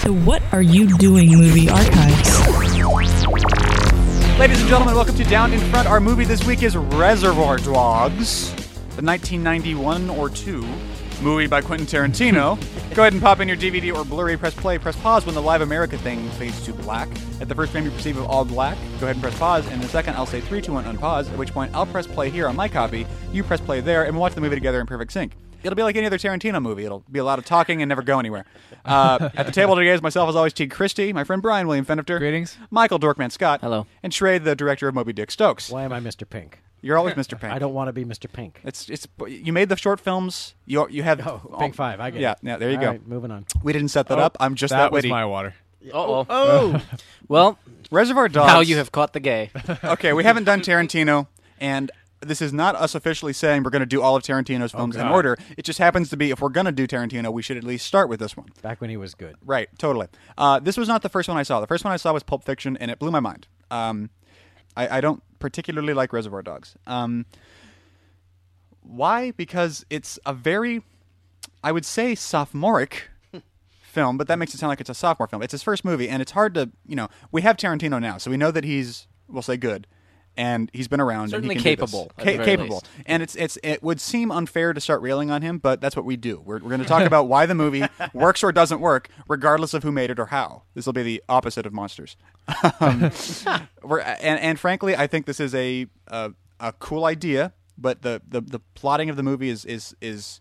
to What Are You Doing Movie Archives. Ladies and gentlemen, welcome to Down in Front. Our movie this week is Reservoir Dogs, the 1991 or 2 movie by Quentin Tarantino. Go ahead and pop in your DVD or Blu-ray, press play, press pause when the Live America thing fades to black. At the first frame you perceive of all black, go ahead and press pause, and in a second I'll say 3, 2, 1, unpause, at which point I'll press play here on my copy, you press play there, and we'll watch the movie together in perfect sync. It'll be like any other Tarantino movie. It'll be a lot of talking and never go anywhere. Uh, at the table today is myself, as always, Teague Christie, my friend Brian William Fenifter. Greetings. Michael Dorkman Scott. Hello. And Trey, the director of Moby Dick Stokes. Why am I Mr. Pink? You're always Mr. Pink. I don't want to be Mr. Pink. It's it's you made the short films. You you have Oh, Pink Five. I get um, yeah, it. yeah. There you All go. right, moving on. We didn't set that Oh, up. I'm just that, that was witty. my water. Uh-oh. Oh, Well, Reservoir Dogs. how you have caught the gay. okay, we haven't done Tarantino, and this is not us officially saying we're going to do all of Oh, Tarantino's films in God. order. It just happens to be if we're going to do Tarantino, we should at least start with this one. back when he was good. Right, totally. Uh, this was not the first one I saw. The first one I saw was Pulp Fiction, and it blew my mind. Um, I, I don't particularly like Reservoir Dogs. Um, why? Because it's a very, I would say, sophomoric film, but that makes it sound like it's a sophomore film. It's his first movie, and it's hard to, you know, we have Tarantino now, so we know that he's, we'll say, good, and he's been around. Certainly and he can do this. capable, Ca- at the very capable, least. and it's it's it would seem unfair to start railing on him, but that's what we do. We're, we're going to talk about why the movie works or doesn't work, regardless of who made it or how. This will be the opposite of monsters. Um, we're, and and frankly, I think this is a a, a cool idea, but the, the the plotting of the movie is is is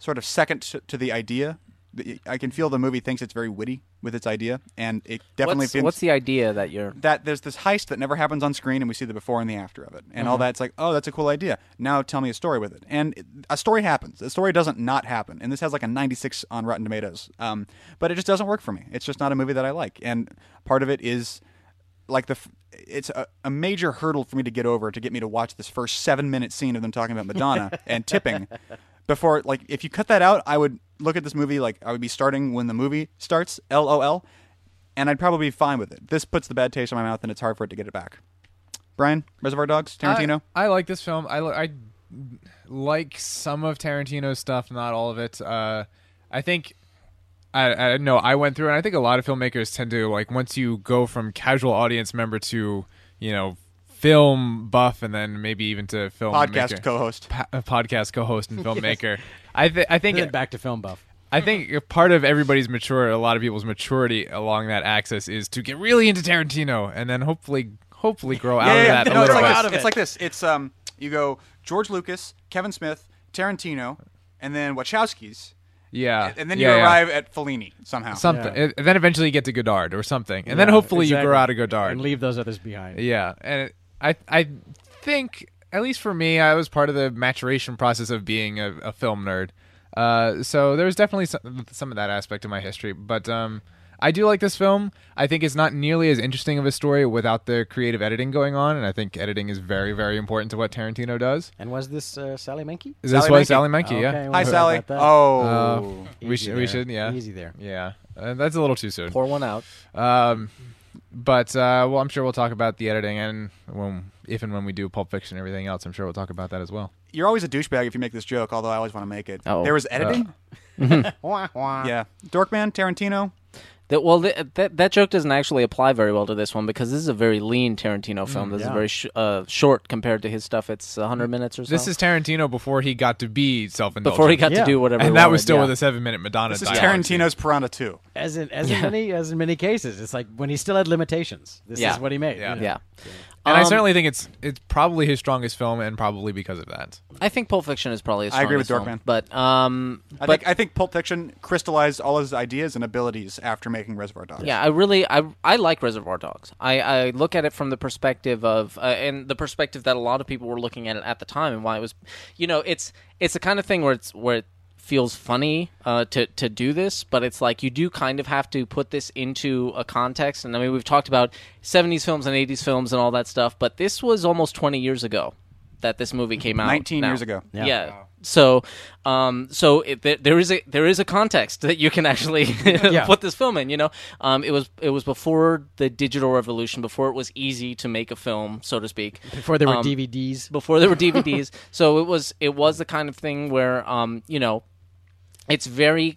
sort of second to, to the idea. The- I can feel the movie thinks it's very witty with its idea, and it definitely What's, feels what's the idea that you're that there's this heist that never happens on screen and we see the before and the after of it and all that's like oh that's a cool idea now tell me a story with it and it- a story happens a story doesn't not happen and this has like a 96 on rotten tomatoes um, but it just doesn't work for me it's just not a movie that i like and part of it is like the f- it's a, a major hurdle for me to get over to get me to watch this first seven minute scene of them talking about madonna and tipping before like if you cut that out i would look at this movie like i would be starting when the movie starts lol and I'd probably be fine with it. This puts the bad taste in my mouth, and it's hard for it to get it back. Brian, Reservoir Dogs, Uh, Tarantino. I, I like this film. I, li- I like some of Tarantino's stuff, not all of it. Uh, I think. I, I know I went through, and I think a lot of filmmakers tend to like once you go from casual audience member to you know film buff, and then maybe even to film podcast maker- co-host. pa- podcast co-host and filmmaker. I th- I think And then back to film buff. I think if part of everybody's mature, a lot of people's maturity along that axis is to get really into Tarantino and then hopefully, hopefully grow out of that a no, it's little like bit. this. it's like this. It's um, you go George Lucas, Kevin Smith, Tarantino, and then Wachowskis, yeah, and then you yeah, yeah. arrive at Fellini somehow. something, Yeah. and then eventually you get to Godard or something, and then Yeah, hopefully you exactly. grow out of Godard and leave those others behind. Yeah, and it, I I think at least for me, I was part of the maturation process of being a, a film nerd. Uh, so there was definitely some, some of that aspect of my history, but um, I do like this film. I think it's not nearly as interesting of a story without the creative editing going on, and I think editing is very very important to what Tarantino does. And was this uh, Sally Menke? Is this Sally why Menke. Sally Menke? Okay, yeah, well, Hi, How Sally. about that? Oh, we Easy should we there. should yeah Easy there. yeah. Uh, that's a little too soon. pour one out? Um, but uh, well, I'm sure we'll talk about the editing and when, if and when we do Pulp Fiction and everything else, I'm sure we'll talk about that as well. you're always a douchebag if you make this joke. Although I always want to make it. Uh-oh. There was editing. Uh-huh. Wah, wah. yeah, Dorkman, Tarantino. That, well, that, that that joke doesn't actually apply very well to this one because this is a very lean Tarantino film. this is yeah. very sh- uh, short compared to his stuff. It's 100 minutes or so. This is Tarantino before he got to be self-indulgent. before he got Yeah. to do whatever. he and that was wanted, still yeah. with a seven-minute Madonna. This is dialogue scene. Tarantino's Piranha Two. As in as in many as in many cases, it's like when he still had limitations. This Yeah. is what he made. Yeah. Yeah. and I Um, certainly think it's it's probably his strongest film, and probably because of that. I think Pulp Fiction is probably. His I agree with strongest film, Dorkman. but um, I but think I think Pulp Fiction crystallized all his ideas and abilities after making Reservoir Dogs. Yeah, I really I I like Reservoir Dogs. I, I look at it from the perspective of uh, and the perspective that a lot of people were looking at it at the time and why it was, you know, it's it's the kind of thing where it's where it feels funny uh, to to do this, but it's like you do kind of have to put this into a context. And I mean, we've talked about '70s films and '80s films and all that stuff, but this was almost 20 years ago that this movie came out. 19 now. years ago. Yeah. So, um, so it, there, there is a there is a context that you can actually put this film in. You know, um, it was it was before the digital revolution, before it was easy to make a film, so to speak. Before there were Um, DVDs. Before there were DVDs, so it was it was the kind of thing where um, you know, it's very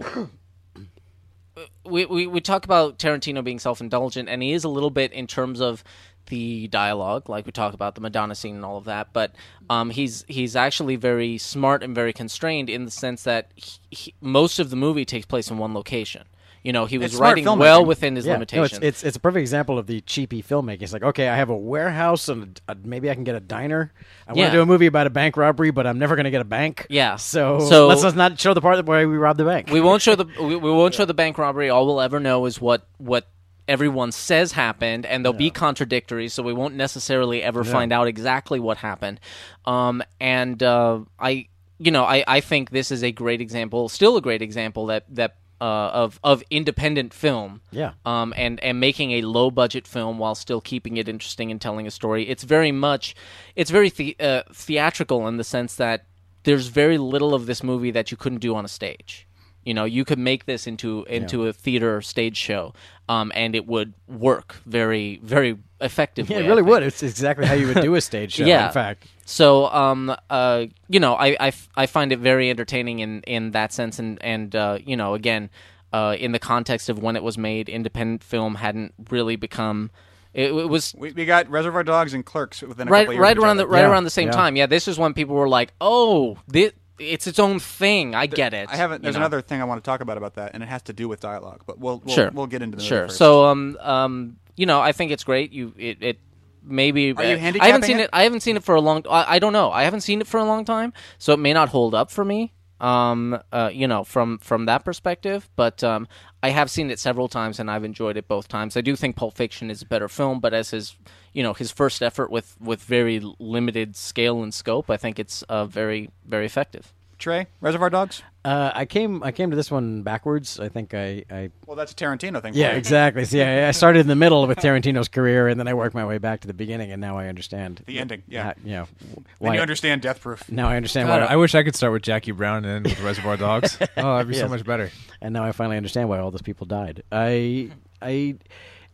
we, we we talk about Tarantino being self indulgent, and he is a little bit in terms of the dialogue, like we talk about the Madonna scene and all of that. But um, he's he's actually very smart and very constrained in the sense that he, he, most of the movie takes place in one location. You know, he was It's smart writing well filmmaking. within his Yeah. No, limitations. it's, it's it's a perfect example of the cheapy filmmaking. It's like, okay, I have a warehouse and a, maybe I can get a diner. I Yeah. want to do a movie about a bank robbery, but I'm never going to get a bank. Yeah. So, So- let's, let's not show the part where we robbed the bank. we won't show the we, we won't show the bank robbery. All we'll ever know is what what everyone says happened, and they'll be contradictory. So we won't necessarily ever find out exactly what happened. Um, and uh, I, you know, I, I think this is a great example, still a great example that that uh, of of independent film. Yeah. Um, and and making a low budget film while still keeping it interesting and telling a story. It's very much, it's very the, uh, theatrical in the sense that there's very little of this movie that you couldn't do on a stage. You know, you could make this into into a theater or stage show, um, and it would work very very effectively. yeah, it I really think. would. It's exactly how you would do a stage show. Yeah. In fact, So, um, uh, you know, I, I f- I find it very entertaining in, in that sense, and and uh, you know, again, uh, in the context of when it was made, independent film hadn't really become. It, it was We, we got Reservoir Dogs and Clerks within a right couple of years right of each around the other. right Yeah, around the same yeah. time. Yeah, this is when people were like, "Oh, this, it's its own thing." I get it. I haven't. you There's know? another thing I want to talk about about that, and it has to do with dialogue. But we'll, we'll sure. we'll get into the movie sure. first. So um um you know I think it's great. You it, it maybe Are you I haven't handicapping seen it? it? I haven't seen it for a long. I, I don't know. I haven't seen it for a long time, so it may not hold up for me. Um uh you know from from that perspective, but um I have seen it several times and I've enjoyed it both times. I do think Pulp Fiction is a better film, but as his you know his first effort with with very limited scale and scope, I think it's uh, very very effective. Trey, Reservoir Dogs. uh, I came I came to this one backwards. I think I, I Well, that's a Tarantino thing. yeah for you. exactly. See, I, I started in the middle with Tarantino's career, and then I worked my way back to the beginning, and now I understand The ending, yeah. how- you know, Then why- you understand Death Proof. Now I understand God, why I wish I could start with Jackie Brown and end with Reservoir Dogs. Oh, that'd be so Yes. much better. and now I finally understand why all those people died. I, I,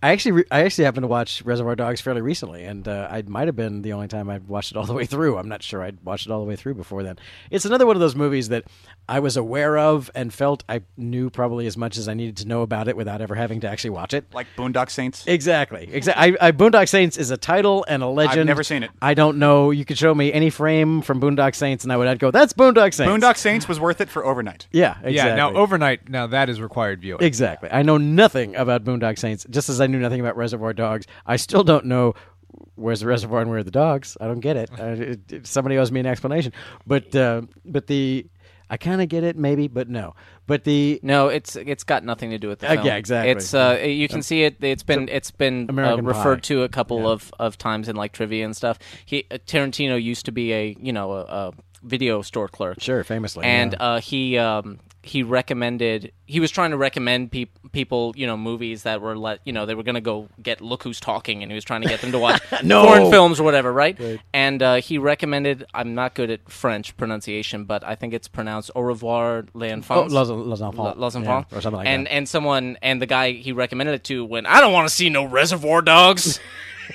I actually, re- I actually happened to watch Reservoir Dogs fairly recently, and uh, I might have been the only time I'd watched it all the way through. I'm not sure I'd watched it all the way through before then. It's another one of those movies that I was aware of and felt I knew probably as much as I needed to know about it without ever having to actually watch it. Like Boondock Saints. Exactly. Exactly. I, I, Boondock Saints is a title and a legend. never seen it. I don't know. You could show me any frame from Boondock Saints, and I would I'd go, "That's Boondock Saints." Boondock Saints was worth it for overnight. Yeah. Exactly. Yeah. Now overnight. Now that is required viewing. Exactly. I know nothing about Boondock Saints, just as I knew nothing about Reservoir Dogs. I still don't know where's the reservoir and where are the dogs. I don't get it. I, it, it- somebody owes me an explanation. But uh, but the I kind of get it maybe, but no. But the No, it's it's got nothing to do with the Uh, film. yeah, exactly. It's uh, you can see it. It's been it's been uh, American Pie. referred to a couple of, of times in like trivia and stuff. He uh, Tarantino used to be a you know a, a video store clerk. sure, famously, And yeah. uh, he um, he recommended he was trying to recommend peop people you know movies that were let you know they were going to go get Look Who's Talking and he was trying to get them to watch No. foreign films or whatever right, and uh, he recommended I'm not good at French pronunciation but I think it's pronounced Au revoir les oh, enfants Los, Los Enfants, Los Yeah, Enfants, or something like and that. and someone and the guy he recommended it to went, I don't want to see no Reservoir Dogs,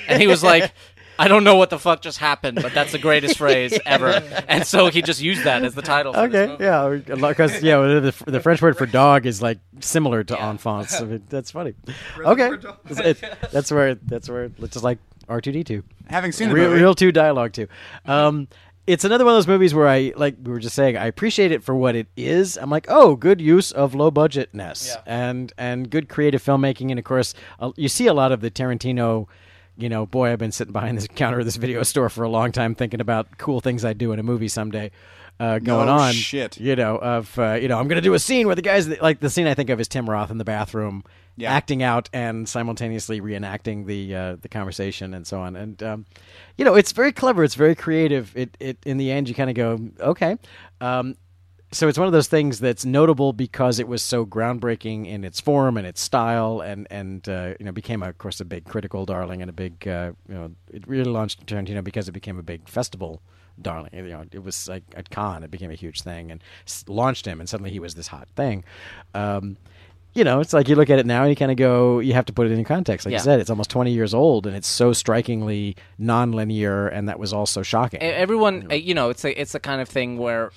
and he was like, I don't know what the fuck just happened, but that's the greatest phrase ever, and so he just used that as the title. For this Okay, movie. yeah, because yeah, the, the French word for dog is like similar to enfants. I mean, that's funny. Okay, It- that's where that's where it's just like R two D two. Having seen the real, movie. real two dialogue too. Um, it's another one of those movies where I like we were just saying I appreciate it for what it is. I'm like, oh, good use of low budgetness and and good creative filmmaking, and of course uh, you see a lot of the Tarantino. You know, boy, I've been sitting behind this counter of this video store for a long time thinking about cool things I'd do in a movie someday. Uh, going No on, shit. You know, of uh, you know, I'm going to do a scene where the guys like the scene I think of is Tim Roth in the bathroom Yeah. acting acting out and simultaneously reenacting the uh, the conversation and so on. And um, you know, it's very clever. It's very creative. It it in the end, you kind of go, okay. Um, so it's one of those things that's notable because it was so groundbreaking in its form and its style, and and uh, you know became, of course, a big critical darling and a big uh, you know it really launched Tarantino because it became a big festival darling. You know, it was like at Cannes, it became a huge thing and s- launched him, and suddenly he was this hot thing. Um, you know, it's like you look at it now and you kind of go, you have to put it in context. Like Yeah. you said, it's almost 20 years old and it's so strikingly non-linear and that was also shocking. E- Everyone, uh, you know, it's a it's the kind of thing where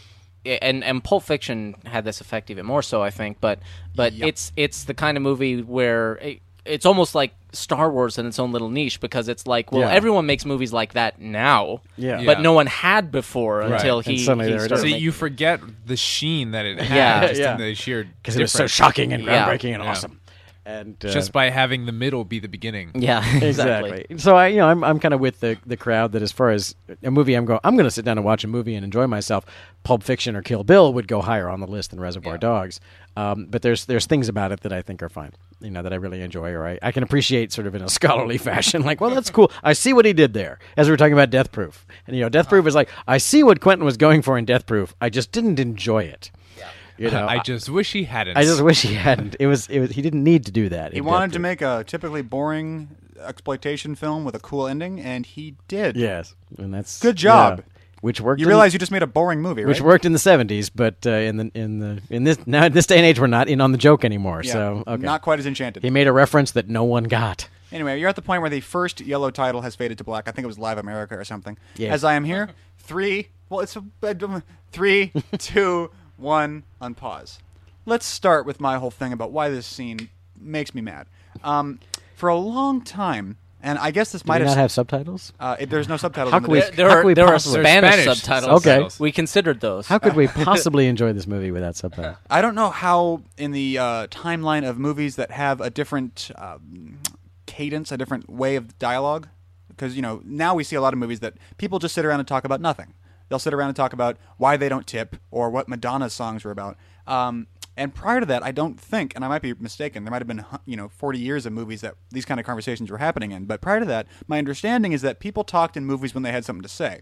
and and Pulp Fiction had this effect even more so, I think. But but it's it's the kind of movie where it, it's almost like Star Wars in its own little niche because it's like, well, Yeah. everyone makes movies like that now, Yeah. but Yeah. no one had before until And he, suddenly he there it started is. So making- you forget the sheen that it had Yeah. just Yeah. in the sheer because it was so difference. shocking and Yeah. groundbreaking and Yeah. awesome. And uh, just by having the middle be the beginning. yeah, exactly. So I, you know, I'm, I'm kind of with the the crowd that as far as a movie, I'm going, I'm going to sit down and watch a movie and enjoy myself. Pulp Fiction or Kill Bill would go higher on the list than Reservoir Dogs. Um, but there's there's things about it that I think are fine, you know, that I really enjoy or I, I can appreciate sort of in a scholarly fashion. Like, well, that's cool. I see what he did there. As we were talking about Death Proof, and you know, Death Uh-huh. Proof is like I see what Quentin was going for in Death Proof. I just didn't enjoy it. You Oh, know, I just wish he hadn't. I just wish he hadn't. It was it was he didn't need to do that. He wanted to make a typically boring exploitation film with a cool ending, and he did. Yes, and that's Good job. yeah. which worked. You in- realize you just made a boring movie, right? which worked in the seventies, but uh, in the in the in this now in this day and age, we're not in on the joke anymore. Yeah. So okay, not quite as enchanted. he made a reference that no one got. Anyway, you're at the point where the first yellow title has faded to black. I think it was Live America or something. Yeah. As I am here, three. Well, it's a, three, two, one. On pause. Let's start with my whole thing about why this scene makes me mad. Um, for a long time, and I guess this Do might we not have. have subtitles? uh, it, there's no subtitles. How in the can we- disc. There How could are we there are possibly- Spanish Spanish subtitles. subtitles. we considered those. How could we possibly enjoy this movie without subtitles? I don't know how in the uh, timeline of movies that have a different um, cadence, a different way of dialogue, because you know now we see a lot of movies that people just sit around and talk about nothing. They'll sit around and talk about why they don't tip or what Madonna's songs were about. Um, and prior to that, I don't think, and I might be mistaken, there might have been hu- you know forty years of movies that these kind of conversations were happening in. But prior to that, my understanding is that people talked in movies when they had something to say.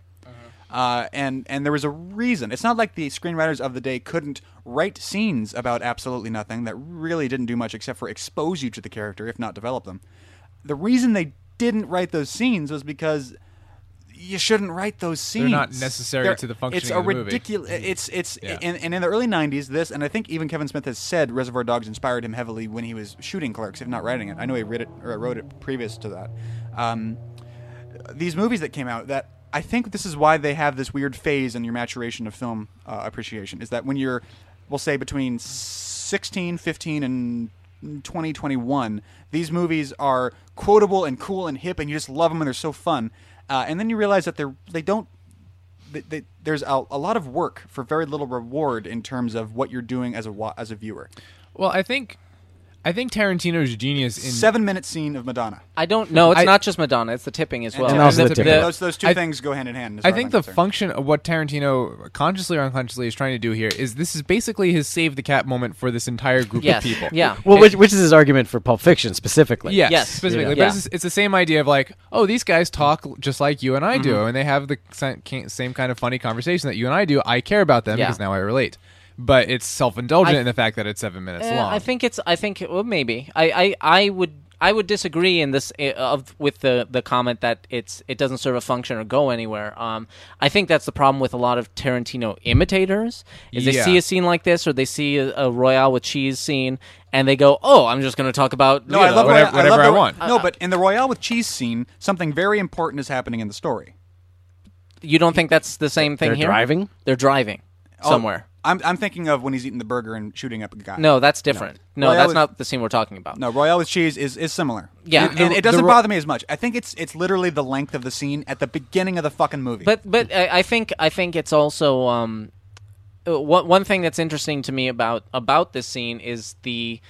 Uh, and and there was a reason. It's not like the screenwriters of the day couldn't write scenes about absolutely nothing that really didn't do much except for expose you to the character, if not develop them. The reason they didn't write those scenes was because you shouldn't write those scenes. not necessary to the functioning It's a of the movie. ridiculous. It's it's Yeah. and, and in the early '90s, this and I think even Kevin Smith has said Reservoir Dogs inspired him heavily when he was shooting Clerks, if not writing it. I know he read it or wrote it previous to that. Um, these movies that came out that I think this is why they have this weird phase in your maturation of film uh, appreciation is that when you're, we'll say between 16, 15, and 20, 21, these movies are quotable and cool and hip, and you just love them and they're so fun. Uh, and then you realize that they're they don't. They, they, there's a, a lot of work for very little reward in terms of what you're doing as a wa- as a viewer. well, I think, I think Tarantino's genius in Seven minute scene of Madonna. I don't know. It's I- not just Madonna. It's the tipping as well. And also the that's- tipping. those those two I- things go hand in hand. as far I as I'm think the concerned. function of what Tarantino consciously or unconsciously is trying to do here is this is basically his save the cat moment for this entire group Yes. of people. Yeah. Well, which, which is his argument for Pulp Fiction specifically. Yes, Yes. specifically. Yeah. But it's, it's the same idea of like, oh, these guys talk l- just like you and I Mm-hmm. do, and they have the sa- ca- same kind of funny conversation that you and I do. I care about them Yeah. because now I relate. But it's self indulgent I- in the fact that it's seven minutes Eh, long. I think it's. I think well, maybe. I, I, I would. I would disagree in this eh, of with the the comment that it's it doesn't serve a function or go anywhere. Um, I think that's the problem with a lot of Tarantino imitators. Is they Yeah. see a scene like this or they see a, a Royale with cheese scene and they go, "Oh, I'm just going to talk about No, you I know, love whatever- Royale- whatever I, I love want. the, No, but in the Royale with cheese scene, something very important is happening in the story. You don't think that's the same thing They're here? driving? They're driving Oh, somewhere. I'm, I'm thinking of when he's eating the burger and shooting up a guy. No, that's different. No, Well, that that's was- not the scene we're talking about. No, Royale with cheese is, is similar. Yeah. and, and The- it doesn't the Ro- bother me as much. I think it's it's literally the length of the scene at the beginning of the fucking movie. But but I, I think I think it's also um, uh, one one thing that's interesting to me about about this scene is the.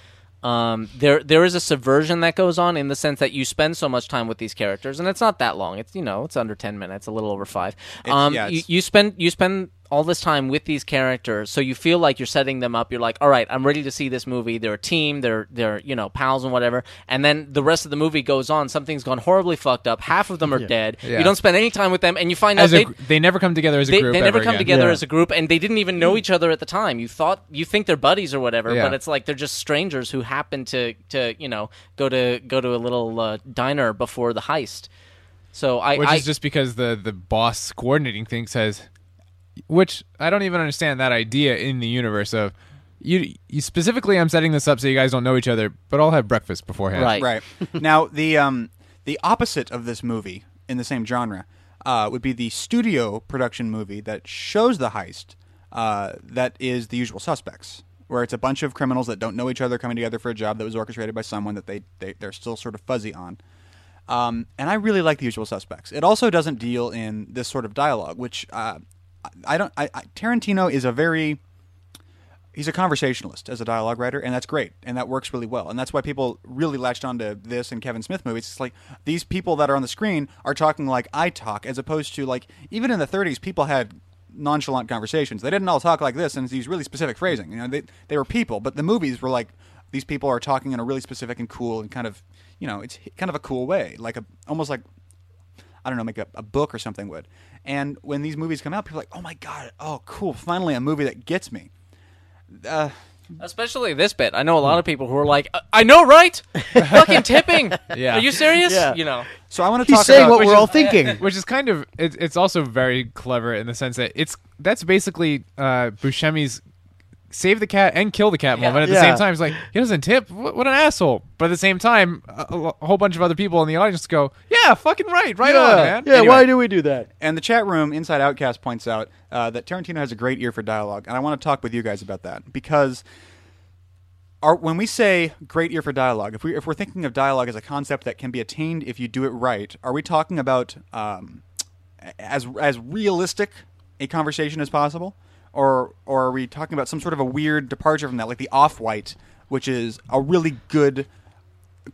Um, there, there is a subversion that goes on in the sense that you spend so much time with these characters, and it's not that long. It's you know, it's under ten minutes, a little over five. um, yeah, you, it's- you spend you spend all this time with these characters, so you feel like you're setting them up. You're like, all right, I'm ready to see this movie. They're a team. They're they're you know pals and whatever. And then the rest of the movie goes on. Something's gone horribly fucked up. Half of them are dead. Yeah. You don't spend any time with them, and you find as out they, a gr- they never come together as a they, group. they never ever come again. Mm. together Yeah. as a group and they didn't even know each other at the time you thought you think they're buddies or whatever Yeah. but it's like they're just strangers who happen to to you know go to go to a little uh, diner before the heist so i which I, is just because the the boss coordinating thing says which i don't even understand that idea in the universe of you, you specifically i'm setting this up so you guys don't know each other but i'll have breakfast beforehand Right. right now, the um the opposite of this movie in the same genre uh, would be the studio production movie that shows the heist. uh, that is The Usual Suspects, where it's a bunch of criminals that don't know each other coming together for a job that was orchestrated by someone that they, they they're still sort of fuzzy on. Um, and I really like The Usual Suspects. It also doesn't deal in this sort of dialogue, which uh, I- I don't. I, I, Tarantino is a very he's a conversationalist as a dialogue writer, and that's great, and that works really well, and that's why people really latched onto this and Kevin Smith movies. It's like these people that are on the screen are talking like I talk, as opposed to like even in the '30s, people had nonchalant conversations. They didn't all talk like this, and it's these really specific phrasing. You know, they they were people, but the movies were like these people are talking in a really specific and cool and kind of you know it's kind of a cool way, like a almost like I don't know, make a, a book or something would. And when these movies come out, people are like, oh my God, oh cool, finally a movie that gets me. Especially this bit. I know a lot of people who are like, "Uh, I know, right? Fucking tipping. Yeah. Are you serious? Yeah. You know. So I want to He's talk saying about what we're is- all thinking. which is kind of it, it's also very clever in the sense that it's that's basically uh Buscemi's save the cat and kill the cat Yeah. moment at the Yeah. same time. It's like he doesn't tip. What, what an asshole! But at the same time, a, a- a whole bunch of other people in the audience go, "Yeah, fucking right, right on, man." yeah Anyway. why do we do that? And the chat room, Inside Outcast, points out uh, that Tarantino has a great ear for dialogue, and I want to talk with you guys about that because our, when we say great ear for dialogue, if we if we're thinking of dialogue as a concept that can be attained if you do it right, are we talking about um, a- as as realistic a conversation as possible, or or are we talking about some sort of a weird departure from that, like the off white, which is a really good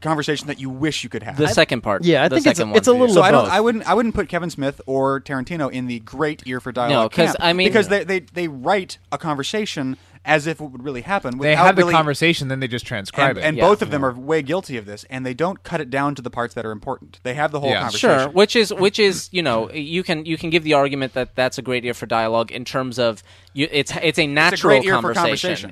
conversation that you wish you could have? The second part. Yeah, I The think it's- second it's one. a little So I don't. both. I wouldn't. I wouldn't put Kevin Smith or Tarantino in the great ear for dialogue. No, 'cause, camp, I mean- because they, they they write a conversation as if it would really happen. They without have the really- conversation, then they just transcribe and, it. and Yeah. both of them are way guilty of this, and they don't cut it down to the parts that are important. They have the whole Yeah. conversation. Sure, which is which is you know you can you can give the argument that that's a great ear for dialogue in terms of you, it's it's a natural great ear for conversation.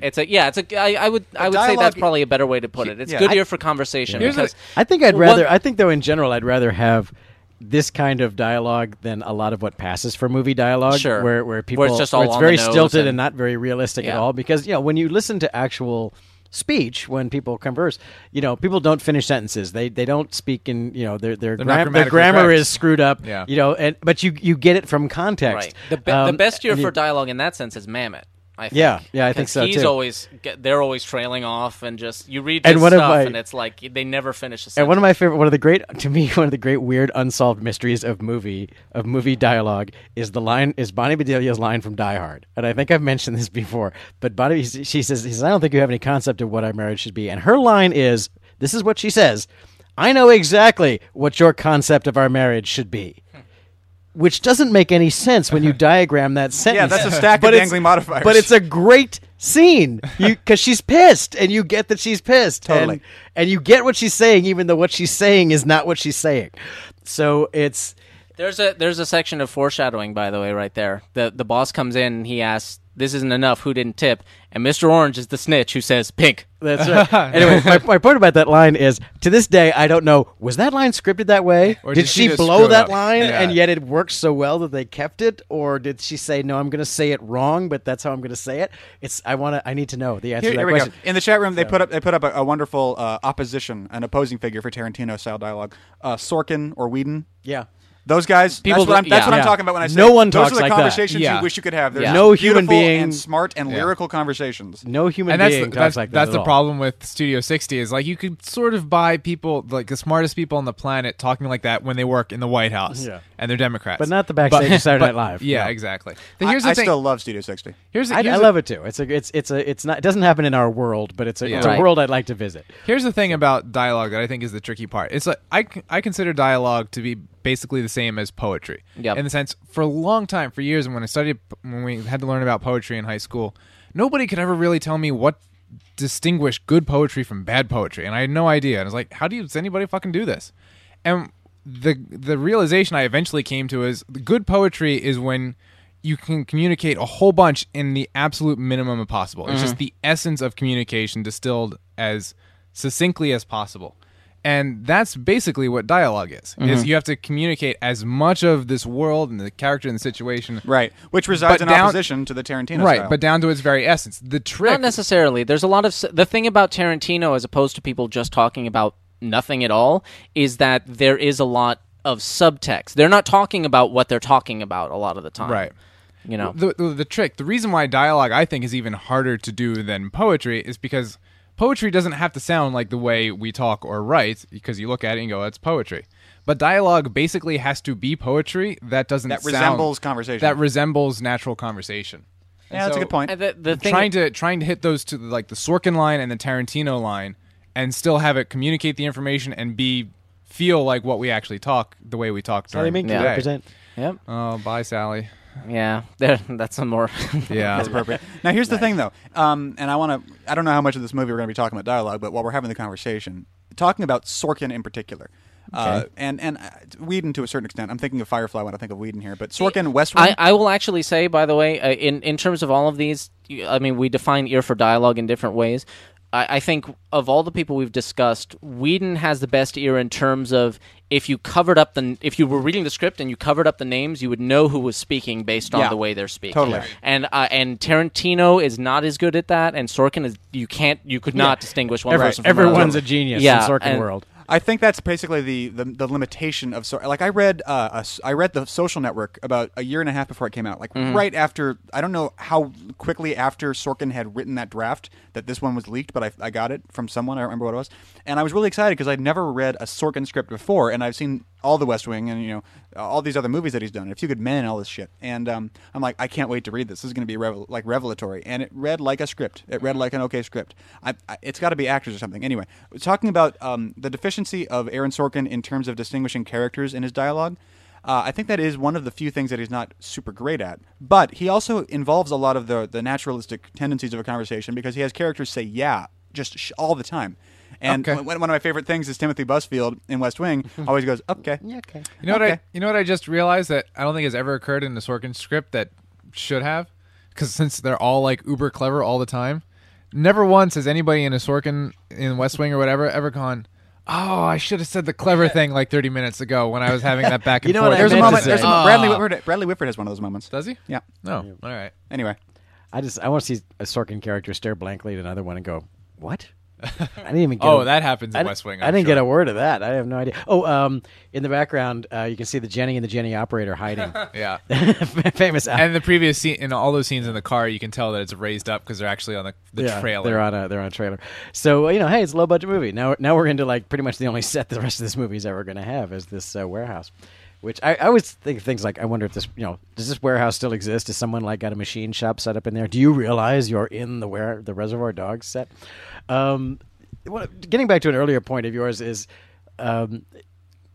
conversation. It's a yeah, it's a I, I would I would say that's dialogue- probably a better way to put it. It's Yeah. good I- ear for conversation Here's the- because I think I'd Well, rather. one- I think though, in general, I'd rather have this kind of dialogue than a lot of what passes for movie dialogue. Sure. Where where people Where it's just all on the very nose stilted and- and, not very realistic at Yeah. all. Because you know when you listen to actual speech when people converse you know people don't finish sentences they they don't speak in you know their their, not gram- their grammatically grammar correct. is screwed up Yeah. you know and but you you get it from context right the, be- the Um, best ear and for you- dialogue in that sense is Mamet. I think. Yeah, yeah, I think 'Cause so, He's too. always get- they're always trailing off and just you read his And one of stuff my- and it's like they never finish a sentence. And one of my favorite, one of the great, to me, one of the great weird unsolved mysteries of movie of movie dialogue is the line is Bonnie Bedelia's line from Die Hard, and I think I've mentioned this before. But Bonnie, she says, he says, I don't think you have any concept of what our marriage should be, and her line is, this is what she says, I know exactly what your concept of our marriage should be. Which doesn't make any sense when you diagram that sentence. that's a stack of But it's- dangling modifiers. But it's a great scene because she's pissed, and you get that she's pissed. Totally. And, and you get what she's saying, even though what she's saying is not what she's saying. So it's There's a there's a section of foreshadowing, by the way, right there. The the boss comes in and he asks, This isn't enough, who didn't tip? And Mr. Orange is the snitch who says pink. that's right. anyway, my, my point about that line is to this day I don't know was that line scripted that way? Or did, did she she, just screw blow it that up? line, and Yeah. yet it worked so well that they kept it, or did she say no? I'm going to say it wrong, but that's how I'm going to say it. It's I want to I need to know the answer Here, to that here we question. go. In the chat room, they put up they put up a, a wonderful uh, opposition, an opposing figure for Tarantino style dialogue, uh, Sorkin or Whedon. Yeah. Those guys. People that's what I'm, that- that's what yeah. I'm talking about when I say No one those talks are the like that. conversations Yeah. you wish you could have. They're Yeah. No human beautiful being- and smart and lyrical conversations. No human and that's being the, talks that's, like that that's at the all. problem with Studio 60 is like you could sort of buy people like the smartest people on the planet talking like that when they work in the White House Yeah. and they're Democrats, But not the backstage of Saturday Night Live. Yeah, No. exactly. I, Here's the I thing. still love Studio 60. here's the, I, here's I the- love it too. It's a, it's, it's a, it's not. It doesn't happen in our world, but it's a, it's a Right. world I'd like to visit. Here's the thing about dialogue that I think is the tricky part. It's like I, c- I consider dialogue to be basically the same as poetry. Yep. In the sense, for a long time, for years, and when I studied, when we had to learn about poetry in high school, nobody could ever really tell me what distinguished good poetry from bad poetry, and I had no idea. And I was like, how do you, does anybody fucking do this? And the the realization I eventually came to is the good poetry is when you can communicate a whole bunch in the absolute minimum of possible. It's just the essence of communication distilled as succinctly as possible. And that's basically what dialogue is. Is you have to communicate as much of this world and the character and the situation Right, which resides in But down- opposition to the Tarantino right, style. but down to its very essence. The trick Not necessarily. There's a lot of s- the thing about Tarantino as opposed to people just talking about nothing at all is that there is a lot of subtext. They're not talking about what they're talking about a lot of the time. Right. you know. the, the, the trick the reason why dialogue i think is even harder to do than poetry is because poetry doesn't have to sound like the way we talk or write because you look at it and go that's poetry but dialogue basically has to be poetry that doesn't That sound- resembles conversation. that resembles natural conversation Yeah, that's a good point. And the, the thing trying to trying to hit those to like the sorkin line and the tarantino line and still have it communicate the information and be feel like what we actually talk the way we talk Sally during Mink, the you day. represent. Yep. oh bye sally Yeah. There, that's a more. yeah That's appropriate. Now, here's the thing, though, um, and I want to—I don't know how much of this movie we're going to be talking about dialogue, but while we're having the conversation, talking about Sorkin in particular, uh, and and uh, Whedon to a certain extent. I'm thinking of Firefly when I think of Whedon here, but Sorkin, West Wing. I, I will actually say, by the way, uh, in in terms of all of these, you- I mean, we define ear for dialogue in different ways. I, I think of all the people we've discussed, Whedon has the best ear in terms of if you covered up the if you were reading the script and you covered up the names, you would know who was speaking based on Yeah. the way they're speaking. Totally. And uh, and Tarantino is not as good at that, and Sorkin is you can't you could not distinguish one Every- person. From everyone's another. a genius Yeah, in Sorkin and- world. I think that's basically the, the, the limitation of Sorkin. Like I read uh, a s- I read the Social Network about a year and a half before it came out. Like right after I don't know how quickly after Sorkin had written that draft that this one was leaked, but I, I got it from someone I don't remember what it was, and I was really excited because I'd never read a Sorkin script before, and I've seen all the West Wing and you know all these other movies that he's done, A Few Good Men, and all this shit, and um, I'm like I can't wait to read this. This is going to be revel- like revelatory, and it read like a script. It read like an okay script. I, I, it's got to be actors or something. Anyway, talking about um, the deficiency of Aaron Sorkin in terms of distinguishing characters in his dialogue. Uh, I think that is one of the few things that he's not super great at. But he also involves a lot of the the naturalistic tendencies of a conversation because he has characters say "yeah" just sh- all the time. And Okay. one one of my favorite things is Timothy Busfield in West Wing always goes "okay." okay. You know what I? Okay. You know what I just realized that I don't think has ever occurred in the Sorkin script that should have, because since they're all like uber clever all the time, never once has anybody in a Sorkin in West Wing or whatever ever gone. Oh, I should have said the clever thing like 30 minutes ago when I was having that back and You know what I forth. There's a meant to moment. say- uh, There's a, Ah. Bradley Whitford. Bradley Whitford has one of those moments. Does he? Yeah. No. All right. Anyway, I just I want to see a Sorkin character stare blankly at another one and go, "What?" I didn't even. Get Oh, a- that happens in I di- West Wing, I I'm didn't get sure. a word of that. I have no idea. Oh, um, in the background, uh, you can see the Jenny and the Jenny operator hiding. Yeah. Famous. and the previous scene in all those scenes in the car, you can tell that it's raised up because they're actually on the, the Yeah, trailer. They're on a they're on a trailer. So you know, hey, it's a low budget movie. Now now we're into like pretty much the only set the rest of this movie is ever going to have is this uh, warehouse. Which I, I always think of things like I wonder if this you know does this warehouse still exist? Does someone like got a machine shop set up in there? Do you realize you're in the where the Reservoir Dogs set? Um, what- getting back to an earlier point of yours is. Um,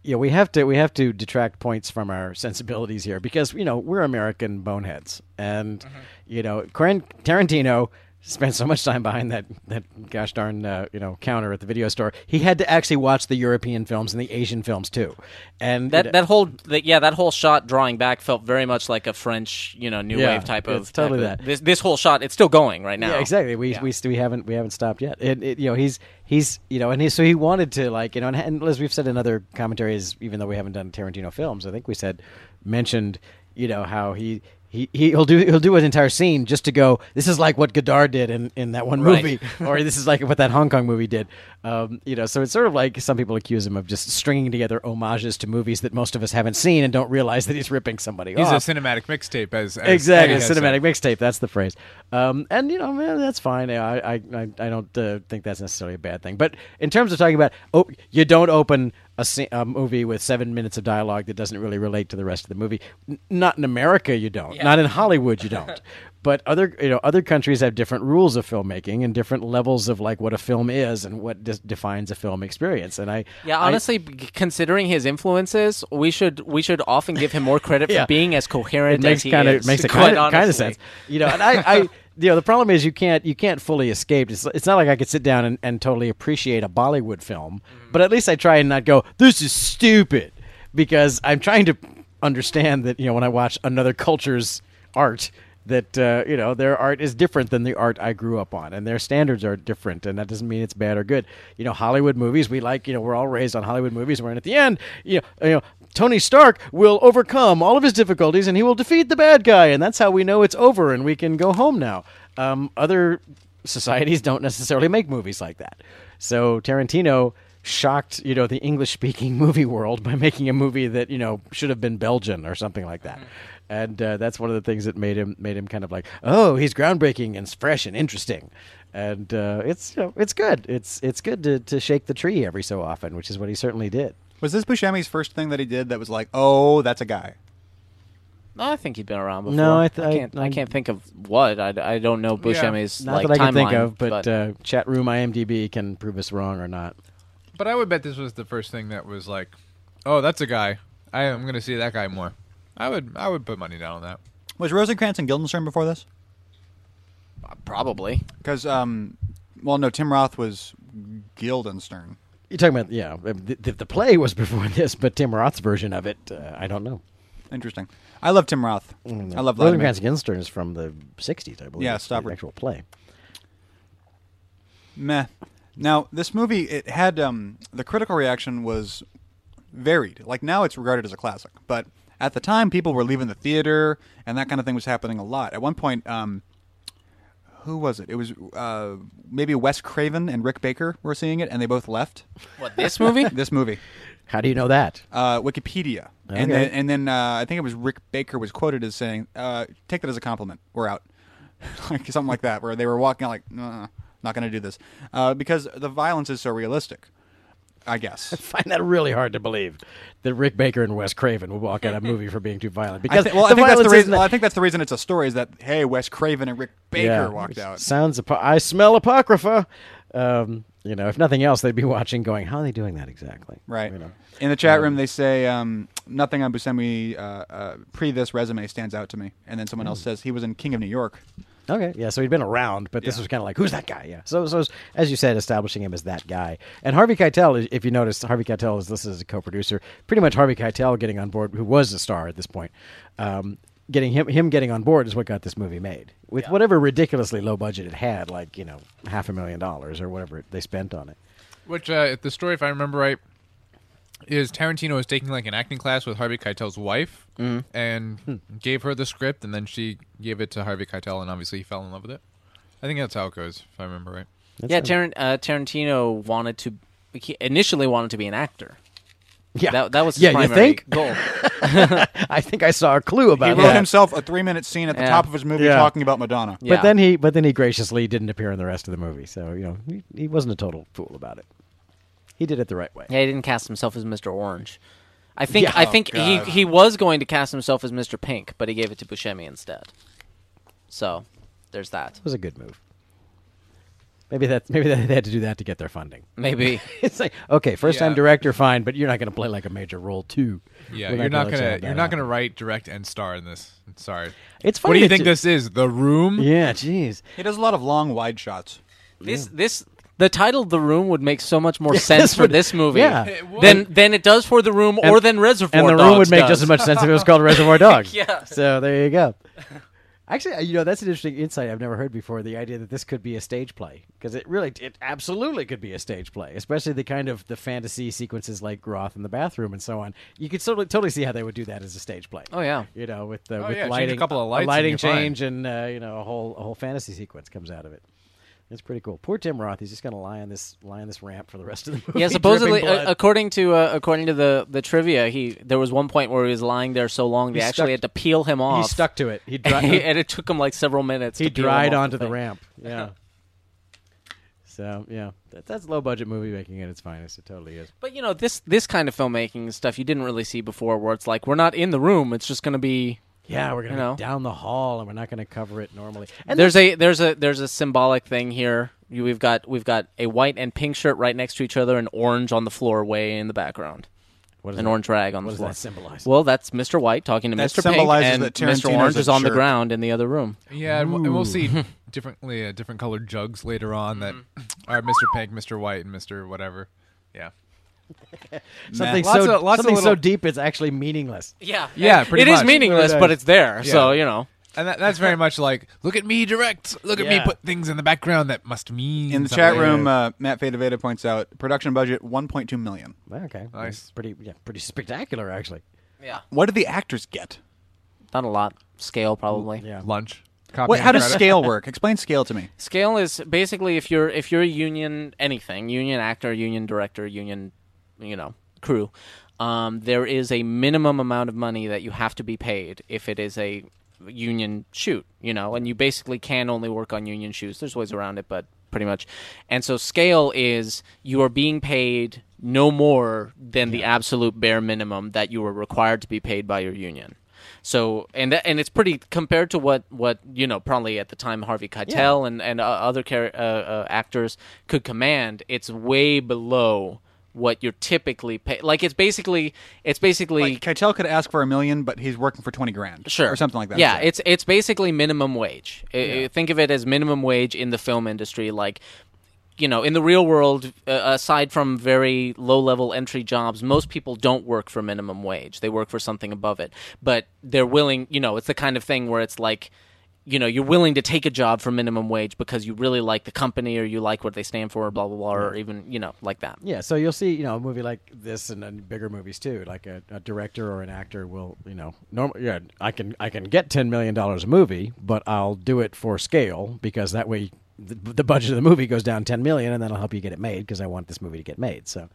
yeah, we have to we have to detract points from our sensibilities here because you know we're American boneheads, and you know Quentin Tarantino spent so much time behind that that gosh darn uh, you know counter at the video store. He had to actually watch the European films and the Asian films too, and That you know, that whole that, yeah that whole shot drawing back felt very much like a French you know new Yeah, wave type of it's totally type of- that. this this whole shot it's still going right now Yeah, exactly. We we st- we haven't we haven't stopped yet. It, it you know he's he's you know and he so he wanted to like you know and, and as we've said in other commentaries, even though we haven't done Tarantino films, I think we said mentioned you know how he. He, he- he'll do he'll do an entire scene just to go. This is like what Godard did in, in that one Right. movie, or this is like what that Hong Kong movie did. Um, you know, so it's sort of like some people accuse him of just stringing together homages to movies that most of us haven't seen and don't realize that he's ripping somebody He's off a cinematic mixtape, as, as Ah. exactly Eddie has said. cinematic mixtape that's the phrase um, and you know man, that's fine Yeah, i I, I, I don't uh, think that's necessarily a bad thing but in terms of talking about oh you don't open a, sce- a movie with seven minutes of dialogue that doesn't really relate to the rest of the movie N- not in america you don't not in hollywood you don't but other you know other countries have different rules of filmmaking and different levels of like what a film is and what dis- defines a film experience and i Yeah, I- honestly, b- considering his influences, we should we should often give him more credit Yeah. for being as coherent it makes as he kind is. of makes a quite kind of, kind of honestly. sense. You know, and I, I, you know, the problem is you can't you can't fully escape. It's, it's not like I could sit down and, and totally appreciate a Bollywood film, but at least I try and not go. This is stupid because I'm trying to understand that you know when I watch another culture's art. That uh, you know their art is different than the art I grew up on, and their standards are different, and that doesn't mean it's bad or good. You know, Hollywood movies we like. You know, we're all raised on Hollywood movies. Where at the end, you know, you know, Tony Stark will overcome all of his difficulties and he will defeat the bad guy, and that's how we know it's over and we can go home now. Um, other societies don't necessarily make movies like that. So Tarantino shocked, you know, the English-speaking movie world by making a movie that you know should have been Belgian or something like that. And uh, that's one of the things that made him made him kind of like, oh, he's groundbreaking and fresh and interesting. And uh, it's you know it's good. It's it's good to to shake the tree every so often, which is what he certainly did. Was this Buscemi's first thing that he did that was like, oh, that's a guy? No, I think he'd been around before. No, I I, th- I- can't. I, I- can't think of what. I, I don't know Bush Yeah. Emmy's Not like that I can timeline. think of, but, uh, chat room IMDb can prove us wrong or not. But I would bet this was the first thing that was like, oh, that's a guy. I am going to see that guy more. I would I would put money down on that. Was Rosencrantz and Guildenstern before this? probably. Because, um, well, no, Tim Roth was Guildenstern. You're talking about yeah. The, the, the play was before this, but Tim Roth's version of it, uh, I don't know. Interesting. I love Tim Roth. I love Vladimir. Rosencrantz and Guildenstern is from the '60s, I believe. Yeah, It's stop the it. actual play. Meh. Now, this movie, it had um, the critical reaction was varied. Like now, it's regarded as a classic, but at the time, people were leaving the theater, and that kind of thing was happening a lot. At one point, um, who was it? It was uh, maybe Wes Craven and Rick Baker were seeing it, and they both left What this movie? this movie. How do you know that? Uh, Wikipedia, and Okay. then and then uh, I think it was Rick Baker was quoted as saying, uh, "Take that as a compliment. We're out," like something like that, where they were walking out like, "Nah, "Not going to do this," uh, because the violence is so realistic. I guess. I find that really hard to believe that Rick Baker and Wes Craven would walk out of a movie for being too violent. I Because thi- well, I the think that's the violence reason. isn't- Well, I think that's the reason it's a story is that hey, Wes Craven and Rick Baker Yeah. walked out. Sounds. apo- I smell apocrypha. Um, you know, if nothing else, they'd be watching, going, "How are they doing that exactly?" Right. You know. In the chat room, they say um, nothing on Buscemi uh, uh, pre this resume stands out to me, and then someone else Hmm. says he was in King of New York. Okay, yeah. So he'd been around, but this Yeah. was kind of like, who's that guy? Yeah. So, so as you said, establishing him as that guy. And Harvey Keitel, if you notice, Harvey Keitel is listed as a co-producer. Pretty much Harvey Keitel getting on board, who was a star at this point. Um, getting him him getting on board is what got this movie made with whatever ridiculously low budget it had, like you know half a million dollars or whatever it- they spent on it. Which uh, if the story, if I remember right, is Tarantino was taking like an acting class with Harvey Keitel's wife Mm-hmm. and Hmm. gave her the script, and then she gave it to Harvey Keitel, and obviously he fell in love with it. I think that's how it goes, if I remember right. yeah, Taran- uh, Tarantino wanted to he initially wanted to be an actor. Yeah, That that was his yeah. primary You think? goal. I think I saw a clue He about wrote that. himself a three minute scene at the Yeah. top of his movie Yeah. talking about Madonna. But Yeah. then he but then he graciously didn't appear in the rest of the movie. So, you know, he, he wasn't a total fool about it. He did it the right way. Yeah, he didn't cast himself as Mr. Orange. I think Yeah. I think Oh, he God. he was going to cast himself as Mr. Pink, but he gave it to Buscemi instead. So there's that. It was a good move. Maybe that maybe they had to do that to get their funding. Maybe It's like, okay, first time Yeah. director fine, but you're not going to play like a major role too. Yeah, We're you're not let you gonna have that you're not happen. gonna write, direct, and star in this. Sorry. It's funny What do you that think this is? The Room? Yeah, jeez. He does a lot of long wide shots. this this the title of the room would make so much more sense for would- this movie yeah. It would. than than it does for the room or than Reservoir and the Dogs room would make does. just as much sense if it was called Reservoir Dogs. Yeah. So there you go. Actually, uh, you know that's an interesting insight I've never heard before. The idea that this could be a stage play because it really, it absolutely could be a stage play, especially the kind of the fantasy sequences like Roth in the bathroom and so on. You could totally, totally see how they would do that as a stage play. Oh, yeah. you know with the Oh, with yeah, change a lighting, couple of lights and lighting you're fine. change, and uh, you know a whole a whole fantasy sequence comes out of it. It's pretty cool. Poor Tim Roth, he's just going to lie on this lie on this ramp for the rest of the movie. Yeah, supposedly, dripping uh, blood. according to uh, according to the, the trivia, he there was one point where he was lying there so long they He actually stuck- had to peel him off. he stuck to it. He dri- and it took him like several minutes. he to peel dried him off onto the thing. ramp. Yeah. so yeah, that, that's low budget movie making at its finest. It totally is. But you know this this kind of filmmaking and stuff you didn't really see before, where it's like we're not in the room; it's just going to be Yeah, we're gonna You know? be down the hall, and we're not gonna cover it normally. And there's a there's a there's a symbolic thing here. You, we've got we've got a white and pink shirt right next to each other, and orange on the floor, way in the background, what is an that? orange rag on the What does floor. that symbolize? Well, that's Mr. White talking to That Mr. Pink, symbolizes and that Mr. Tarantino's Orange a is on the jerk. ground in the other room. Yeah, and we'll, and we'll see differently uh, different colored jugs later on that are Mr. Pink, Mr. White, and Mr. Whatever. Yeah. something Lots so of- lots of something so little- deep it's actually meaningless. Yeah, Yeah, It- pretty it is much. meaningless, Really but nice. it's there. So Yeah. you know, And that, that's very much like, look at me direct. Look at me Yeah. put things in the background that must mean. In the chat something. room, uh, Matt Fadaveda points out production budget 1.2 million. Well, Okay, Nice. It's pretty yeah, pretty spectacular actually. yeah, What did the actors get? not a lot scale probably. Yeah, lunch. Copy What, and how does credit. scale work? Explain scale to me. Scale is basically if you're if you're a union anything, union actor, union director, union, you know, crew. Um, there is a minimum amount of money that you have to be paid if it is a union shoot, you know, and you basically can only work on union shoots. There's ways around it, but pretty much. And so scale is you are being paid no more than the absolute bare minimum that you were required to be paid by your union. So and that, and it's pretty compared to what what you know probably at the time Harvey Keitel and and uh, other char- uh, uh, actors could command. It's way below what you're typically pay. Like it's basically it's basically Like, Keitel could ask for a million, but he's working for twenty grand, sure or something like that. Yeah, it's it's basically minimum wage. I- I- Think of it as minimum wage in the film industry, like. You know, in the real world, uh, aside from very low level entry jobs, most people don't work for minimum wage. They work for something above it. But they're willing, you know, it's the kind of thing where it's like, you know, you're willing to take a job for minimum wage because you really like the company or you like what they stand for, blah, blah, blah, or even, you know, like that. Yeah, so you'll see, you know, a movie like this and, and bigger movies too. Like a, a director or an actor will, you know, normal. Yeah, I can I can get ten million dollars a movie, but I'll do it for scale because that way the, the budget of the movie goes down ten million, and that'll help you get it made because I want this movie to get made. So,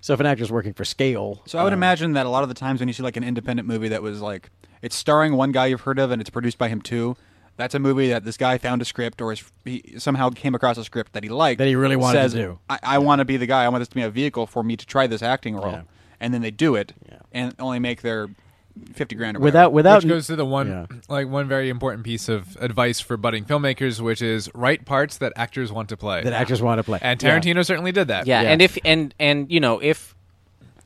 so if an actor's working for scale, So I would imagine that a lot of the times when you see like an independent movie that was like it's starring one guy you've heard of and it's produced by him too, that's a movie that this guy found a script or is, he somehow came across a script that he liked That he really wanted to says, do. I, I want to be the guy. I want this to be a vehicle for me to try this acting role, Yeah. and then they do it and only make their fifty grand or without whatever. without which goes to the one Yeah. like one very important piece of advice for budding filmmakers, which is write parts that actors want to play. that actors want to play and Yeah. Tarantino certainly did that. Yeah, Yeah. and if and and you know if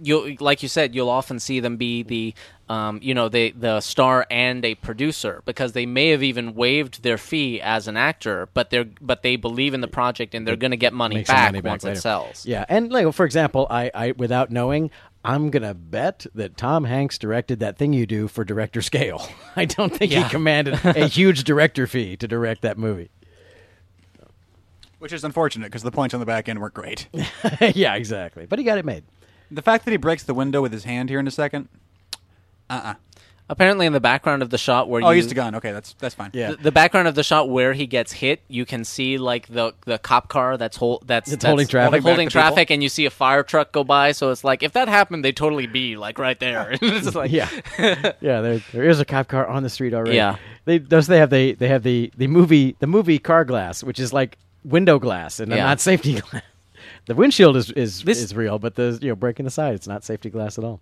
you like you said, you'll often see them be the um, you know the the star and a producer because they may have even waived their fee as an actor, but they're but they believe in the project and they're going to get money Make some back money back once later. it sells. Yeah, and like for example, I, I without knowing, I'm gonna bet that Tom Hanks directed that thing you do for director scale. I don't think he commanded a huge director fee to direct that movie. Which is unfortunate because the points on the back end weren't great. yeah, exactly. But he got it made. the fact that he breaks the window with his hand here in a second. Apparently, in the background of the shot where Oh, you he used a gun. Okay, that's that's fine. Mm. Yeah. The, the background of the shot where he gets hit, you can see like the the cop car that's hol- that's, It's that's holding traffic. holding, Holding back the traffic, and you see a fire truck go by. So it's like if that happened, they'd totally be like right there. it's like Yeah, yeah. There, there is a cop car on the street already. Yeah. they does they have they they have the the movie the movie car glass, which is like window glass and Yeah. not safety glass. The windshield is is, This- is real, but the you know breaking the side, it's not safety glass at all.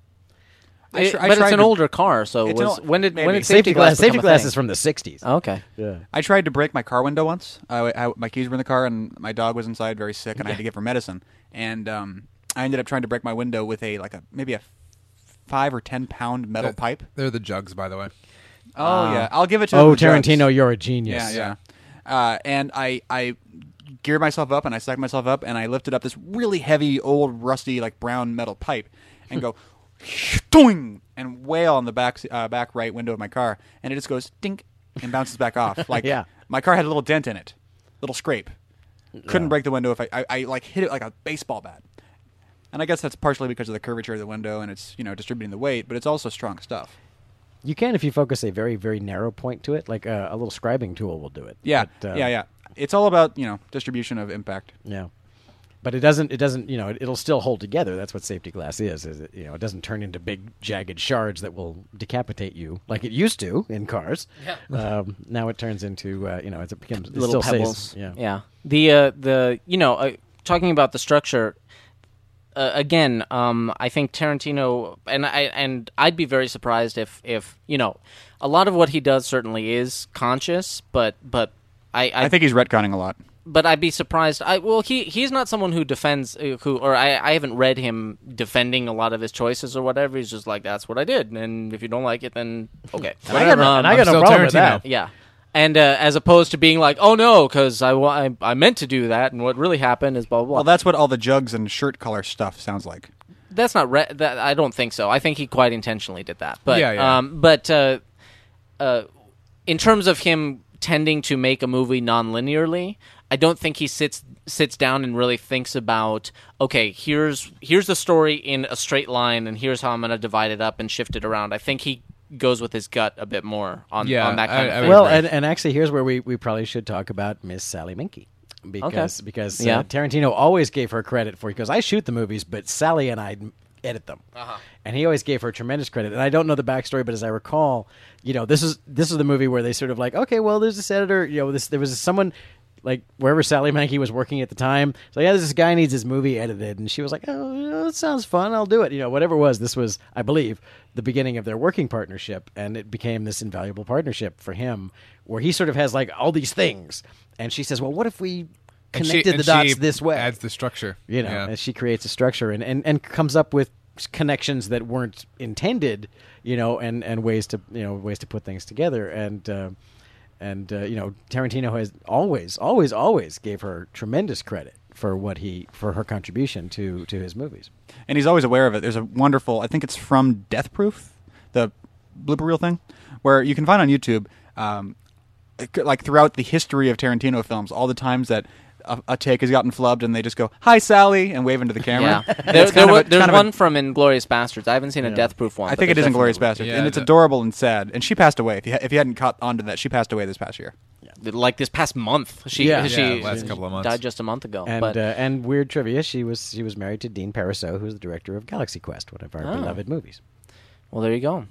I It- tr- I but it's tried an to- older car, so It's was, an ol- when did when maybe. did safety, glass? safety become a glass thing? Oh. is from the '60s. okay. Yeah. I tried to break my car window once. I, I- my keys were in the car, and my dog was inside, very sick, and I had to give her medicine. And um, I ended up trying to break my window with a like a maybe a five or ten pound metal They're- pipe. They're the jugs, by the way. Oh yeah, I'll give it to. Oh, the drugs. Tarantino, you're a genius. Yeah, yeah. Uh, and I I geared myself up and I stacked myself up and I lifted up this really heavy old rusty like brown metal pipe and go doing and wail on the back uh, back right window of my car and it just goes dink and bounces back off like Yeah. my car had a little dent in it little scrape couldn't break the window if I, I I like hit it like a baseball bat and I guess that's partially because of the curvature of the window and it's you know distributing the weight but it's also strong stuff You can if you focus a very, very narrow point to it, like uh, a little scribing tool will do it. yeah But, uh, yeah yeah it's all about you know distribution of impact Yeah. But it doesn't. It doesn't. You know, it, it'll still hold together. That's what safety glass is. Is it, you know, it doesn't turn into big jagged shards that will decapitate you like it used to in cars. Yeah. Um, now it turns into uh, you know, it's, it becomes it little still stays- pebbles. yeah. The uh, the you know uh, talking about the structure uh, again. Um, I think Tarantino and I and I'd be very surprised if if you know a lot of what he does certainly is conscious, but but. I, I, I think he's retconning a lot. but I'd be surprised. I well, he he's not someone who defends uh, who, or I I haven't read him defending a lot of his choices or whatever. He's just like that's what I did, and if you don't like it, then okay. And I got, no- Um, and I I'm got no still problem with Tarantino. that. yeah. And uh, as opposed to being like, oh no, because I, wa- I I meant to do that, and what really happened is blah blah. blah. Well, that's what all the jugs and shirt color stuff sounds like. that's not re- that. I don't think so. I think he quite intentionally did that. But Yeah, yeah. um, but uh, uh, in terms of him tending to make a movie non-linearly, I don't think he sits sits down and really thinks about okay, here's here's the story in a straight line, and here's how I'm going to divide it up and shift it around. I think he goes with his gut a bit more on, Yeah, on that kind I- of I thing. would Well, agree. and, and actually, here's where we, we probably should talk about Miss Sally Minky. Because because uh, Yeah. Tarantino always gave her credit for. He goes, I shoot the movies, but Sally and I edit them, and he always gave her tremendous credit. And I don't know the backstory, but as I recall, you know, this is this is the movie where they sort of like, okay, well, there's this editor, you know, this there was someone. Like wherever Sally Mankey was working at the time, so yeah, this guy needs his movie edited, and she was like, "Oh, you know, that sounds fun. I'll do it." You know, whatever it was, this was, I believe, the beginning of their working partnership, and it became this invaluable partnership for him, where he sort of has like all these things, and she says, "Well, what if we And connected she, the and dots she this way?" Adds the structure. you know, Yeah. and she creates a structure and, and, and comes up with s- connections that weren't intended, you know, and, and ways to you know ways to put things together. And uh, and uh, you know, Tarantino has always, always, always gave her tremendous credit for what he for her contribution to to his movies. and he's always aware of it. There's a wonderful, I think it's from Death Proof, the blooper reel thing, where you can find on YouTube, um, like throughout the history of Tarantino films, all the times that a, a take has gotten flubbed and they just go, "Hi, Sally," and wave into the camera. Yeah, And there, it's there kind of wa- a- there's kind of a- one from Inglorious Bastards. I haven't seen a Death Proof one. I but think it there's is Inglorious definitely- Bastards, Yeah, and it's the- adorable and sad. And she passed away. If you, ha- if you hadn't caught onto that, she passed away this past year. Like this past month, she Yeah. she Yeah, last couple of months. died just a month ago. And but uh, and weird trivia, she was she was married to Dean Pariseau, who's the director of Galaxy Quest, one of our Oh. beloved movies. well, there you go.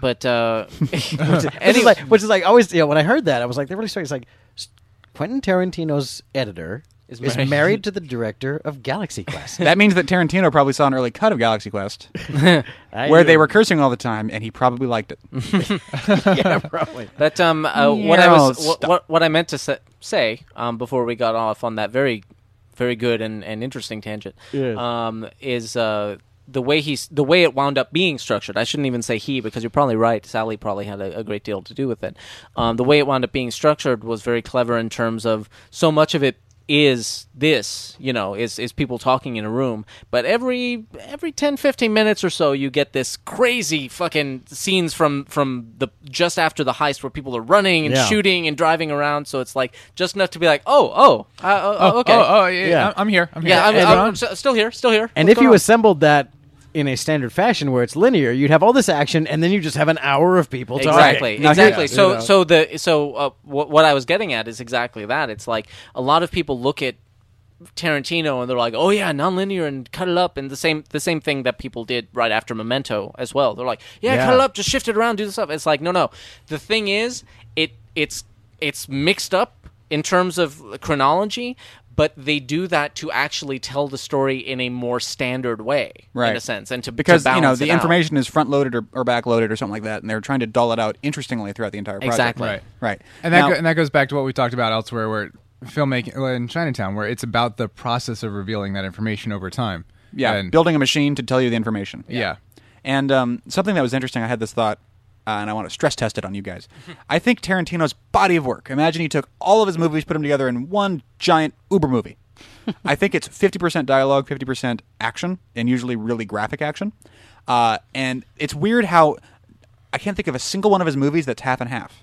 But uh, Which is like, which is like always. You know, when I heard that, I was like, they're really strange. It's like s- Quentin Tarantino's editor is Is married, married- to the director of Galaxy Quest. That means that Tarantino probably saw an early cut of Galaxy Quest, I- where they were cursing all the time, and he probably liked it. yeah, probably. But um, uh, what I was Yeah, what, stop. what what I meant to sa- say um, before we got off on that very very good and, and interesting tangent Yes. um, is uh, the way he's the way it wound up being structured. I shouldn't even say he because you're probably right. Sally probably had a, a great deal to do with it. Um, the way it wound up being structured was very clever in terms of so much of it is this you know is is people talking in a room but every every 10 15 minutes or so you get this crazy fucking scenes from from the just after the heist where people are running and Yeah. shooting and driving around so it's like just enough to be like oh oh, uh, oh, oh, okay Oh, oh, yeah, Yeah. I'm- I'm here. I'm here. yeah I'm, What's I'm going on? s- still here still here And What's if you going on? assembled that in a standard fashion where it's linear, you'd have all this action, and then you just have an hour of people talking. exactly Now here- exactly Yeah. so You know. so the so uh, what, what i was getting at is exactly that it's like a lot of people look at tarantino and they're like oh yeah nonlinear and cut it up and the same the same thing that people did right after memento as well they're like yeah, Yeah. cut it up just shift it around do this stuff it's like no no the thing is it it's it's mixed up in terms of chronology but they do that to actually tell the story in a more standard way in Right. a sense and to because to you know balance it the out. information is front loaded or, or back loaded or something like that, and they're trying to dull it out interestingly throughout the entire project. Exactly. Right. right. And that Now- go, and that goes back to what we talked about elsewhere, where filmmaking well, in Chinatown, where it's about the process of revealing that information over time. yeah, And- building a machine to tell you the information. Yeah. And um, something that was interesting, I had this thought, uh, and I want to stress test it on you guys. I think Tarantino's body of work. Imagine he took all of his movies, put them together in one giant Uber movie. I think it's fifty percent dialogue, fifty percent action, and usually really graphic action. Uh, and it's weird how I can't think of a single one of his movies that's half and half.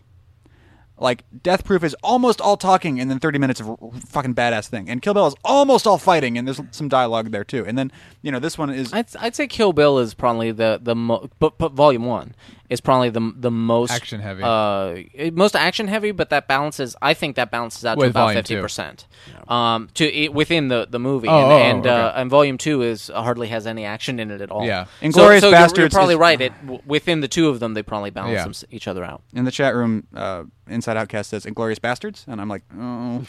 Like Death Proof is almost all talking, and then thirty minutes of r- fucking badass thing. And Kill Bill is almost all fighting, and there's some dialogue there too. And then you know this one is I'd, I'd say Kill Bill is probably the the mo- but, but Volume One is probably the the most Action heavy. uh, it- most action heavy. But that balances. I think that balances out With to about Volume fifty Two. percent. Um, to it, within the the movie, Oh, and oh, and, uh, okay. and Volume Two is uh, hardly has any action in it at all. Yeah. Inglourious so, so you're- You're, Basterds probably is- right. It w- within the two of them, they probably balance Yeah. them, each other out. in the chat room, uh, Inside Outcast says "Inglorious Bastards," and I'm like, oh,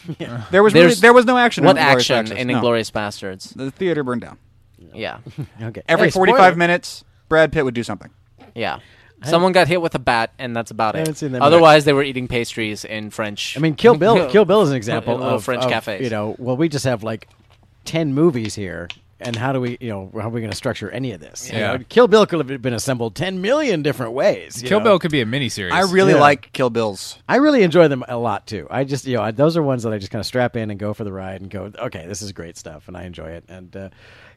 there was really, There's- there was no action. What in Inglourious action Basterds. in No. Inglorious Bastards? The theater burned down. Yeah, Okay. Every Hey, 45 spoiler. minutes, Brad Pitt would do something. yeah. Someone got hit with a bat, and that's about I haven't it. seen that movie. Otherwise, they were eating pastries in French. I mean, Kill Bill. Kill Bill is an example little of French of, cafes. You know, well, we just have like ten movies here, and how do we, you know, how are we going to structure any of this? You Yeah. know, Kill Bill could have been assembled ten million different ways. you Kill know? Bill could be a miniseries. I really Yeah. like Kill Bills. I really enjoy them a lot too. I just you know I, those are ones that I just kind of strap in and go for the ride and go. Okay, this is great stuff, and I enjoy it. And uh,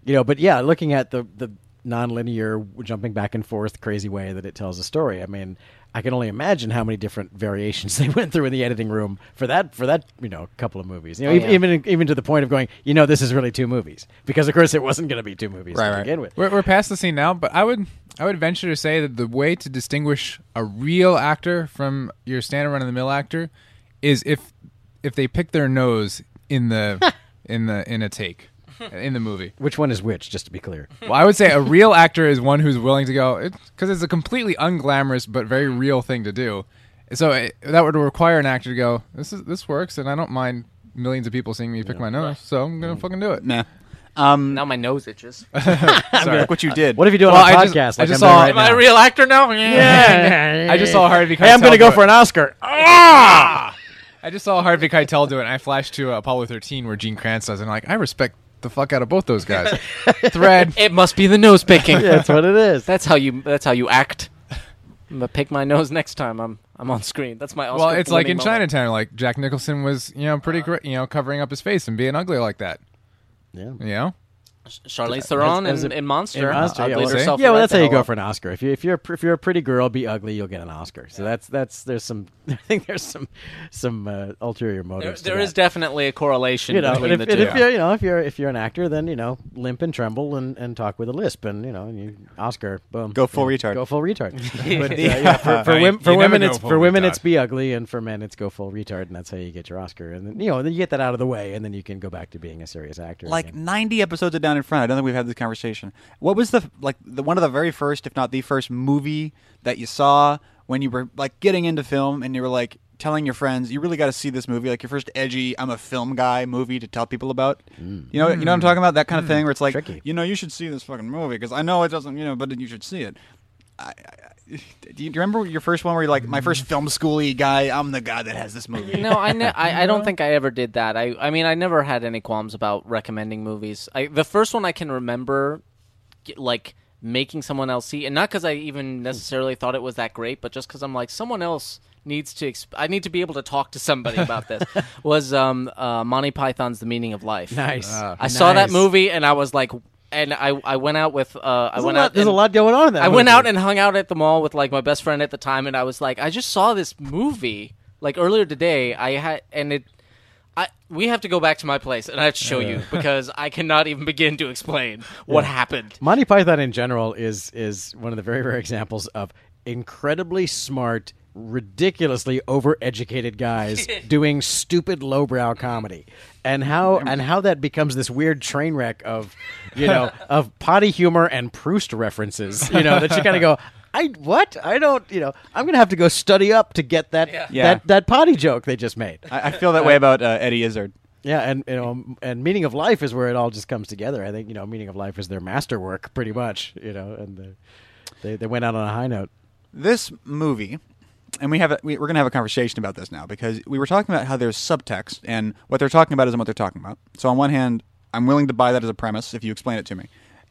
you know, but yeah, looking at the the nonlinear jumping back and forth crazy way that it tells a story. I mean, I can only imagine how many different variations they went through in the editing room for that for that you know couple of movies. You know, Oh, ev- yeah. even even to the point of going, you know, this is really two movies because of course it wasn't going to be two movies Right, to right. begin with. We're, we're past the scene now, but I would I would venture to say that the way to distinguish a real actor from your standard run of the mill actor is if if they pick their nose in the in the in a take in the movie. Which one is which? Just to be clear. Well, I would say a real actor is one who's willing to go because it's a completely unglamorous but very real thing to do. So it, that would require an actor to go. This is this works, and I don't mind millions of people seeing me pick my nose, so I'm gonna fucking do it. Nah. Um, Now my nose itches. sorry. Look what you did. What if you do it Well, on a I podcast? just- like I just I'm doing saw- right Am I now? a real actor now? Yeah. I just saw Harvey. Hey, I'm going to go for an Oscar. Ah! I just saw Harvey Keitel do it, and I flashed to uh, Apollo 13 where Gene Kranz does, it, and I'm like, I respect the fuck out of both those guys. Thread. It must be the nose picking. Yeah, that's what it is. That's how you. That's how you act. I'm gonna pick my nose next time I'm I'm on screen. That's my. Oscar Well, it's like winning in moment. Uh-huh. Chinatown, like Jack Nicholson was, you know, pretty, gr- you know, covering up his face and being ugly like that. Yeah. You know, Charlize Theron As- as in, a- in Monster. In Monster, outdid yeah, well, herself yeah, well, right that's the how you hell go up. for an Oscar. If you if you're a, pr- if you're a pretty girl, be ugly, you'll get an Oscar. So that's that's there's some I think there's some some uh, ulterior There, motives. to there that. is definitely a correlation you know, between and the if, two. and if you're, you know if you're if you're an actor, then you know limp and tremble and, and talk with a lisp, and you know and you Oscar boom Go full Yeah. retard. go full retard. but, uh, yeah, for for, No, you- wom- for you never women go it's full for women retard. it's be ugly, and for men it's go full retard, and that's how you get your Oscar. And then, you know then you get that out of the way, and then you can go back to being a serious actor. like again. 90 episodes of Down in Front. I don't think we've had this conversation. What was the like the one of the very first, if not the first, movie that you saw when you were like getting into film and you were like telling your friends you really got to see this movie, like your first edgy I'm a film guy movie to tell people about. You know, you know what I'm talking about, that kind of thing where it's like, Tricky. you know, you should see this fucking movie because I know it doesn't, you know, but you should see it. I, I, I- do you remember your first one where you're like, my first film schooly guy? I'm the guy that has this movie. no, I, ne- I I don't think I ever did that. I I mean, I never had any qualms about recommending movies. I the first one I can remember, g- like making someone else see, and not because I even necessarily thought it was that great, but just because I'm like someone else needs to. Exp- I need to be able to talk to somebody about this. was um uh, Monty Python's The Meaning of Life? nice. Ah. I saw that Nice. movie and I was like, and I I went out with uh I There's, went a lot, out. there's a and- lot going on in that. I went movie. out and hung out at the mall with like my best friend at the time, and I was like, I just saw this movie like earlier today. I had and it. I, we have to go back to my place, and I have to show you because I cannot even begin to explain what happened. Monty Python in general is is one of the very rare examples of incredibly smart, ridiculously overeducated guys doing stupid lowbrow comedy. And how and how that becomes this weird train wreck of, you know, of potty humor and Proust references, you know, that you kind of go I what I don't you know I'm gonna have to go study up to get that Yeah. that that potty joke they just made I, I feel that way about uh, Eddie Izzard. yeah, and you know, m- and meaning of life is where it all just comes together. I think you know, meaning of life is their masterwork, pretty much. You know, and the, they they went out on a high note. this movie and we have a, we, we're going to have a conversation about this now because we were talking about how there's subtext and what they're talking about isn't what they're talking about so on one hand i'm willing to buy that as a premise if you explain it to me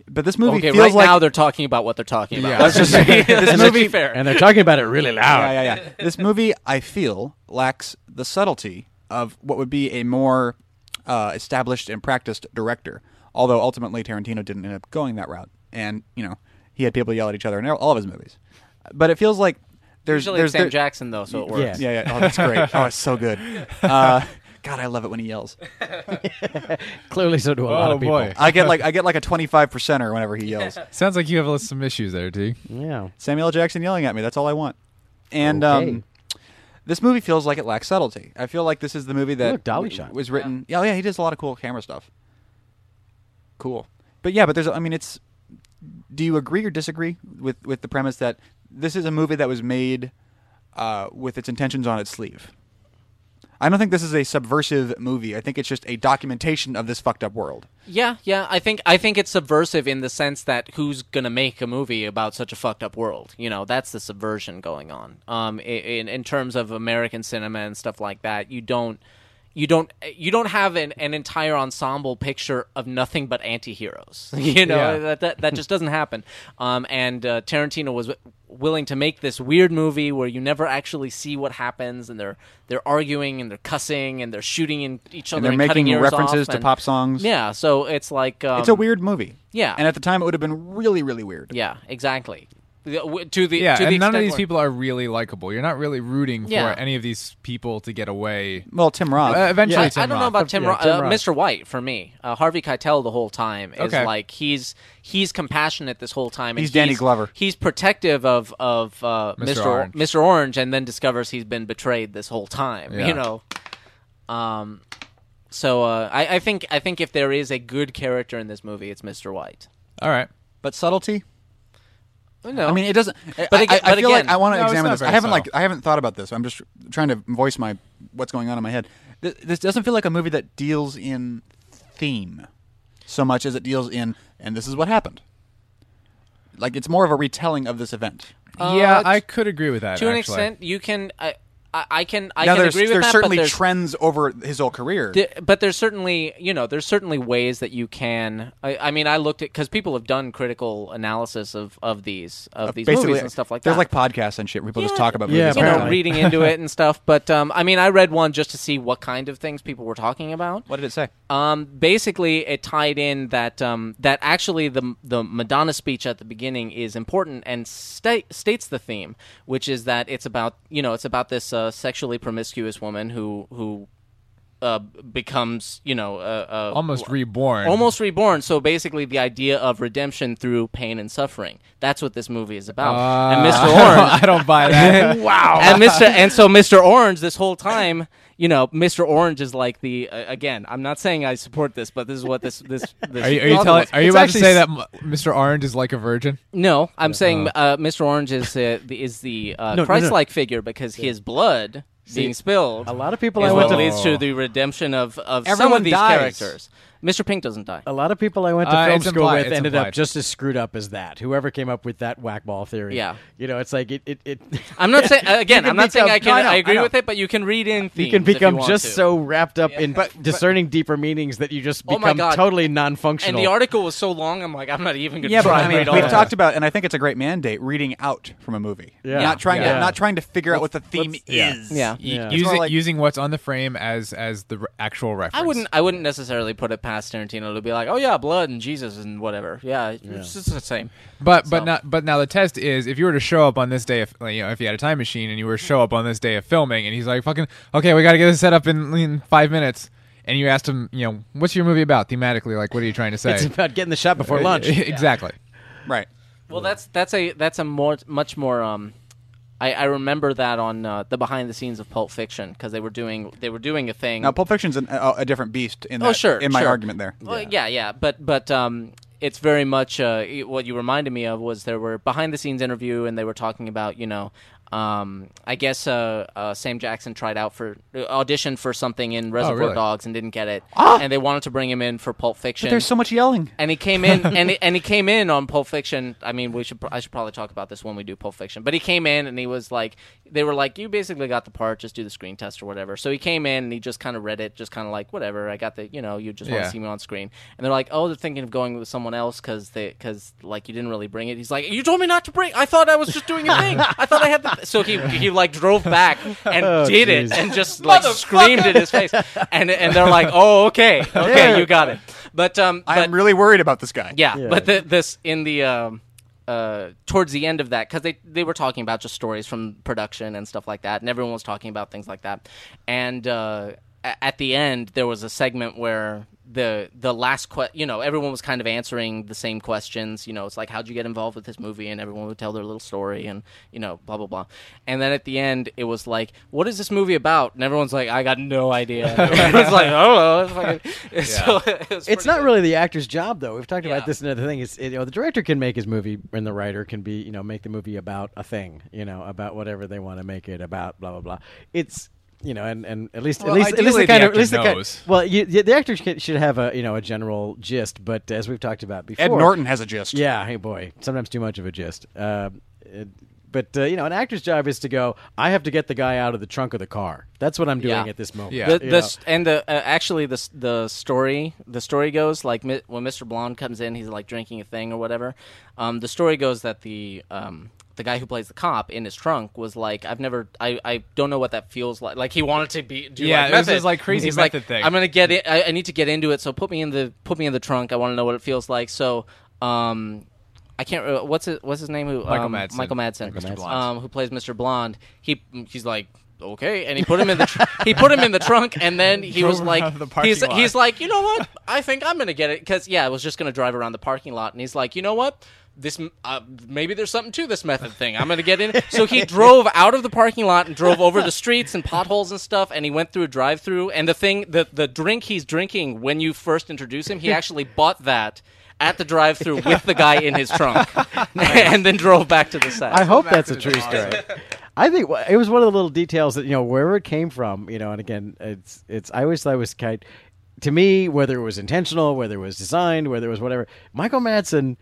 but this movie Okay, feels right like now they're talking about what they're talking about. Yeah. Let's just- this movie fair. And they're talking about it really yeah, loud. yeah, yeah. this movie i feel lacks the subtlety of what would be a more uh, established and practiced director although ultimately tarantino didn't end up going that route and you know he had people yell at each other in all of his movies but it feels like there's Usually there's it's Sam there- Jackson though, so it works. Yeah. Yeah, yeah. Oh, that's great. Oh, it's so good. Uh, God, I love it when he yells. Clearly, so do a lot oh of people. boy, I get like I get like a twenty five percenter whenever he yells. sounds like you have some issues there, T. Yeah, Samuel L. Jackson yelling at me. That's all I want. And Okay. um, this movie feels like it lacks subtlety. I feel like this is the movie that Look, dolly w- shot. was written. Yeah. yeah, he does a lot of cool camera stuff. Cool, but yeah, but there's. I mean, it's. Do you agree or disagree with with the premise that this is a movie that was made uh, with its intentions on its sleeve? I don't think this is a subversive movie. I think it's just a documentation of this fucked up world. Yeah, yeah. I think I think it's subversive in the sense that who's gonna make a movie about such a fucked up world? You know, that's the subversion going on. Um, i- in in terms of American cinema and stuff like that, you don't. you don't you don't have an, an entire ensemble picture of nothing but anti-heroes you know Yeah. that, that that just doesn't happen um, and uh, Tarantino was w- willing to make this weird movie where you never actually see what happens and they're they're arguing and they're cussing and they're shooting in each other they're cutting making ears references off to and- pop songs. yeah so it's like um, it's a weird movie. yeah. and at the time it would have been really, really weird. yeah exactly The- w- to the Yeah, to the and none of extent these where- people are really likable. You're not really rooting Yeah. for any of these people to get away. Well, Tim Roth. Uh, eventually, I, Tim I don't Roth. know about Tim, Yeah, Roth. Tim uh, Roth. Mr. White for me. Uh, Harvey Keitel the whole time is Okay. like he's he's compassionate this whole time. and He's Danny Glover. He's protective of of uh, Mr. Mr. Orange. Mr. Orange, and then discovers he's been betrayed this whole time. Yeah. You know. Um, so uh, I, I think I think if there is a good character in this movie, it's Mr. White. All right. but subtlety. No, I mean, it doesn't. But But aga- I, I but feel like again- I want to No, it's examine not this. I very haven't like subtle. I haven't thought about this. I'm just trying to voice my what's going on in my head. Th- This doesn't feel like a movie that deals in theme so much as it deals in, and this is what happened. Like it's more of a retelling of this event. yeah, t- I could agree with that. uh, to an actually. extent, you can. I, I, I can I now can there's agree with there's that, but certainly there's- trends over his whole career. Th- but there's certainly you know there's certainly ways that you can I, I mean I looked at because people have done critical analysis of of these of these movies and stuff like there's that like podcasts and shit where people just talk about Yeah, movies. you all the know apparently. time. reading into it and stuff but um, I mean I read one just to see what kind of things people were talking about What did it say? um, basically, it tied in that um, that actually the the Madonna speech at the beginning is important and sta- states the theme, which is that it's about you know it's about this uh, sexually promiscuous woman who who uh, becomes you know uh, uh, almost Mm-hmm. reborn. almost reborn. So basically, the idea of redemption through pain and suffering. That's what this movie is about. Ah. and Mr. Orange I don't buy that. wow. and Mr. and so Mr. Orange this whole time, you know, Mr. Orange is like the uh, again. I'm not saying I support this, but this is what this this. this Are you, are you novel telling? is. Are you It's about to actually say s- that M- Mr. Orange is like a virgin? No, I'm saying uh, Mr. Orange is uh, the, is the uh, uh-huh. no, no. Christ-like figure because his blood being spilled. A lot of people is I what went to leads to the redemption of of some Everyone of these dies. characters. Mr. Pink doesn't die. a lot of people I went to Uh, film it's school implied, with it's ended up implied. just as screwed up as that. Whoever came up with that whackball theory. Yeah. You know, it's like it it, it I'm not saying again. can I'm not saying become- I can. No, I know, I agree I know. with it, but you can read in themes. you can if become want just to. so wrapped up in But- but- discerning deeper meanings that you just Oh my become God. totally And non-functional. the article was so long. I'm like, I'm not even going to Yeah, but try I and mean, read all we've that. talked about, and I think it's a great mandate: reading out from a movie, Yeah. not trying Yeah. to not trying to figure out what the theme let's- yeah. is. Yeah. Y- Yeah. It's more Using like- using what's on the frame as as the re- actual reference. I wouldn't. I wouldn't necessarily put it past Tarantino to be like, "Oh yeah, blood and Jesus and whatever." Yeah, it's just the same. But but So- not but now the test is if you were to show up on this day of like, you know if you had a time machine and you were to show up on this day of filming and he's like fucking okay we got to get this set up in, in five minutes and you asked him you know what's your movie about thematically like what are you trying to say it's about getting the shot before lunch. exactly right. Well, that's that's a that's a more much more. Um, I, I remember that on uh, the behind the scenes of Pulp Fiction because they were doing they were doing a thing. Now, Pulp Fiction's an, a, a different beast in oh that- sure, in my sure. argument there. Well, yeah. yeah, but but um, it's very much uh, y- what you reminded me of was there were behind the scenes interview and they were talking about you know. Um, I guess uh, uh, Sam Jackson tried out for uh, auditioned for something in Reservoir really? Dogs and didn't get it, Ah! and they wanted to bring him in for Pulp Fiction. There's so much yelling. and he came in and he, and he came in on Pulp Fiction. I mean, we should pr- I should probably talk about this when we do Pulp Fiction. But he came in and he was like, they were like, you basically got the part, just do the screen test or whatever. So he came in and he just kind of read it, just kind of like whatever. I got the, you know, you just want Yeah. to see me on screen. And they're like, oh, they're thinking of going with someone else because they because like you didn't really bring it. He's like, you told me not to bring. I thought I was just doing a thing. I thought I had the. So he he like drove back and did it and just like screamed in his face. And and they're like, oh, okay, okay, you got it. But um, I but- am really worried about this guy. yeah, but the, this in the um, uh, towards the end of that because they they were talking about just stories from production and stuff like that, and everyone was talking about things like that. And uh, a- at the end, there was a segment where the the last que- you know everyone was kind of answering the same questions. You know, it's like how'd you get involved with this movie, and everyone would tell their little story, and you know, blah blah blah. And then at the end, it was like, what is this movie about? And everyone's like, I got no idea. Everyone's like, I don't know. It's fucking- so it was it's pretty not really the actor's job though. We've talked Yeah. about this and other thing. It's you know the director can make his movie and the writer can be you know make the movie about a thing you know about whatever they want to make it about blah blah blah. It's you know and, and at least Well, at least at ideally least the the kind of actor at least the knows. kind, well you, the, the actor sh- should have a you know a general gist. But as we've talked about before, Ed Norton has a gist. yeah, hey boy, sometimes too much of a gist. Um, it- But uh, you know, an actor's job is to go. I have to get the guy out of the trunk of the car. That's what I'm doing Yeah. at this moment. Yeah. The, You the know. s- and the uh, actually the s- the story the story goes like mi- when Mr. Blonde comes in, he's like drinking a thing or whatever. Um, the story goes that the um, the guy who plays the cop in his trunk was like, I've never, I, I don't know what that feels like. Like he wanted to be, do Yeah, like this method. is, like, crazy he's method like, thing. I'm gonna get it. I, I need to get into it. So put me in the put me in the trunk. I want to know what it feels like. So. Um, I can't. re- What's it? What's his name? Who, Michael um, Madsen. Michael Madsen. Michael Mr. Madsen. Blonde. Um, who plays Mr. Blonde? He he's like okay, and he put him in the tr- he put him in the trunk, and then he Drove was him out like of the parking he's lot. he's like you know what I think I'm gonna get it because yeah I was just gonna drive around the parking lot, and he's like you know what. This m- uh, maybe there's something to this method thing. I'm gonna get in. So he drove out of the parking lot and drove over the streets and potholes and stuff. And he went through a drive-through. And the thing, the the drink he's drinking when you first introduce him, he actually bought that at the drive-through with the guy in his trunk, and then drove back to the set. I hope that's a Max is true story. awesome. I think wh- it was one of the little details that you know wherever it came from, you know. And again, it's it's. I always thought it was kind. To me, whether it was intentional, whether it was designed, whether it was whatever, Michael Madsen's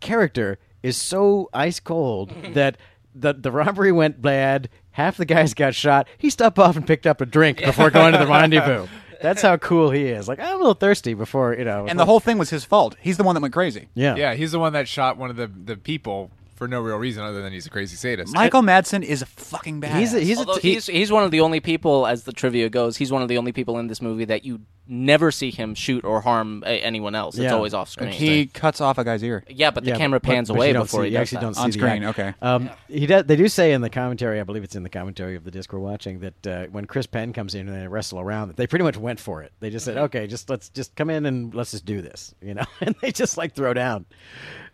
character is so ice cold that the the robbery went bad. Half the guys got shot. He stopped off and picked up a drink before going to the rendezvous. That's how cool he is. Like I'm a little thirsty before you know. And the whole thing was his fault. He's the one that went crazy. yeah Yeah, he's the one that shot one of the, the people for no real reason other than he's a crazy sadist. Michael Madsen is fucking bad. He's a, he's a Although he- he's he's one of the only people, as the trivia goes, he's one of the only people in this movie that you never see him shoot or harm a- anyone else. It's Yeah. always off screen. he cuts off a guy's ear. yeah, but the Yeah, camera but- pans but away you don't before see, he you does actually that. don't see On the screen, act. okay. Um, He does. They do say in the commentary, I believe it's in the commentary of the disc we're watching, that uh, when Chris Penn comes in and they wrestle around, that they pretty much went for it. They just Mm-hmm. said, "Okay, just let's just come in and let's just do this," you know, and they just like throw down,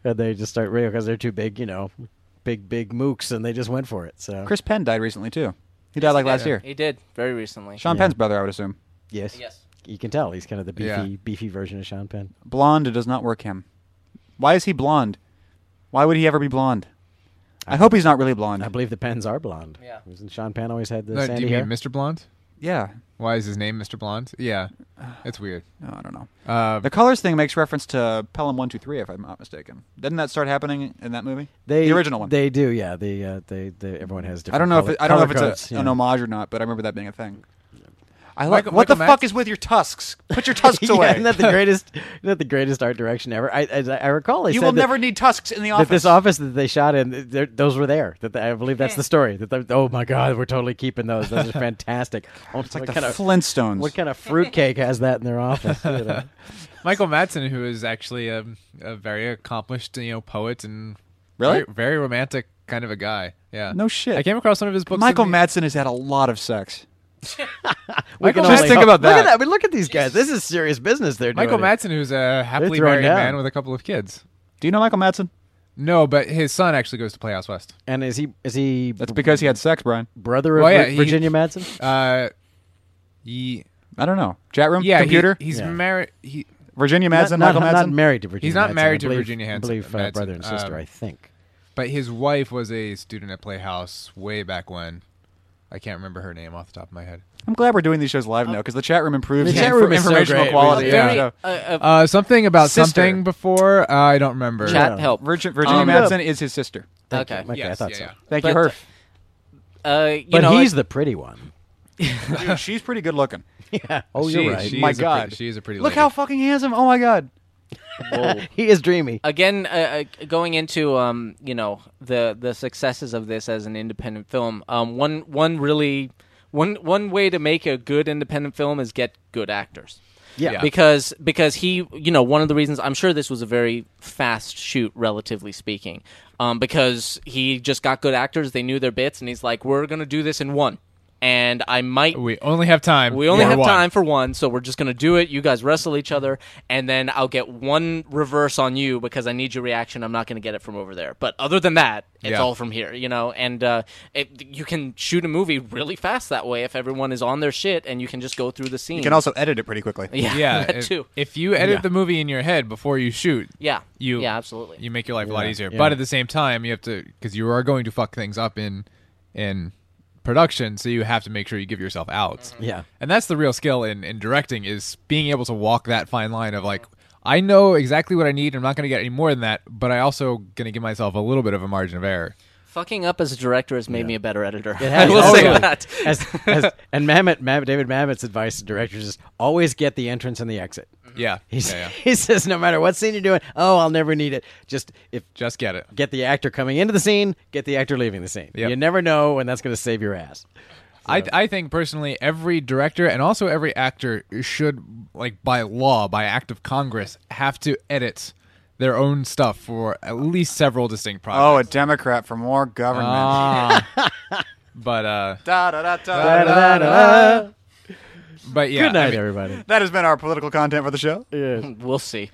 and they just start real because they're too big, you know, big big mooks, and they just went for it. So Chris Penn died recently too. He died like last year. He did very recently. Sean Penn's brother, I would assume. yes, Yes. you can tell he's kind of the beefy Yeah. beefy version of Sean Penn. Blonde does not work him. Why is he blonde? Why would he ever be blonde? I hope he's not really blonde. I believe the Penns are blonde. Mm-hmm. Yeah. Isn't Sean Penn always had the No, Uh, do sandy you hair? mean Mr. Blonde? yeah. Why is his name Mr. Blonde? Yeah, it's weird. No, Oh, I don't know. Uh, The colors thing makes reference to Pelham One Two Three, if I'm not mistaken. Didn't that start happening in that movie? They, the original one. They do, yeah. They, uh, they, they, everyone has different. I don't know if color- it, I don't know if it's color a, codes, an yeah. homage or not, but I remember that being a thing. I like Michael- what the Michael fuck Madsen- is with your tusks? Put your tusks Yeah, away. isn't that the greatest? Isn't that the greatest art direction ever? I, I, I recall they you said will that, never need tusks in the that office. this office that they shot in, there- those were there. That they- I believe that's the story. That they- oh my god, we're totally keeping those. Those are fantastic. Almost like what the kind of- Flintstones. what kind of fruitcake has that in their office? you know? Michael Madsen, who is actually a, a very accomplished, you know, poet and Really? very, very romantic kind of a guy. Yeah, No shit. I came across one of his books. Michael in the- Madsen has had a lot of sex. We can Michael- Just only think hope- about Look at that. that. I mean, look at these guys. This is serious business. They're Michael doing here. Madsen, who's a happily throwing married down. man with a couple of kids. Do you know Michael Madsen? No, but his son actually goes to Playhouse West. And is he is he That's because he had Oh, sex, Brian. brother of Well, yeah, Vir- he- Virginia Madsen? Uh, he, I don't know. Chat room, yeah, he- computer. he's Yeah. married. He Virginia Not- Madsen, not, Michael not Madsen. married to Virginia. not Madsen. married I to believe- Virginia I Hansen- believe uh, Madsen. brother and sister. Um, I think. But his wife was a student at Playhouse way back when. I can't remember her name off the top of my head. I'm glad we're doing these shows live now because Uh, the chat room improves The chat room is so informational great. quality. Yeah. of the Very- show. uh, uh, Uh, something about Sister. something before. Uh, I don't remember. chat yeah. help. Virgin, Virginia Um, Madsen is his sister. Thank you. Okay. Okay, I Yes, thought yeah, so. yeah. Thank you, Herf. But- Uh, you But know, he's it- the pretty one. Dude, she's pretty good looking. Yeah. Oh, She- you're right. she My is a God. pretty- she is a pretty. Look lady. how fucking handsome. Oh my god. he is dreamy. again uh, uh, going into um, you know the the successes of this as an independent film um, one one really one one way to make a good independent film is get good actors Yeah. Yeah. because because he you know one of the reasons I'm sure this was a very fast shoot relatively speaking um, because he just got good actors they knew their bits and he's like we're gonna do this in one and I might we only have time. we only for have one. time for one, so we're just gonna do it. You guys wrestle each other, and then I'll get one reverse on you because I need your reaction. I'm not gonna get it from over there, but other than that, it's Yeah. all from here, you know. And uh, it, you can shoot a movie really fast that way if everyone is on their shit, and you can just go through the scene. You can also edit it pretty quickly. yeah, Yeah, that if, too. if you edit Yeah. the movie in your head before you shoot, Yeah, you yeah, absolutely. you make your life a lot easier. yeah. But at the same time, you have to because you are going to fuck things up in in production, so you have to make sure you give yourself outs. Mm-hmm. Yeah. and that's the real skill in in directing is being able to walk that fine line of like. I know exactly what I need. I'm not going to get any more than that, but I also going to give myself a little bit of a margin of error. Fucking up as a director has made me a better editor. I has. will Oh, say yeah. that. As, as, and Mamet, Mamet, David Mamet's advice to directors is always get the entrance and the exit. Yeah. He, s- yeah, yeah. he says, no matter what scene you're doing, oh, I'll never need it. Just if Just get it. get the actor coming into the scene, get the actor leaving the scene. Yep. You never know when that's going to save your ass. I, I think personally every director and also every actor should like by law by act of congress have to edit their own stuff for at least several distinct Oh, a projects Democrat for more government. Oh. but uh Da, da, da, da, da. Da-da-da-da. but yeah Good night, I mean, everybody. That has been our political content for the show. We'll see.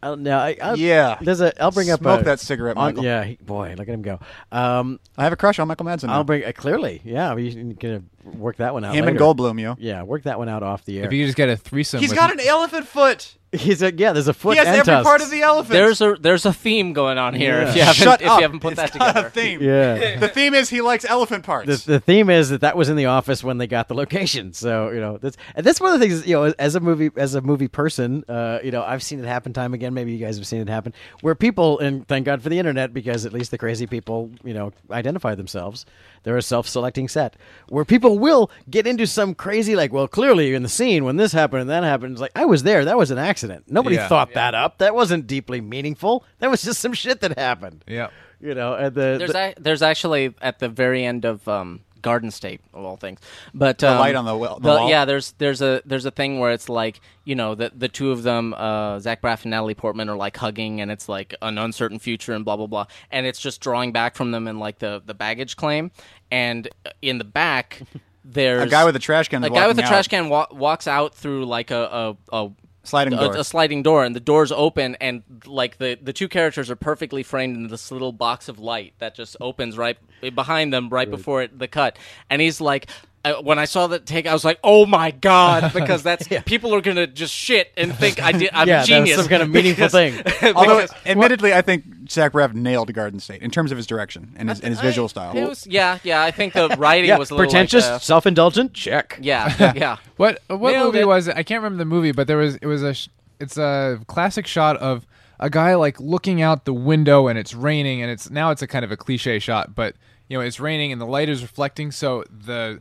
I'll, now, I, I'll, Yeah. there's a. I'll bring up Smoke a- that cigarette, on- Michael. yeah, he, boy, look at him go. Um, I have a crush on Michael Madsen. now. I'll bring uh, clearly. Yeah, we're gonna work that one out. him and later. Goldblum, yo. Yeah, work that one out off the air. if you just get a threesome He's with- got an elephant foot. He's a, yeah. There's a foot. He has and every tusks. part of the elephant. There's a there's a theme going on here. Yeah. If you haven't Shut if up. you haven't put It's that not together, a theme. Yeah. The theme is he likes elephant parts. the, the theme is that that was in the office when they got the location. So you know that's and that's one of the things you know as a movie as a movie person, uh, you know I've seen it happen time again. Maybe you guys have seen it happen where people and thank God for the internet because at least the crazy people you know identify themselves. They're a self-selecting set where people will get into some crazy like well clearly in the scene when this happened and that happened it's like I was there that was an accident nobody Yeah. thought that up that wasn't deeply meaningful that was just some shit that happened yeah you know and the, there's the- a, there's actually at the very end of um, Garden State of all things, but um, light on the wel- the wall? yeah. There's there's a there's a thing where it's like you know the the two of them, uh, Zach Braff and Natalie Portman, are like hugging, and it's like an uncertain future and blah blah blah, and it's just drawing back from them and like the the baggage claim, and uh, in the back there's a guy with a trash can. is a guy with a walking trash out. can wa- walks out through like a a, a Sliding a, door. a sliding door, and the door's open, and like the the two characters are perfectly framed in this little box of light that just opens right behind them, right, before it, the cut, and he's like. I, when I saw that take, I was like, "Oh my god!" Because that's people are gonna just shit and think I did. I'm yeah, a that was genius. some kind of meaningful thing. Although, admittedly, I think Zach Braff nailed Garden State in terms of his direction and his, and his visual style. It was- yeah, yeah. I think the writing was a little like, pretentious, uh, self-indulgent. Check. yeah, yeah. What what Nailed movie it. was it? I can't remember the movie, but there was it was a sh- it's a classic shot of a guy like looking out the window and it's raining and it's now it's a kind of a cliche shot, but you know it's raining and the light is reflecting, so the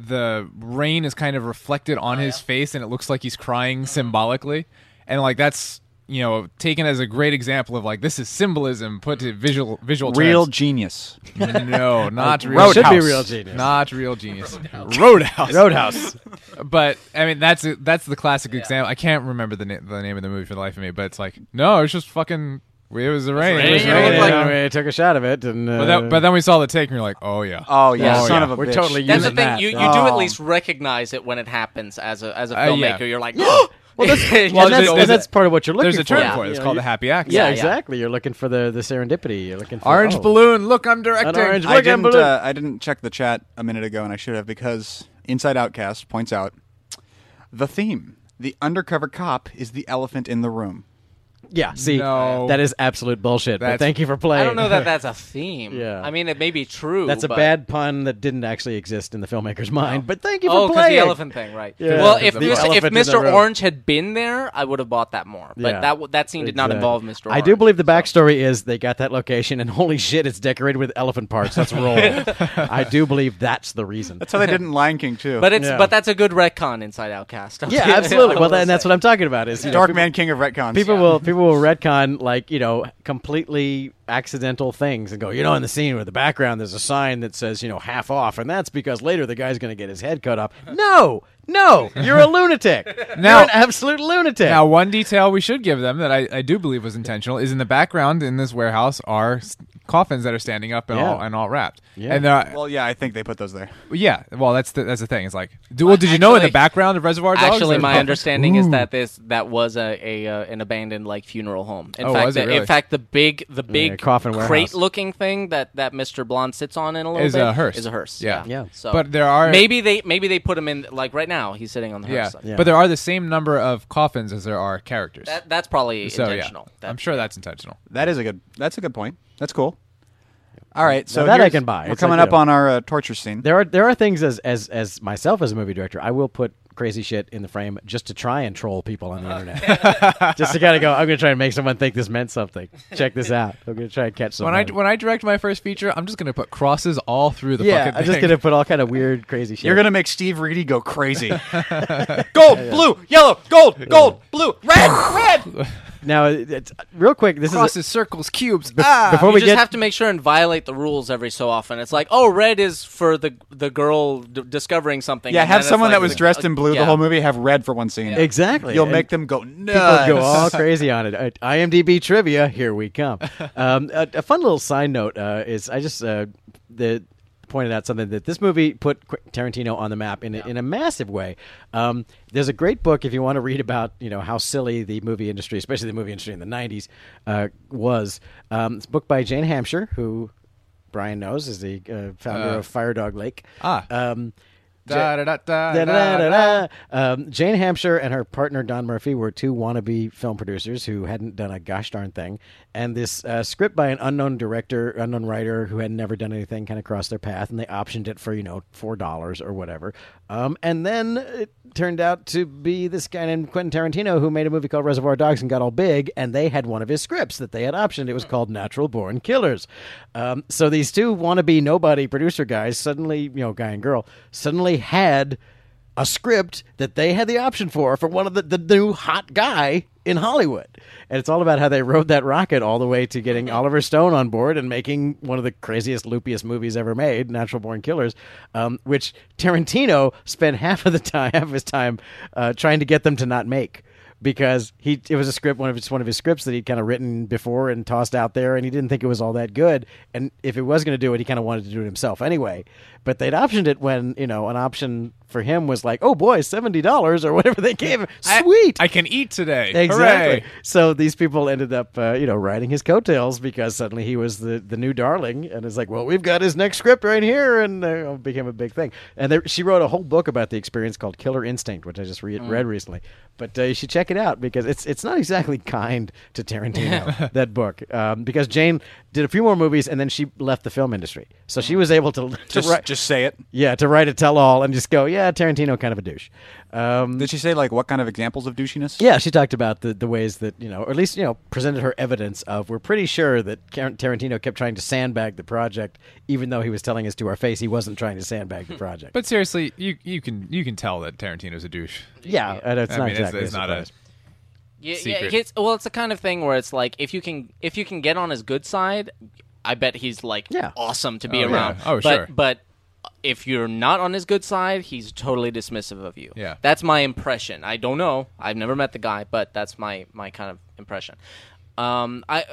the rain is kind of reflected Oh, on his face and it looks like he's crying symbolically, and like that's you know taken as a great example of like this is symbolism put to visual visual Real terms. genius. no not real Should be Roadhouse. real genius. not real genius Roadhouse. Roadhouse. but I mean, that's that's the classic example. I can't remember the, na- the name of the movie for the life of me, but it's like, no, it's just fucking. It was the rain. It was raining. raining. It was like- Yeah, we took a shot of it, and uh, but, that- but then we saw the take, and you're like, oh yeah, Oh yeah, Yeah. son Yeah. of a we're bitch. totally That's the using thing. that. You you do Oh. at least recognize it when it happens as a as a Uh, yeah. filmmaker. You're like, oh, well, that's, and that's, Well, there's- and there's that's a- part of what you're looking there's a term for. for it. It's You know, called you- the happy accident. Yeah, Yeah, yeah. exactly. You're looking for the, the serendipity. You're looking for Orange oh. balloon. Look, I'm directing. orange I Look at didn't. Baloo. Uh, I didn't check the chat a minute ago, and I should have because Inside Outcast points out the theme: the undercover cop is the elephant in the room. Yeah, see, No. that is absolute bullshit. But That's- thank you for playing. I don't know that that's a theme. Yeah. I mean, it may be true. That's a but- bad pun that didn't actually exist in the filmmaker's mind. But thank you for Oh, because playing. the elephant thing, right? Yeah. Well, if The Mis- if elephant in the Mr. room. Orange had been there, I would have bought that more. But Yeah. that w- that scene did not Exactly. involve Mr. Orange. I do believe the backstory is they got that location, and holy shit, it's decorated with elephant parts. Let's roll. I do believe that's the reason. That's how they did in Lion King too. But it's Yeah. but that's a good retcon inside Outcast. yeah, absolutely. Well, then then that's what I'm talking about. Is you know, Dark people- Man King of retcons. People will people will retcon like you know completely accidental things and go you know in the scene with the background there's a sign that says you know half off and that's because later the guy's going to get his head cut off. No, no, you're a lunatic. Now- you're an absolute lunatic. Now, one detail we should give them that I, I do believe was intentional is in the background in this warehouse are s- coffins that are standing up and Yeah. all and all wrapped. Yeah. And they're, Well, yeah, I think they put those there. yeah, well, that's the, that's the thing. It's like, do, well, did you know in the Actually- background of Reservoir Dogs? Actually, there's my coffins? understanding is that this that was a, a uh, an abandoned like funeral home. In Oh, fact, was it the, really? in fact, the big the big coffin warehouse. crate looking thing that that Mr. Blonde sits on in a little Is bit a hearse. Is a hearse. Yeah. Yeah. Yeah. So, But there are- maybe they maybe they put him in like right now. He's sitting on the Yeah. hearse. Yeah. but there are the same number of coffins as there are characters. That, that's probably so intentional. yeah, That- I'm sure that's intentional. That is a good. That's a good point. That's cool. All right, so Now that I here's- can buy. We're It's coming like, up you know- on our uh, torture scene. there are there are things as as as myself as a movie director I will put crazy shit in the frame just to try and troll people on the internet. just to kind of go, I'm going to try and make someone think this meant something. Check this out. I'm going to try and catch someone. When I when I direct my first feature, I'm just gonna put crosses all through the yeah, fucking I'm just thing. going to put all kind of weird, crazy shit. You're gonna make Steve Reedy go crazy. gold, blue, yellow, gold, gold, blue, red, red. now, it's, real quick, this is crosses, circles, cubes. Ah, before you we just get have to make sure and violate the rules every so often. It's like, oh, red is for the the girl d- discovering something. Yeah, and then have it's someone like that was the- dressed in blue yeah. the whole movie have red for one scene. exactly, You'll And- make them go People nuts. go all crazy on it. Uh, IMDb trivia, here we come. Um, a, a fun little side note uh, is I just uh, the pointed out something that this movie put Qu- Tarantino on the map in a, in a massive way. Um, there's a great book if you want to read about you know how silly the movie industry, especially the movie industry in the '90s, uh, was. Um, it's a book by Jane Hampshire, who Brian knows is the uh, founder of Fire Dog Lake. Ah. Um, da, da, da, da, da, da, Da-da-da-da-da. Um, Jane Hampshire and her partner Don Murphy were two wannabe film producers who hadn't done a gosh darn thing, and this uh, script by an unknown director, unknown writer who had never done anything, kind of crossed their path, and they optioned it for you know four dollars or whatever. Um, and then it turned out to be this guy named Quentin Tarantino who made a movie called Reservoir Dogs and got all big, and they had one of his scripts that they had optioned. It was called Natural Born Killers. Um, so these two wannabe nobody producer guys suddenly, you know, guy and girl, suddenly had a script that they had the option for for one of the, the new hot guy in Hollywood. And it's all about how they rode that rocket all the way to getting Oliver Stone on board and making one of the craziest, loopiest movies ever made, Natural Born Killers, um, which Tarantino spent half of the time, half of his time, uh, trying to get them to not make because he it was a script one of it's one of his scripts that he'd kind of written before and tossed out there and he didn't think it was all that good and if it was going to do it he kind of wanted to do it himself anyway but they'd optioned it when you know an option for him was like oh boy $70 or whatever they gave him I- sweet I, can eat today. Exactly. Hooray. So these people ended up, uh, you know, riding his coattails because suddenly he was the, the new darling, and it's like, well, we've got his next script right here, and uh, it became a big thing. And there, she wrote a whole book about the experience called Killer Instinct, which I just re- Mm. read recently. But uh, you should check it out because it's it's not exactly kind to Tarantino that book um, because Jane did a few more movies and then she left the film industry, so she was able to to Just, write just say it. yeah to write a tell all and just go yeah Tarantino kind of a douche. Um, Did she say like what kind of examples of douchiness? yeah, she talked about the, the ways that, you know, or at least, you know, presented her evidence of we're pretty sure that Car- Tarantino kept trying to sandbag the project, even though he was telling us to our face he wasn't trying to sandbag the project. Hmm. But seriously, you you can you can tell that Tarantino's a douche. yeah, and it's I not mean, it's- exactly it's a not a- surprise. Yeah, secret. yeah. It's, well, it's the kind of thing where it's like if you can if you can get on his good side, I bet he's like Yeah. awesome to be Oh, yeah. around. Oh, but, sure. But if you're not on his good side, he's totally dismissive of you. Yeah. that's my impression. I don't know. I've never met the guy, but that's my my kind of impression. Um, I. Uh,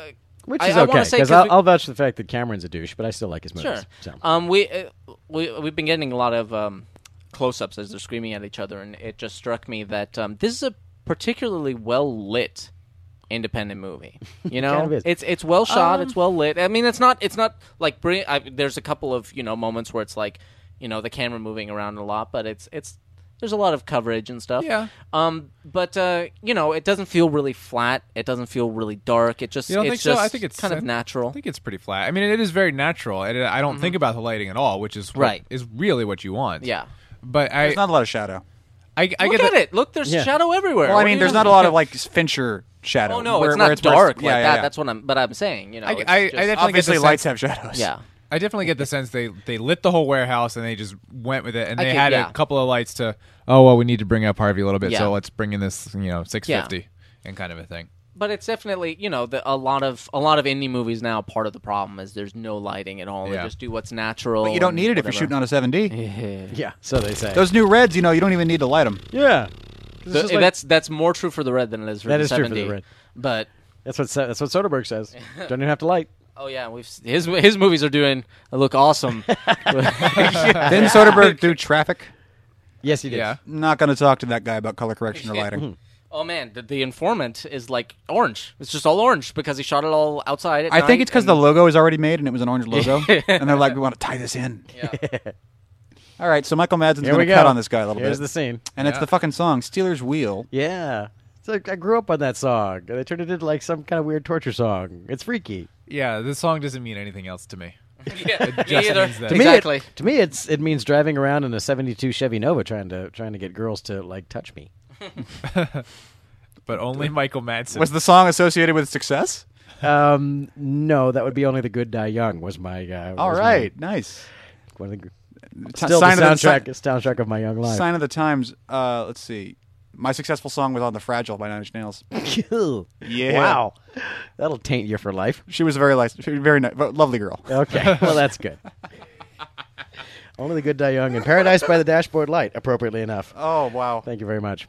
Which I- is I wanna okay, say, because 'cause I'll, we- I'll vouch for the fact that Cameron's a douche, but I still like his movies. Sure. So. Um, we uh, we we've been getting a lot of um, close-ups as they're screaming at each other, and it just struck me that um, this is a particularly well lit independent movie. You know, Kind of is. it's it's well shot, Um, it's well lit. I mean, it's not it's not like brilliant. I, there's a couple of you know moments where it's like you know the camera moving around a lot, but it's it's. There's a lot of coverage and stuff. Yeah. Um. But uh, you know, it doesn't feel really flat. It doesn't feel really dark. It just You don't it's think so? just I think it's kind of I- natural. Mm-hmm. I think it's pretty flat. I mean, it is very natural, and I don't think about the lighting at all, which is what- Right. is really what you want. Yeah. But I There's not a lot of shadow. I, I Look get at that- it. Look, there's Yeah. shadow everywhere. Well, I What mean, do there's you- not a lot of like Fincher shadow. Oh no, where- it's where not dark it's- like yeah, yeah, that. yeah. That's what I'm. But I'm saying, you know, I- it's I- I just- definitely get obviously the lights sense- have shadows. yeah. I definitely get the sense they they lit the whole warehouse and they just went with it, and I they could- had yeah. a couple of lights to. Oh well, we need to bring up Harvey a little bit, Yeah. so let's bring in this you know six fifty and kind of a thing. But it's definitely, you know, the, a lot of a lot of indie movies now. Part of the problem is there's no lighting at all. They Yeah. just do what's natural. But you don't need it if you're shooting on a 7D. Yeah, so they say. Those new reds, you know, you don't even need to light them. yeah. that's that's more true for the red than it is for That the is true 70. for the red. But That's what, that's what Soderbergh says. Don't even have to light. oh yeah, we've s- his his movies are doing look awesome. Didn't Soderbergh do traffic? Yes, he did. Yeah. Not going to talk to that guy about color correction or lighting. oh man, the, the informant is like orange. It's just all orange because he shot it all outside. At I think night it's because and- the logo is already made and it was an orange logo, and they're like, "We want to tie this in." All right, so Michael Madsen's Here going we to go. cut on this guy a little Here's bit, the scene. and it's the fucking song "Steeler's Wheel." Yeah. So I grew up on that song. and They turned it into like some kind of weird torture song. It's freaky. Yeah, this song doesn't mean anything else to me. Yeah, me just either. means that. To me, it- Exactly. to me, it's it means driving around in a '72 Chevy Nova trying to trying to get girls to like touch me. but only Michael Madsen. Was the song associated with success? Um, no, that would be only the good die young. Was my uh, All was right, nice. my- one of the, gr- T- still the sign of soundtrack the, soundtrack of my young si- life. sign of the times. Uh, let's see. My successful song was on the Fragile by Nine Inch Nails. Ew. Yeah. Wow, that'll taint you for life. She was a very nice, she was a very nice, lovely girl. Okay, well that's good. only the good die young and Paradise by the Dashboard Light. Appropriately enough. Oh wow. Thank you very much.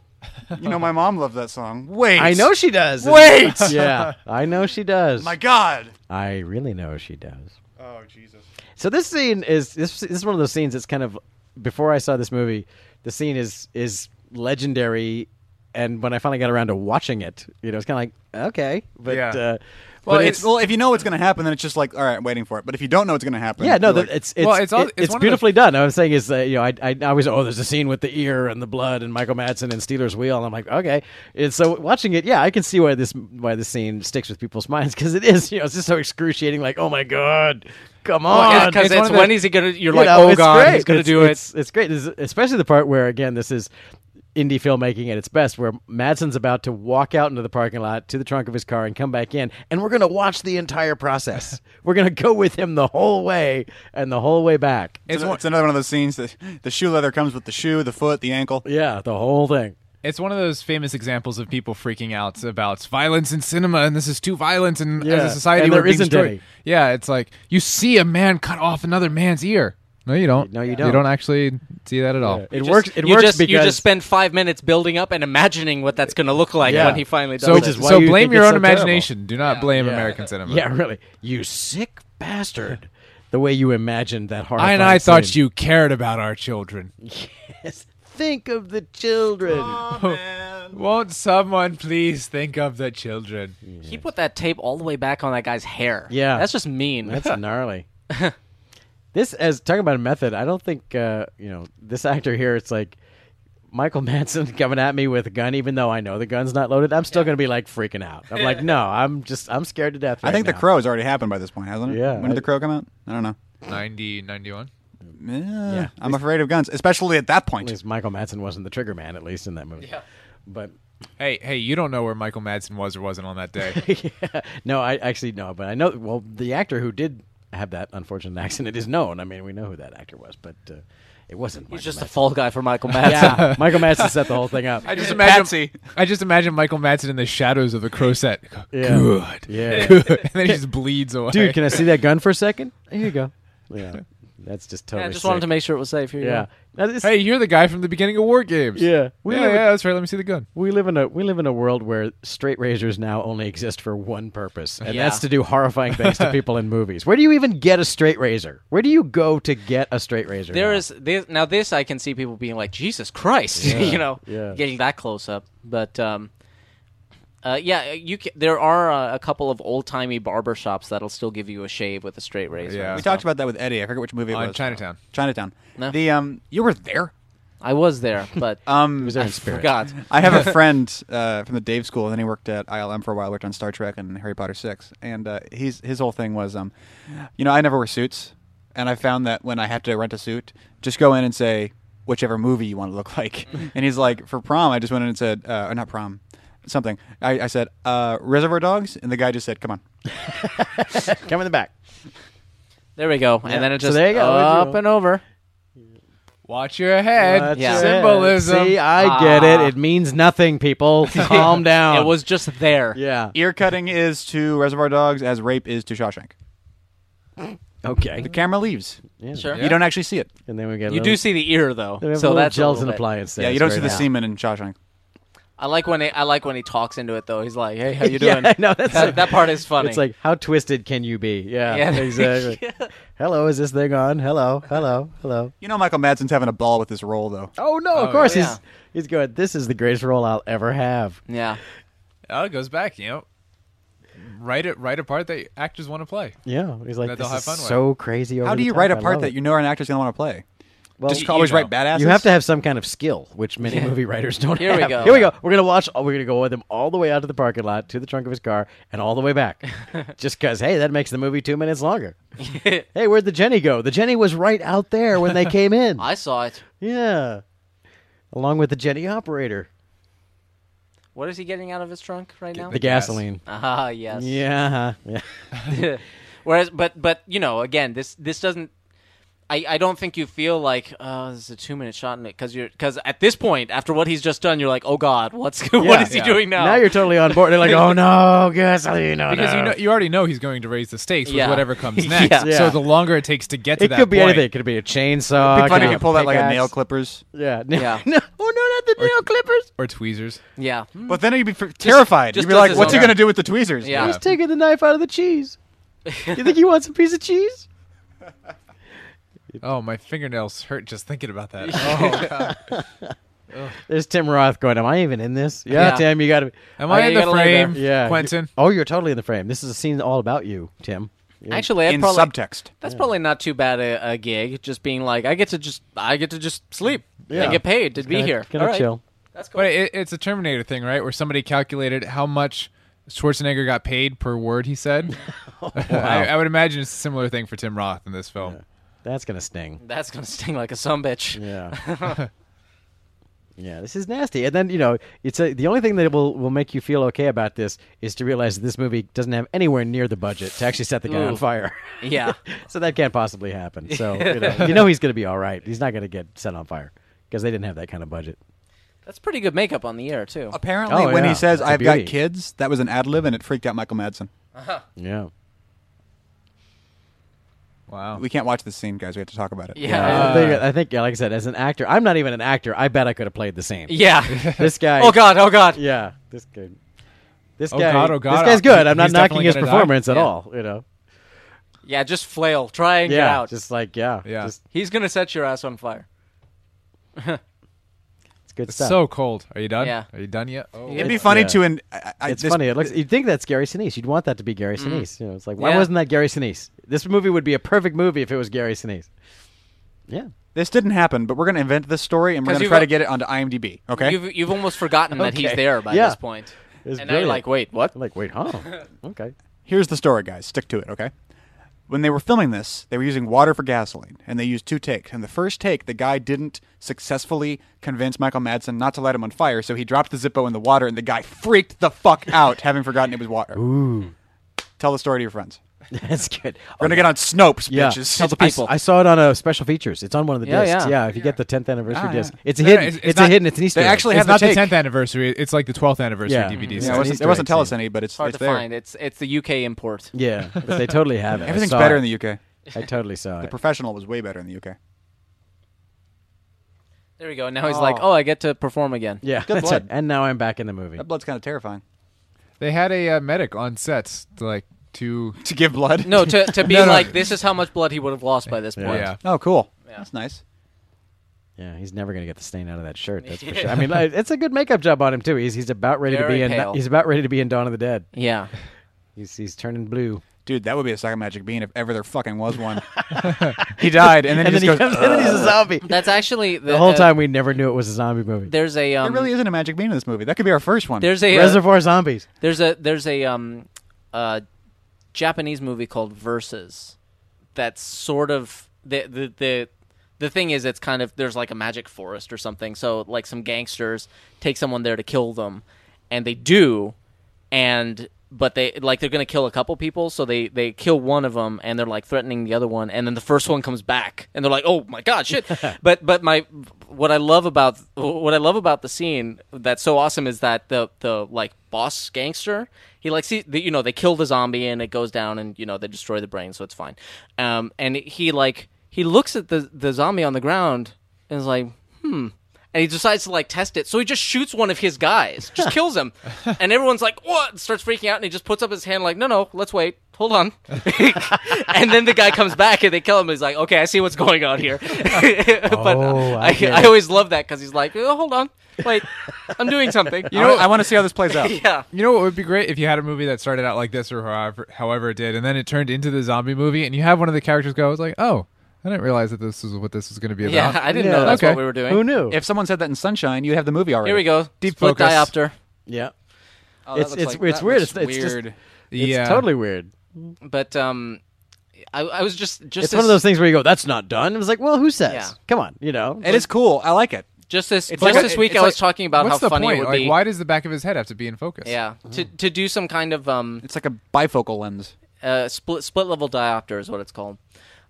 You know my mom loved that song. Wait. I know she does. Wait. yeah, I know she does. My God. I really know she does. Oh Jesus. So this scene is this, this is one of those scenes that's kind of before I saw this movie, the scene is is legendary, and when I finally got around to watching it, you know, it's kind of like okay, but Yeah. uh, Well, but it's, well, if you know what's going to happen, then it's just like, all right, I'm waiting for it. But if you don't know what's going to happen, yeah, no, you're like, the, it's it's Well, it's, it's all- it's one of the- beautifully done. I was saying is uh, you know I, I I was oh there's a scene with the ear and the blood and Michael Madsen and Steeler's wheel and I'm like okay and so watching it yeah I can see why this why this scene sticks with people's minds because it is you know it's just so excruciating like oh my god come on Because it's, one of the- when is he gonna? You're You like, know, oh it's god, great. he's gonna it's, do it. it's, It's great, This is- especially the part where again this is indie filmmaking at its best, where Madsen's about to walk out into the parking lot to the trunk of his car and come back in, and we're going to watch the entire process. we're going to go with him the whole way and the whole way back. it's, an- it's another one of those scenes that the shoe leather comes with the shoe, the foot, the ankle. Yeah, the whole thing. It's one of those famous examples of people freaking out about violence in cinema, and this is too violent, and Yeah, as a society, and we're there being isn't destroyed. any. Yeah, it's like you see a man cut off another man's ear. No, you don't. No, you You don't. don't actually see that at all. It Just- works. It you works just, because you just spend five minutes building up and imagining what that's gonna look like Yeah. when he finally does So, it. Which is why so you blame think your it's own so terrible. imagination. Do not blame American cinema. yeah, really, you sick bastard. The way you imagined that horrifying I and I thought scene. you cared about our children. think of the children. Won't someone please think of the children? He put that tape all the way back on that guy's hair. Yeah. that's just mean. That's gnarly. this as talking about a method. I don't think uh, you know this actor here. It's like Michael Manson coming at me with a gun, even though I know the gun's not loaded. I'm still going to be like freaking out. I'm like, no, I'm just I'm scared to death. I right think now. the crow has already happened by this point, hasn't it? Yeah, When did I- the crow come out? I don't know. 90, 91? Eh, I'm afraid of guns, especially at that At point. least Michael Manson wasn't the trigger man, at least in that movie. Yeah. But Hey, hey, you don't know where Michael Madsen was or wasn't on that day. no, I actually no, but I know. Well, the actor who did have that unfortunate accident is known. I mean, we know who that actor was, but uh, it wasn't. He's Michael just a Madsen. fall guy for Michael Madsen. yeah, Michael Madsen set the whole thing up. I just a imagine patsy. I just imagine Michael Madsen in the shadows of the crow set. Yeah. Good. Yeah. Good. And then he just bleeds away. dude, can I see that gun for a second? Here you go. Yeah, that's just I totally. just wanted sick. to make sure it was safe. Here you Yeah, go. Now, this- Hey, you're the guy from the beginning of War Games. Yeah. We yeah, were- yeah, that's right. Let me see the gun. we live in a we live in a world where straight razors now only exist for one purpose, and Yeah. that's to do horrifying things to people in movies. Where do you even get a straight razor? Where do you go to get a straight razor? There now? is this, now this I can see people being like Jesus Christ, you know, yeah. getting that close up. But um, uh, yeah, you ca there are uh, a couple of old timey barber shops that'll still give you a shave with a straight razor. Yeah. We talked about that with Eddie. I forget which movie it On was. Chinatown. Chinatown. No. The um, you were there. I was there, but It Um, was there in spirit. forgot. I have a friend uh, from the Dave School, and then he worked at ILM for a while, worked on Star Trek and Harry Potter Six, and uh, he's his whole thing was, um, you know, I never wear suits, and I found that when I had to rent a suit, just go in and say whichever movie you want to look like, and he's like, for prom, I just went in and said, uh, or not prom, something. I, I said uh, Reservoir Dogs, and the guy just said, come on. Come in the back. There we go, and then it So just there you go. up and over. Watch your head. Watch Yeah. your head. Symbolism. See, I get it. It means nothing, people. Calm down. It was just there. Yeah. Ear cutting is to Reservoir Dogs as rape is to Shawshank. Okay. The camera leaves. Yeah. Sure. You don't actually see it. And then we get. a You little- do see the ear though, They have so little that's a gels little and bit. appliance. There. yeah, you It's don't see very the nice. semen in Shawshank. I like when he, I like when he talks into it though. He's like, "Hey, how you doing?" Yeah, I know, that's that, like- that part is funny. It's like, how twisted can you be? Yeah, Yeah. exactly. Hello, is this thing on? Hello, hello, hello. You know Michael Madsen's having a ball with this role though. Oh no! of course yeah. he's he's going. This is the greatest role I'll ever have. yeah. Oh, it goes back, you know. Write it write a part that actors want to play. Yeah, he's like, That they'll this have is fun with. so crazy. Over How the do you top, write a I part love that it." you know an actor's gonna want to play? Well, Just always you know. write badasses. You have to have some kind of skill, which many movie writers don't Here we have. go. Here we go. We're gonna watch. We're gonna go with him all the way out to the parking lot, to the trunk of his car, and all the way back, just because. Hey, that makes the movie two minutes longer. hey, where'd the Jenny go? The Jenny was right out there when they came in. I saw it. yeah, along with the Jenny operator, What is he getting out of his trunk right now? the gasoline. Ah, yes. Yeah, yeah. Whereas, but but you know, again, this this doesn't. I, I don't think you feel like oh this is a two minute shot in it because you're because at this point after what he's just done you're like oh god what's what is he Yeah. doing now Now you're totally on board. They're like, oh no, gasoline, no, Because no. you know, you already know he's going to raise the stakes Yeah. with whatever comes next. Yeah. Yeah. So the longer it takes to get to it that could be point- anything. It could be a Funny chainsaw. could if be you pull that like a uh, pickaxe. nail clippers. Yeah, Yeah. no, oh no, not the nail clippers. or tweezers. yeah But then you'd be f- terrified. just you'd be does like, his "What's he own- gonna do with the tweezers?" Yeah. He's taking the knife out of the cheese. You think you want some piece of cheese? Oh, my fingernails hurt just thinking about that. Oh, God. There's Tim Roth going, Am I even in this? Yeah, Yeah. Tim, you got to. Am Oh, I yeah, in you the gotta lay there. frame, Yeah. Quentin? Oh, you're totally in the frame. This is a scene all about you, Tim. actually I'd In probably, subtext. that's probably not too bad a, a gig just being like I get to just I get to just sleep Yeah. I get paid to be Gonna- here Gonna All right. chill. that's cool But it, it's a Terminator thing, right? Where somebody calculated how much Schwarzenegger got paid per word he said. I, I would imagine it's a similar thing for Tim Roth in this film. That's going to sting. that's gonna sting like a sumbitch Yeah. yeah, this is nasty. And then, you know, it's a, the only thing that will, will make you feel okay about this is to realize that this movie doesn't have anywhere near the budget to actually set the guy on Ooh. fire. yeah so that can't possibly happen. So, you know, you know he's going to be all right. He's not going to get set on fire because they didn't have that kind of budget. that's pretty good makeup on the air too Apparently, Oh, when yeah. he says That's a "I've got beauty. kids," that was an ad lib, and it freaked out Michael Madsen. Yeah. Wow. We can't watch this scene, guys. We have to talk about it. yeah Uh, I think, I think, yeah, like I said, as an actor, I'm not even an actor. I bet I could have played the same. yeah This guy. oh god oh god Yeah, this guy. This Oh guy. God, oh God, This guy's oh- good. I'm not he's knocking definitely his gonna die? performance at Yeah. all. You know. yeah just flail try and get Yeah. out Just like yeah. Yeah. Just, He's gonna set your ass on fire. it's good It's stuff. so cold. Are you done? Yeah. Are you done yet? Oh. It'd be funny yeah. to an. I, I, it's this- funny. It looks. You'd think that's Gary Sinise. You'd want that to be Gary Sinise. You know, it's like why Yeah. wasn't that Gary Sinise? This movie would be a perfect movie if it was Gary Sinise. Yeah. This didn't happen, but we're gonna invent this story, and we're 'Cause gonna you've try got- to get it onto IMDb. Okay. You've you've almost forgotten that he's Okay. there by Yeah. this point. It's and now you're brilliant. like, wait, what? I'm like wait, huh? okay. Here's the story, guys. Stick to it, okay? When they were filming this, they were using water for gasoline, and they used two takes. And the first take, the guy didn't successfully convince Michael Madsen not to light him on fire, so he dropped the Zippo in the water, and the guy freaked the fuck out, having forgotten it was water. Ooh. Tell the story to your friends. that's good. We're gonna get on Snopes, Yeah. bitches. Tell the I, people. s- I saw it on a special features. It's on one of the Yeah, discs. yeah. if you get the 10th anniversary Ah, disc, yeah. it's a No, no, hidden. it's- it's it's a not- hidden. It's an Easter. They egg. actually It's have not the the take. 10th anniversary. It's like the 12th anniversary Yeah. DVD. Mhm. Yeah, an it wasn't, Easter it wasn't egg tell us scene. any, but it's, It's hard it's to there. find. It's it's the UK import. Yeah, but they totally have it. I Everything's saw better it. in the UK. I totally saw The it. professional was way better in the UK. There we go. Now he's like, oh, I get to perform again. Yeah, Good that's blood. it. And now I'm back in the movie. That blood's kind of terrifying. They had a uh, medic on set to like to To give blood? No, to to be No, no. like, this is how much blood he would have lost by this point. yeah. Oh, cool. Yeah. That's nice. Yeah, he's never gonna get the stain out of that shirt. That's for sure. I mean, like, it's a good makeup job on him too. He's he's about ready to Very be in. pale. He's about ready to be in Dawn of the Dead. Yeah. He's he's turning blue. Dude, that would be a second magic bean if ever there fucking was one. he died, and then And he then he just comes goes. in and he's a zombie. That's actually the, The whole uh, time we never knew it was a zombie movie. There's a There um, really isn't a magic bean in this movie. That could be our first one. there's a uh, Reservoir Zombies. there's a there's a um uh Japanese movie called Versus that's sort of the the the the thing is it's kind of there's like a magic forest or something so like some gangsters take someone there to kill them and they do and but they like they're going to kill a couple people so they they kill one of them and they're like threatening the other one and then the first one comes back and they're like oh my god shit but but my what i love about what i love about the scene that's so awesome is that the the like boss gangster he like see the, you know they kill the zombie and it goes down and you know they destroy the brain so it's fine um and he like he looks at the the zombie on the ground and is like hmm and he decides to like test it. So he just shoots one of his guys, just kills him, and everyone's like, "What?" and starts freaking out, and he just puts up his hand like, "No, no, let's wait, hold on." and then the guy comes back and they kill him. He's like, "Okay, I see what's going on here." but Oh, I I, get I, it. always love that because he's like, oh, "Hold on, wait, I'm doing something." you know, I want to see how this plays out. yeah, You know what would be great if you had a movie that started out like this or however, however it did, and then it turned into the zombie movie, and you have one of the characters go, "It's like, oh, I didn't realize that this was what this was going to be about. Yeah, I didn't Yeah. know that's Okay. what we were doing. Who knew? If someone said that in Sunshine, you'd have the movie already. Here we go. Deep Split focus. diopter. yeah. Oh, that It's- looks it's- like- it's that weird. looks It's- it's just- weird. It's yeah. totally weird. But um, I, I was just just It's this, one of those things where you go, "That's not done." It was like, "Well, who says?" Yeah. Come on, you know. It is cool. I like it. just this just like a- this week it's I was like- talking about how What's the funny point? it would Like, be. why does the back of his head have to be in focus? yeah, Uh-huh. to to do some kind of um It's like a bifocal lens. uh, split split level diopter is what it's called.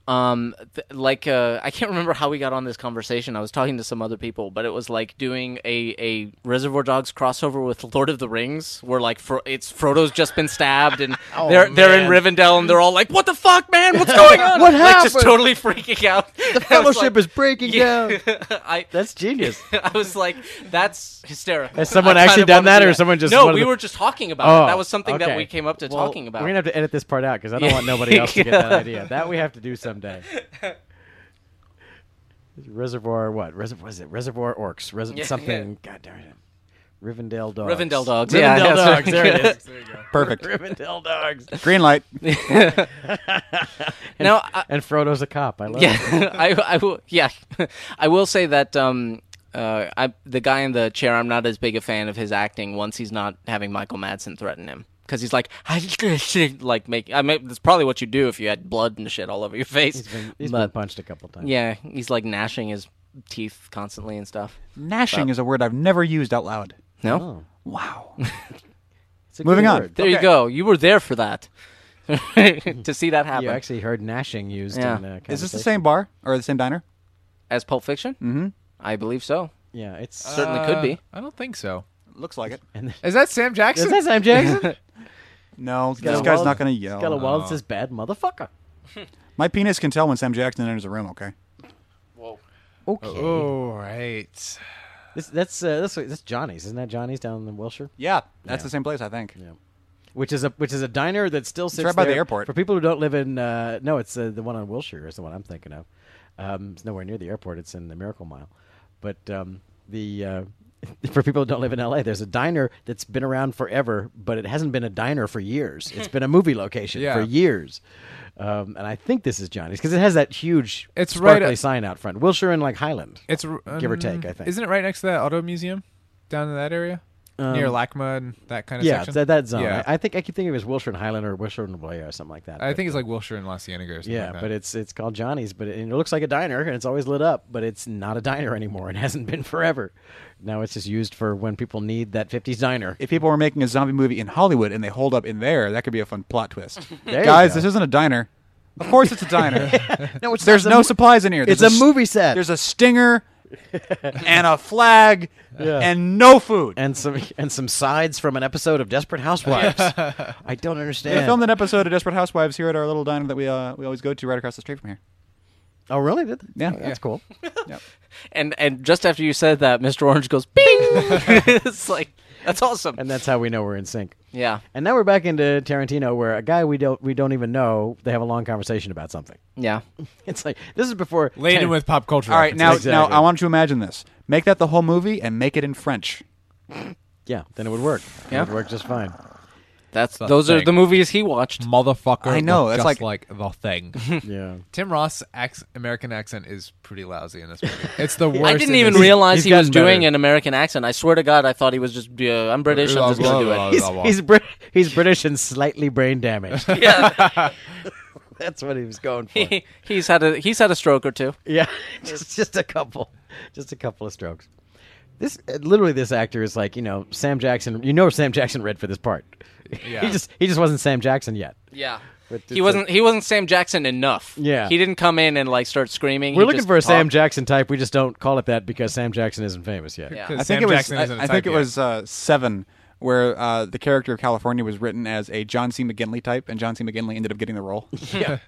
Um, th- like uh, I can't remember how we got on this conversation. I was talking to some other people, but it was like doing a, a Reservoir Dogs crossover with Lord of the Rings, where like Fro- it's Frodo's just been stabbed and Oh, they're they're in Rivendell and they're all like, "What the fuck, man? What's going on? What Like, happened? just totally freaking out. The Fellowship is breaking down. I That's genius. I was like, that's hysterical. Has someone I kind actually of done wanted to that, do or someone just No, wanted we to- were just talking about Oh, it. That was something that okay. we came up to Well, talking about. We're gonna have to edit this part out because I don't Yeah. want nobody else to get that idea. That we have to do someday. Reservoir, what? Reservoir? Was it Reservoir Orcs? Res- Yeah. Something? God darn it! Rivendell dogs. Rivendell dogs. Rivendell yeah, that's right. dogs. There it is. Perfect. Rivendell dogs. Green light. Now, I, And Frodo's a cop. I love it. yeah, I, I will. Yeah, I will say that um, uh, I, the guy in the chair. I'm not as big a fan of his acting once he's not having Michael Madsen threaten him because he's like, I like make. I mean, that's probably what you do if you had blood and shit all over your face. He's been, he's but been punched a couple times. yeah, he's like gnashing his teeth constantly and stuff. Gnashing is a word I've never used out loud. No, Oh. Wow. It's a Moving good on. word. there you Okay. go. You were there for that to see that happen You actually heard gnashing used. Yeah. In, uh, Is this the conversation. same bar or the same diner? as Pulp Fiction. Mm-hmm. I believe so. Yeah, it's. Certainly could be. Uh, I don't think so. Looks like it. Is that Sam is Jackson? that Sam Jackson? No, got this a guy's wall- not going to It's got a yell. wall that says "bad motherfucker." My penis can tell when Sam Jackson enters a room, okay? Okay. oh, right. This, that's uh, that's that's Johnny's, isn't that Johnny's down in Wilshire? Yeah, that's the same place, I think. Which is a which is a diner that still sits right by the there. airport. For people who don't live in, uh, no, it's uh, the one on Wilshire is the one I'm thinking of. Um, it's nowhere near the airport. It's in the Miracle Mile. But um, the uh, for people who don't live in LA, there's a diner that's been around forever, but it hasn't been a diner for years. It's been a movie location Yeah. for years. Um, and I think this is Johnny's because it has that huge It's right sparkly at- sign out front. Wilshire and like Highland. It's r- Give or take, um, I think. Isn't it right next to that auto museum down in that area near LACMA and that kind of Um, yeah, section? that, that zone. Yeah. I, I think I keep thinking it was Wilshire and Highland or Wilshire and Blair or something like that. I, but- think it's like Wilshire and La Cienega or something. Yeah, like that. but it's it's called Johnny's, but it, and it looks like a diner, and it's always lit up, but it's not a diner anymore. It hasn't been forever. Now it's just used for when people need that '50s diner. If people were making a zombie movie in Hollywood and they hold up in there, that could be a fun plot twist. There you Guys, go. this isn't a diner. Of course it's a diner. no, it's There's not no the- supplies in here. It's There's a s- movie set. There's a stinger and a flag Yeah. and no food. and some and some sides from an episode of Desperate Housewives. I don't understand. They filmed an episode of Desperate Housewives here at our little diner that we uh, we always go to right across the street from here. oh, really? Did they? Yeah. Oh, that's cool. And and just after you said that, Mr. Orange goes bing. it's like that's awesome. And that's how we know we're in sync. yeah, And now we're back into Tarantino, where a guy we don't we don't even know they have a long conversation about something. yeah. It's like this is before laden Tar- with pop culture. All right, now references. now Exactly. I want you to imagine this. Make that the whole movie and make it in French. Yeah, then it would work. Yeah. It would work just fine. That's those are thing. the movies he watched. motherfucker. I know, looked it's just like, the thing. Yeah. Tim Ross' ac- American accent is pretty lousy in this movie. It's the worst. I didn't in even this- realize he's he was gotten doing better. an American accent. I swear to God, I thought he was just. Uh, I'm British. I'm just gonna do it. he's he's, Brit- he's British and slightly brain damaged. Yeah, That's what he was going for. he, he's had a he's had a stroke or two. yeah, just just a couple, just a couple of strokes. This uh, literally, this actor is like you know Sam Jackson. You know Sam Jackson read for this part. Yeah. he just he just wasn't Sam Jackson yet. Yeah. But it's He wasn't. He wasn't Sam Jackson enough. Yeah. he didn't come in and like start screaming. We're He looking just for a Sam talked. Jackson type. We just don't call it that because Sam Jackson isn't famous yet. Yeah. Because I Sam think it was Jackson isn't I, a I think type it yet. was uh, 7 where uh, the character of California was written as a John C. McGinley type and John C. McGinley ended up getting the role.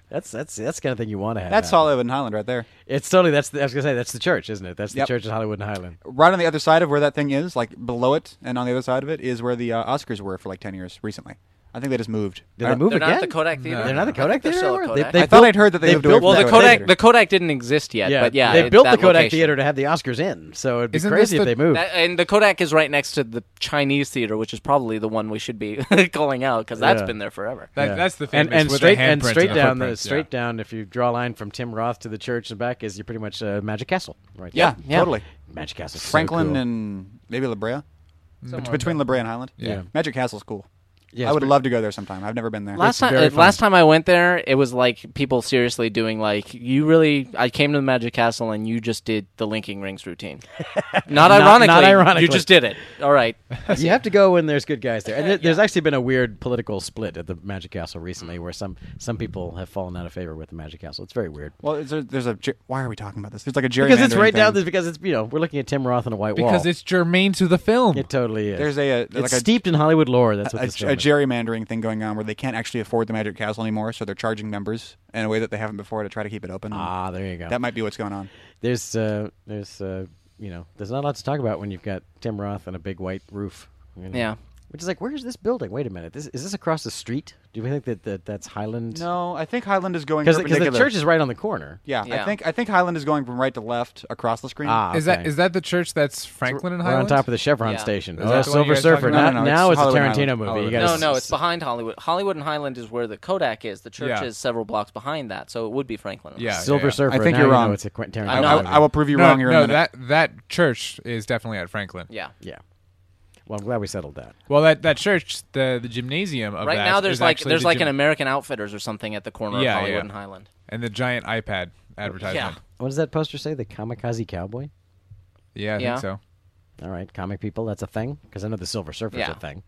That's that's that's the kind of thing you want to have. That's happen. Hollywood and Highland right there. It's totally that's. The, I was gonna say that's the church, isn't it? That's the Yep. church in Hollywood and Highland. Right on the other side of where that thing is, like below it and on the other side of it is where the uh, Oscars were for like 10 years recently. I think they just moved. Did I they don't- move They're not again? at the Kodak Theater. They're not the I think Kodak they're Theater still at anymore? Kodak. They- they I thought I'd heard that they They moved built- away. Well, from the Kodak Kodak Theater. the Kodak didn't exist yet, but yeah, they it- built the that Kodak location. Theater to have the Oscars in, so it'd be Isn't crazy this if the- they moved. That- and the Kodak is right next to the Chinese theater, which is probably the one we should be calling out because that's Yeah. been there forever. That, Yeah. That's the and, famous and with straight the and handprints straight the down the, footprints, yeah. straight down. If you draw a line from Tim Roth to the church and back, is you're pretty much uh, Magic Castle, right? Yeah, there. Yeah. totally. Magic Castle. Franklin and maybe La Brea. Bet- between La Brea and Highland. Yeah. Magic Castle's cool. Yeah, I it's would pretty- love to go there sometime. I've never been there. Last time, very uh, fun. last time I went there, it was like people seriously doing like you really. I came to the Magic Castle and you just did the linking rings routine. not, ironically, ironically. you just did it. All right, you have to go when there's good guys there. And there, there's actually been a weird political split at the Magic Castle recently, where some some people have fallen out of favor with the Magic Castle. It's very weird well, is there, there's a. ge- Why are we talking about this? There's like a gerrymandering. because it's right thing. down. This because it's you know we're looking at Tim Roth and a white wall. because it's germane to the film. it totally is. There's a, uh, it's like a- steeped in Hollywood lore. That's what a, this film a is. gerrymandering thing going on where they can't actually afford the Magic Castle anymore, so they're charging members in a way that they haven't before to try to keep it open. Ah, there you go. That might be what's going on. there's uh, there's uh, you know there's not a lot to talk about when you've got Tim Roth and a big white roof. you know. Yeah. Which is like, where's this building? Wait a minute, this, is this across the street? Do we think that, that that's Highland? No, I think Highland is going because perpendicular. the church is right on the corner. yeah, I Yeah. think I think Highland is going from right to left across the screen. Ah, Is that is that the church that's Franklin and We're on Highland? top of the Chevron Yeah. station. Is that the Oh, one Silver you guys talking Surfer. about? Now, No, no, no, now it's it's, a Hollywood Tarantino Island. movie. You Hollywood gotta no, s- no, it's behind Hollywood. Hollywood and Highland is where the Kodak is. The church Yeah. is several blocks behind that, so it would be Franklin. Yeah, yeah, Silver yeah. Surfer. I think Now you're you know wrong. it's a Quentin I, Tarantino. I'm I, not- movie. I will prove you No, wrong here in no, a minute. that that church is definitely at Franklin. yeah. yeah. Well, I'm glad we settled that. Well, that that church, the the gymnasium of Right that now, is there's like actually there's the like gym- an American Outfitters or something at the corner Yeah, of Hollywood yeah. and Highland. and the giant iPad advertisement. What does that poster say? The Kamikaze Cowboy. Yeah, I Yeah. think so. All right, comic people, that's a thing. Because I know the Silver Surfer's Yeah. a thing.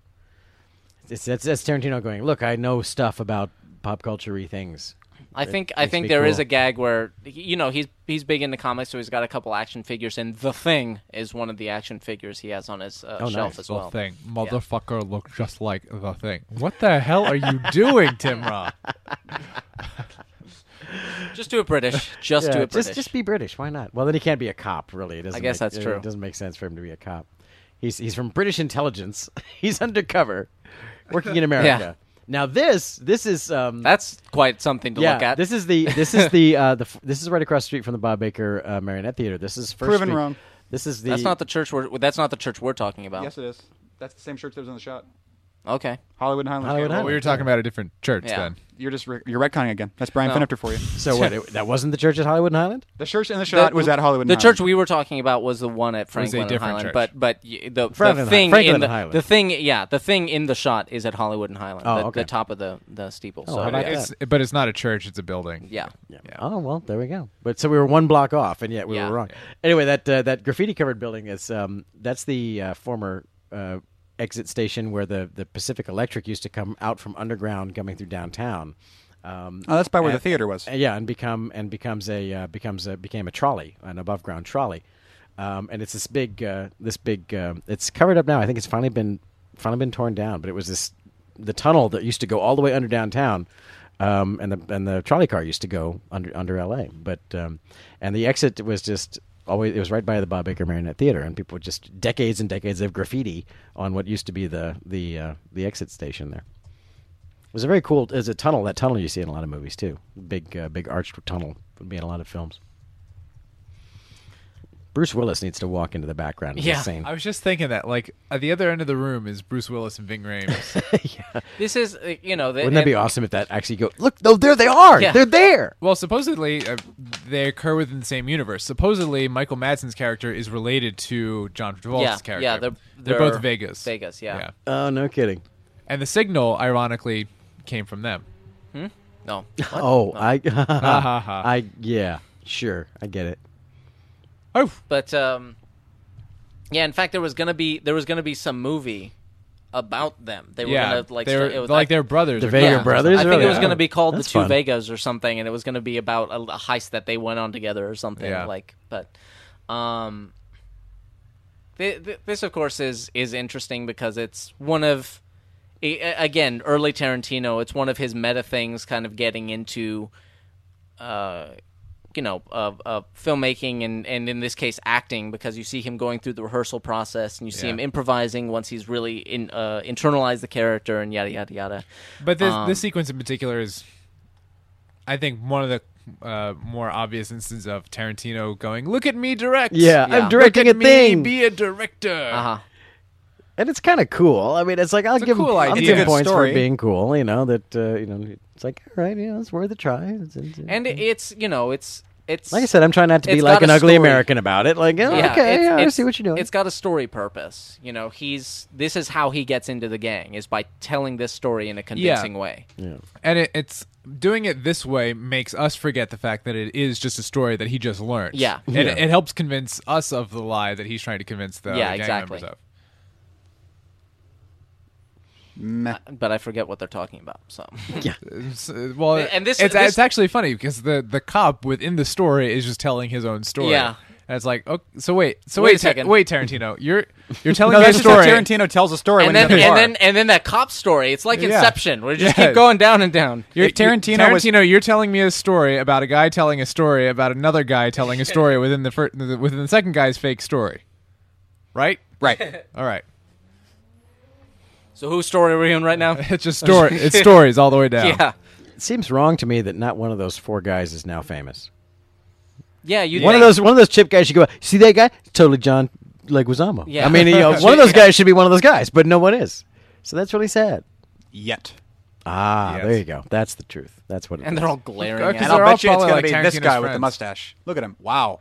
It's, it's, it's Tarantino going, look, I know stuff about pop culture y things. I think I makes me think there is cool. a gag where you know he's he's big into comics, so he's got a couple action figures, and the Thing is one of the action figures he has on his uh, Oh, shelf nice. as The well. thing, motherfucker, looked just like the thing. What the hell are you doing, Tim Roth? Just do it British. Just do Yeah, it British. just, just be British. Why not? Well, then he can't be a cop, really. It doesn't guess make- that's it, true. It doesn't make sense for him to be a cop. He's, he's from British intelligence. he's undercover, working in America. Now this this is um, That's quite something to yeah look at. this is the this is the uh, the f- this is right across the street from the Bob Baker uh, Marionette Theater. This is first Proven Street- wrong. This is the that's not the church we're that's not the church we're talking about. Yes, it is. That's the same church that was in the shot. Okay. Hollywood and Highland. Hollywood Well, Highland. We were talking about a different church Yeah. then. You're just re- you're retconning again. That's Brian No. Finifter for you. so what it, that wasn't the church at Hollywood and Highland. The church in the shot was at Hollywood. and The Highland. church we were talking about was the one at Franklin and different Highland, church. but but y- the, Franklin the thing and Highland. Franklin in the, and Highland. the thing yeah the thing in the shot is at Hollywood and Highland, Oh, the, okay. the top of the the steeple. Oh, so how about yeah. that? It's, but it's not a church; it's a building. yeah. Oh well, there we go. But so we were one block off, and yet we Yeah. were wrong. Anyway, that uh, that graffiti covered building is um, that's the uh, former uh, exit station where the the Pacific Electric used to come out from underground, coming through downtown. Um, Oh, that's by where the and- theater was. uh, yeah, and become and becomes a uh, becomes a became a trolley, an above ground trolley, um, and it's this big uh, this big um it's covered up now. I think it's finally been finally been torn down, but it was this the tunnel that used to go all the way under downtown, um, and the and the trolley car used to go under under L.A. But um, and the exit was just. Always, it was right by the Bob Baker Marionette Theater, and people would just decades and decades of graffiti on what used to be the the uh, the exit station there. It was a very cool. It's a tunnel. That tunnel you see in a lot of movies too. Big, uh, big arched tunnel would be in a lot of films. Bruce Willis needs to walk into the background. Of Yeah, this scene. I was just thinking that, like, at the other end of the room is Bruce Willis and Ving Rhames. This is uh, you know the, Wouldn't that be and- awesome if that actually go? Look, no, there they are. Yeah. They're there. well, supposedly uh, they occur within the same universe. Supposedly, Michael Madsen's character is related to John Travolta's yeah, character. Yeah, they're, they're they're, both Vegas. Vegas, yeah. Oh, no kidding. and the signal, ironically, came from them. No. Oh, I, ha. I, yeah, sure, I get it. Oh, But um yeah, in fact there was going to be there was going to be some movie about them. They were yeah, going to like they were, st- it was, like I- they're brothers. The or Vega cousins or brothers? I think something. really- it was going to be called That's the Two fun. Vegas or something, and it was going to be about a, a heist that they went on together or something. Yeah. Like, but, um, th- th- this of course is is interesting because it's one of, a- a- again, early Tarantino. It's one of his meta things, kind of getting into, uh, you know uh, uh, filmmaking and and in this case acting because you see him going through the rehearsal process and you see Yeah. him improvising once he's really in uh, internalized the character and yada yada yada. But this Um, this sequence in particular is, I think, one of the uh, more obvious instances of Tarantino going, "Look at me direct." Yeah, Yeah. I'm directing Look at a me thing, Be a director. Uh-huh. and it's kind of cool. I mean, it's like I'll a give him, cool I'll idea. give him It's a good points story. for being cool. You know that uh, you know it's like all right, you know it's worth a try. It's- it's- And it's you know it's it's like I said, I'm trying not to be it's like got an a story. ugly American about it. Like oh, okay, yeah, I see what you're doing. It's got a story purpose. You know, he's this is how he gets into the gang is by telling this story in a convincing way. and it, it's doing it this way makes us forget the fact that it is just a story that he just learned. Yeah. and It, it helps convince us of the lie that he's trying to convince the Yeah, gang exactly. members of. Meh. But I forget what they're talking about. So It's, uh, well, And this- it's, this- it's actually funny because the the cop within the story is just telling his own story. Yeah. and it's like, okay, so wait, so Wait a wait, Ta- second. wait, Tarantino, you're you're telling No, your that's just how story. Tarantino tells a story and when then he's at the bar. and then and then that cop story. It's like Yeah. Inception. We just Yes. keep going down and down. You're, If Tarantino Tarantino, was- you're telling me a story about a guy telling a story about another guy telling a story within the fir- within the second guy's fake story, right? right. All right, So whose story are we on right now? it's just story. it's stories all the way down. yeah. it seems wrong to me that not one of those four guys is now famous. Yeah, you One of those one of those chip guys should go. See that guy? Totally John Leguizamo. Yeah. I mean, you know, one of those guys should be one of those guys, but no one is. So that's really sad. Yet. Ah, Yes. there you go. That's the truth. That's what. it and is. they're all glaring Okay, at And us. they're I'll all bet you it's probably going like to be this Tarantino's guy with the friends. mustache. Look at him. Wow.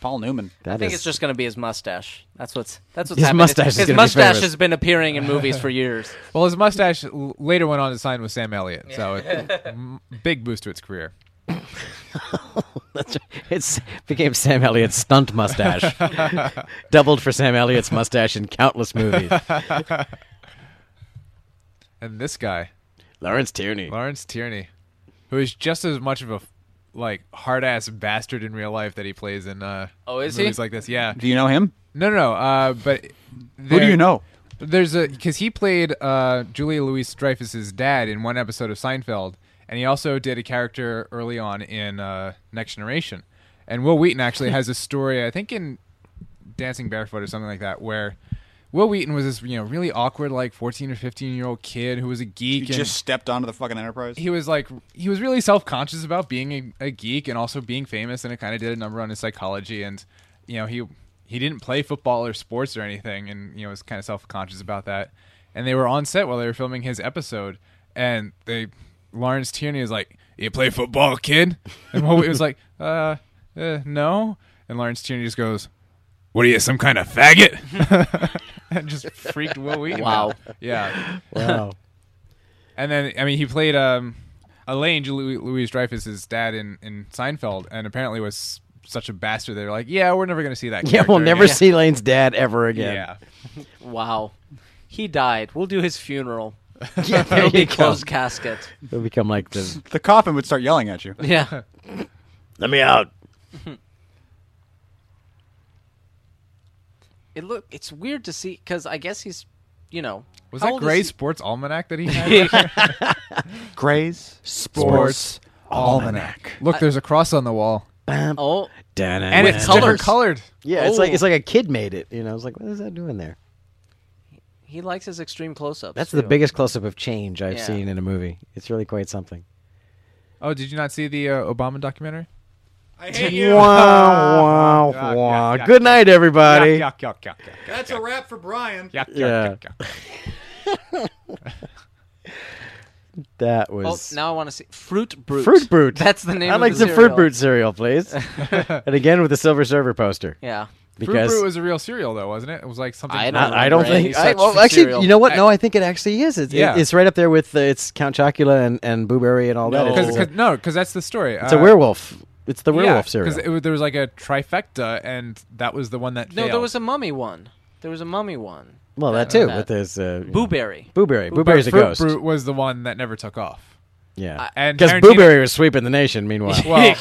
Paul Newman. That I think is- it's just going to be his mustache. That's what's that's what's His happened. mustache is his gonna be mustache famous. has been appearing in movies for years. Well, his mustache l- later went on to sign with Sam Elliott, so it, m- big boost to its career. That's right. It's became Sam Elliott's stunt mustache, doubled for Sam Elliott's mustache in countless movies. And this guy, Lawrence Tierney. Lawrence Tierney, who is just as much of a f- like hard ass bastard in real life that he plays in uh, Oh, is he? movies like this. Yeah, Do you know him? no, no, no. Uh, but Who do you know? There's a because he played uh, Julia Louis Dreyfus's dad in one episode of Seinfeld, and he also did a character early on in uh, Next Generation. And Will Wheaton actually has a story, I think, in Dancing Barefoot or something like that, where Will Wheaton was this you know really awkward like 14 or 15 year old kid who was a geek. He and just stepped onto the fucking Enterprise. he was like he was really self-conscious about being a, a geek and also being famous and it kind of did a number on his psychology and you know he he didn't play football or sports or anything and you know was kind of self-conscious about that and they were on set while they were filming his episode and they Lawrence Tierney is like you play football kid and Will Wheaton was like uh, uh no and Lawrence Tierney just goes what are you some kind of faggot and just freaked Will Wheaton out. yeah Wow. and then, I mean, he played um, Elaine, Julie Louise Dreyfus's dad in, in Seinfeld, and apparently was such a bastard. They were like, yeah, we're never going to see that yeah, we'll character never again." see Lane's dad ever again. Yeah. Wow. He died. We'll do his funeral. Yeah, there It'll be you go. closed casket. It'll become like the the coffin would start yelling at you. Yeah. let me out. It look it's weird to see cuz I guess he's, you know, Was how that old is Gray he? Sports Almanac that he had? Grays Sports Almanac. Look, there's a cross on the wall. Um, Oh, And it's Colors. different colored. Yeah, it's like Oh. it's like a kid made it. You know, I was like, what is that doing there? he likes his extreme close-ups. That's too. the biggest close up of change I've Yeah. seen in a movie. It's really quite something. Oh, did you not see the uh, Obama documentary? I hate Wah, wah, Ah, Yuck, wah. yuck, yuck, Good night, everybody. Yuck, yuck, yuck, yuck, yuck, yuck, That's a wrap for Brian. yuck, yuck, Yeah. yuck, yuck. That Oh, was now I want to see Fruit Brute. Fruit Brute. That's the name I'd of like the some cereal. Fruit Brute cereal, please. and again with the Silver Server poster. Yeah. Fruit Because Brute was a real cereal, though, wasn't it? It was like something. I don't- I, I don't remember any think. I, such well, actually, cereal. you know what? I- no, I think it actually is. It's, it- Yeah. it's right up there with uh, it's Count Chocula and, and Boo Berry and all that. Cause, It's, 'cause- no, because that's the story. Uh, it's a werewolf. It's the werewolf Because cereal. there was like a trifecta, and that was the one that No, failed. there was a mummy one. There was a mummy one. well, that too. With his uh, you know, Boo Berry. Boo Berry. Boo But Berry's a Fruit ghost. Brute was the one that never took off. Yeah. and Because Tarantino- Boo Berry was sweeping the nation. Meanwhile, Well,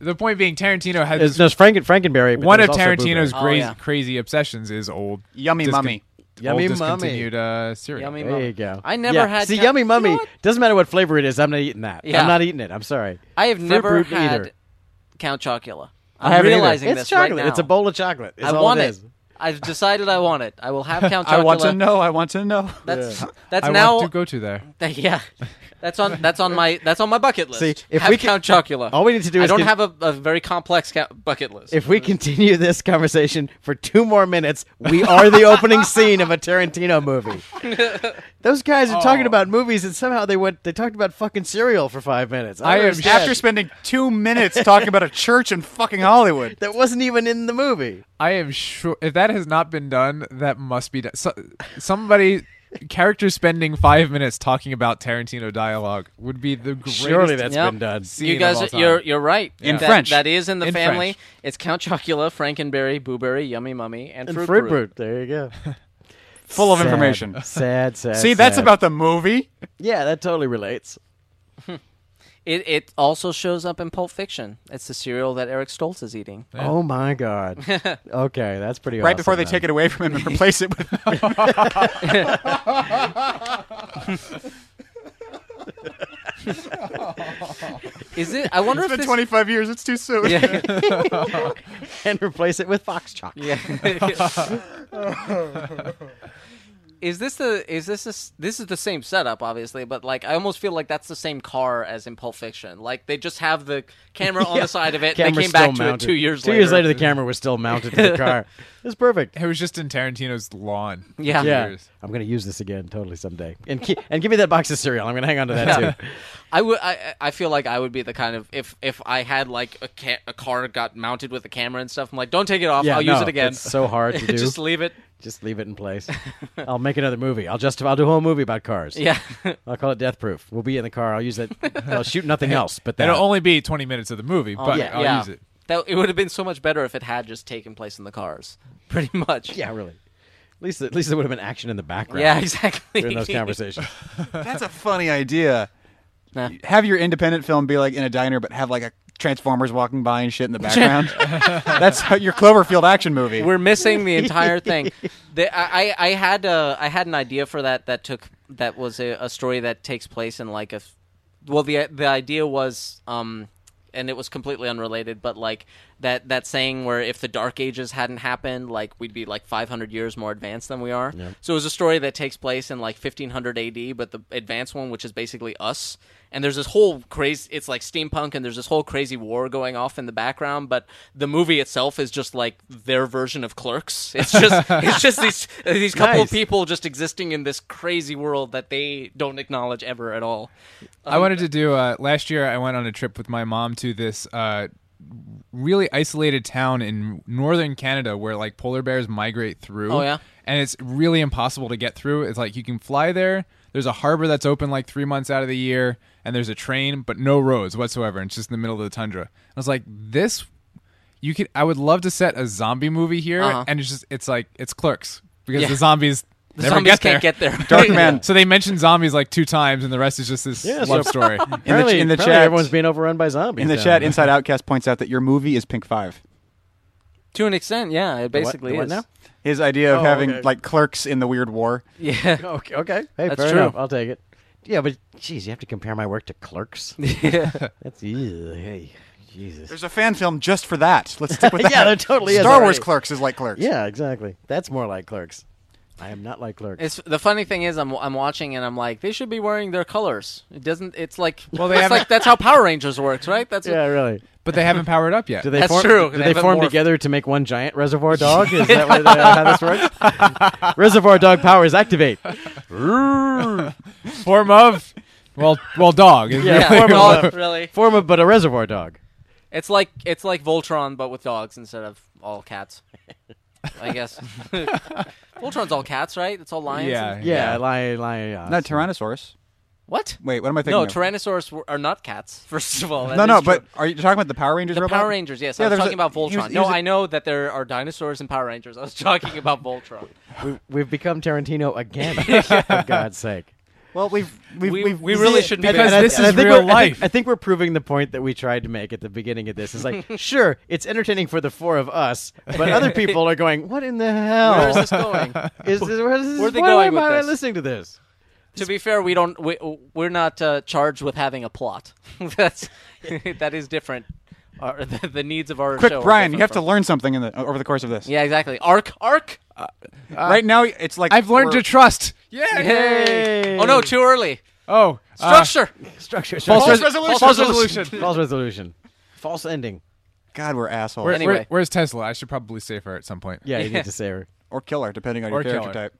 the point being, Tarantino had it's, this, no, it's Franken, Frankenberry. but one there's of also Boo Tarantino's Blueberry. Berry. crazy, Oh, yeah. crazy obsessions is old Yummy discon- mummy. old Yummy mummy. discontinued uh, cereal. Yummy There mummy. you go. I never Yeah. had See, Count- Yummy You know Mummy. what? Doesn't matter what flavor it is. I'm not eating that. Yeah. I'm not eating it. I'm sorry. I have Fruit never Brute had either. Count Chocula. I I'm haven't either. realizing it's this chocolate. right now. It's a bowl of chocolate. It's I all want it. it. is. I've decided I want it. I will have Count Chocula. I want to know. I want to know. That's that's I now. want to go to there. yeah, that's on that's on my that's on my bucket list. See, if have we can- Count Chocula. all we need to do I is don't con- have a, a very complex ca- bucket list. If we continue this conversation for two more minutes, we are the opening scene of a Tarantino movie. Those guys are Oh. talking about movies, and somehow they went. They talked about fucking cereal for five minutes. I, I am don't understand. After spending two minutes talking about a church in fucking Hollywood. that wasn't even in the movie. I am sure if that has not been done, that must be done. So, somebody character spending five minutes talking about Tarantino dialogue would be the greatest. Surely that's Yep. been done. scene you of guys, all are- time. you're you're right. In That- French. that is in the In family. French. It's Count Chocula, Frankenberry, Booberry, Yummy Mummy, and, And Fruit, fruit Brute. brute. There you go. Full of Sad. information. Sad, sad. See, that's sad. about the movie. Yeah, that totally relates. It it also shows up in Pulp Fiction. It's the cereal that Eric Stoltz is eating. Oh my god. Okay, that's pretty. Right before they take it away from him and replace it with. Is it? I wonder It's if been this, 25 years. It's too soon. Yeah. and replace it with fox chocolate. yeah. is this the is this this this is the same setup obviously but like i almost feel like that's the same car as in pulp fiction like they just have the camera on the side of it and they Camera's came back still to mounted. it two years two later years later, the camera was still mounted to the car. It's perfect. It was just in Tarantino's lawn. yeah, Yeah, Years. I'm gonna use this again totally someday. And ki- and give me that box of cereal. I'm gonna hang on to that Yeah. too. I would. I, I feel like I would be the kind of if if I had like a ca- a car got mounted with a camera and stuff. I'm like, don't take it off. Yeah, I'll no, use it again. It's so hard to do. Just just, leave it. leave it in place. I'll make another movie. I'll just I'll do a whole movie about cars. Yeah. I'll call it Death Proof. We'll be in the car. I'll use it. I'll shoot nothing else. But that. It'll only be 20 minutes of the movie, but Oh, yeah, I'll yeah. use it. That it would have been so much better if it had just taken place in the cars. Pretty much. yeah, really. At least at least there would have been action in the background. Yeah. Exactly. During those conversations. That's a funny idea. Nah. Have your independent film be like in a diner, but have like a Transformers walking by and shit in the background. That's how your Cloverfield action movie. We're missing the entire thing. The, I, I I had uh, I had an idea for that that took that was a, a story that takes place in like a f- well the the idea was um and it was completely unrelated but like that that saying where if the dark ages hadn't happened like we'd be like 500 years more advanced than we are. So it was a story that takes place in like 1500 AD but the advanced one which is basically us and there's this whole crazy it's like steampunk and there's this whole crazy war going off in the background but the movie itself is just like their version of clerks it's just it's just these these couple Nice. of people just existing in this crazy world that they don't acknowledge ever at all I wanted Um, to do uh, last year. I went on a trip with my mom to this uh, really isolated town in northern Canada where like polar bears migrate through. Oh, yeah? and it's really impossible to get through. It's like you can fly there. There's a harbor that's open like three months out of the year, and there's a train, but no roads whatsoever. And it's just in the middle of the tundra. I was like, this. You could. I would love to set a zombie movie here, Uh-huh. and it's just it's like it's Clerks because Yeah. the zombies the never zombies get there. can't get there Dark Man. So they mentioned zombies like two times, and the rest is just this Yeah, love so- story. in the, Apparently- in the apparently chat, everyone's being overrun by zombies. in the down chat, there. Inside Outcast points out that your movie is Pink Five. to an extent yeah it what- basically the what is now? His idea of Oh, having okay. like clerks in the Weird War. yeah Okay, okay. Hey, That's fair true. enough. I'll take it. Yeah, but geez, you have to compare my work to clerks. That's ew, hey, Jesus. There's a fan film just for that. Let's stick with that. Yeah, there totally is Star Wars already. Clerks is like Clerks. Yeah, exactly. That's more like clerks. I am not like clerks. It's the funny thing is I'm I'm watching and I'm like they should be wearing their colors. It doesn't. It's like well they that's haven't- like that's how Power Rangers works, right? That's yeah, really. but they haven't powered up yet. Do they That's form, true. Do They they, haven't form morphed. together to make one giant reservoir dog? Is that what, uh, how this works? reservoir dog powers activate. form of well, well, dog. is Yeah. yeah, really form dog, of- really. Form of but a reservoir dog. It's like it's like Voltron but with dogs instead of all cats. I guess Voltron's all cats, right? It's all lions. Yeah. and- Yeah, uh, lion, lion. Yeah. Not Tyrannosaurus. What? Wait, what am I thinking? No, of? Tyrannosaurus were, are not cats. First of all, that No, is no, true. but are you talking about the Power Rangers? The robot? Power Rangers, yes. Yeah, I was there was talking a- about Voltron. he was- he no, was a- I know that there are dinosaurs and Power Rangers. I was talking about Voltron. We, we've become Tarantino again. for God's sake. Well, we've we've, We- we've we really see- should be Because And I- this and I is think real we're- I think- life. I think we're proving the point that we tried to make at the beginning of this. It's like, sure, it's entertaining for the four of us, but other people are going, "What in the hell Where is this going? Is this, where is this, Where are they why going am with I this? listening to this?" to be fair, we don't. We, we're not uh, charged with having a plot. That's that is different. Our, the, the needs of our Quick, show are Brian, you different have to from- learn something in the, over the course of this. Yeah, exactly. Arc, arc. right now, it's like I've learned we're- to trust. Yeah. Yay. Oh no, too early. Oh, Ah. uh, Structure. Structure. false, structure. res- resolution. false False resolution. False ending. God, we're assholes Where- Any- where- Anyway. where's Tesla? I should probably save her at some point. Yeah, you Yeah. need to say her. or killer, depending on Or your character killer. type.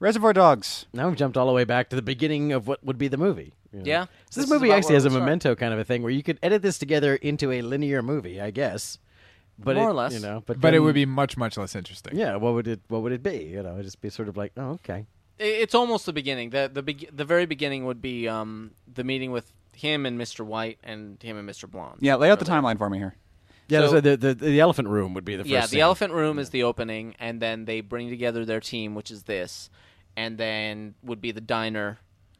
Reservoir Dogs. Now we've jumped all the way back to the beginning of what would be the movie. you know. Yeah. So This this, is movie about actually where has a we start. memento kind of a thing where you could edit this together into a linear movie, I guess. But More it- or less. you know. But But it then- would be much, much less interesting. Yeah. What would it? What would it be? You know, it'd just be sort of like, oh, okay. I- It's almost the beginning. the the beg The very beginning would be um the meeting with him and Mr. White and him and Mr. Blonde. Yeah, lay out the timeline for me here. Yeah. So- so the, the the elephant room would be the first. yeah, the scene. elephant room is the opening, and then they bring together their team, which is this, and then would be the diner,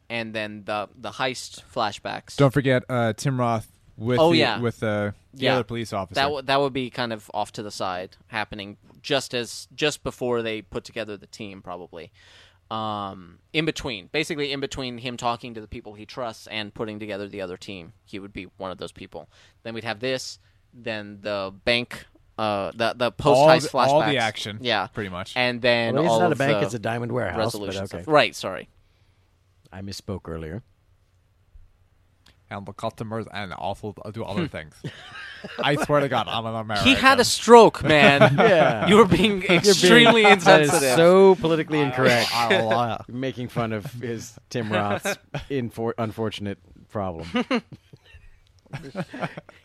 and then the the heist flashbacks. Don't forget uh, Tim Roth with Oh, the, yeah. with uh, the Yeah. other police officer. that w- that would be kind of off to the side, happening just as just before they put together the team, probably. Um, in between, basically in between him talking to the people he trusts and putting together the other team, he would be one of those people. Then we'd have this, then the bank, uh, the the post all, heist the, flashbacks, all the action. yeah, pretty much. and then Well, it's all not a of bank; the it's a diamond warehouse. but resolution okay. stuff. Right, sorry. I misspoke earlier. and the customers and awful uh, do other things. I swear to God, I'm an American. He had a stroke, man. Yeah. You were being extremely That is insensitive. so politically incorrect. I'm a liar. Making fun of his Tim Roth's infor- unfortunate problem.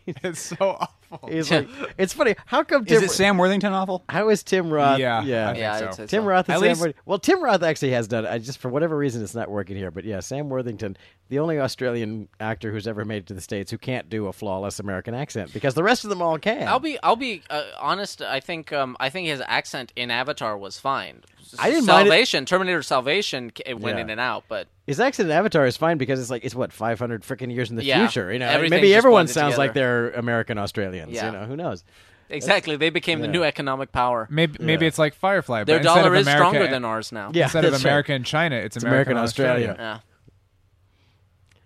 It's so awful. It's, like, it's funny. How come Is Tim? it Sam Worthington awful? how is Tim Roth? Yeah, I yeah. think yeah, so. I'd say Tim so. Roth and At Sam least- Worthington. Well, Tim Roth actually has done. it. I just for whatever reason it's not working here. But yeah, Sam Worthington, the only Australian actor who's ever made it to the states who can't do a flawless American accent because the rest of them all can. I'll be I'll be uh, honest. I think um, I think his accent in Avatar was fine. I didn't mind it. Salvation, Terminator Salvation, c- it went Yeah. in and out, but His accent in Avatar is fine because it's like it's what 500 freaking years in the Yeah. future. You know, Everything's maybe just everyone blended sounds like together. they're American Australians. Yeah. You know, who knows? exactly they became the new economic power. Maybe maybe it's like Firefly. but Their instead dollar of is America- stronger than ours now. Yeah, Instead of that's right. America and China, it's, American American Australia. Yeah.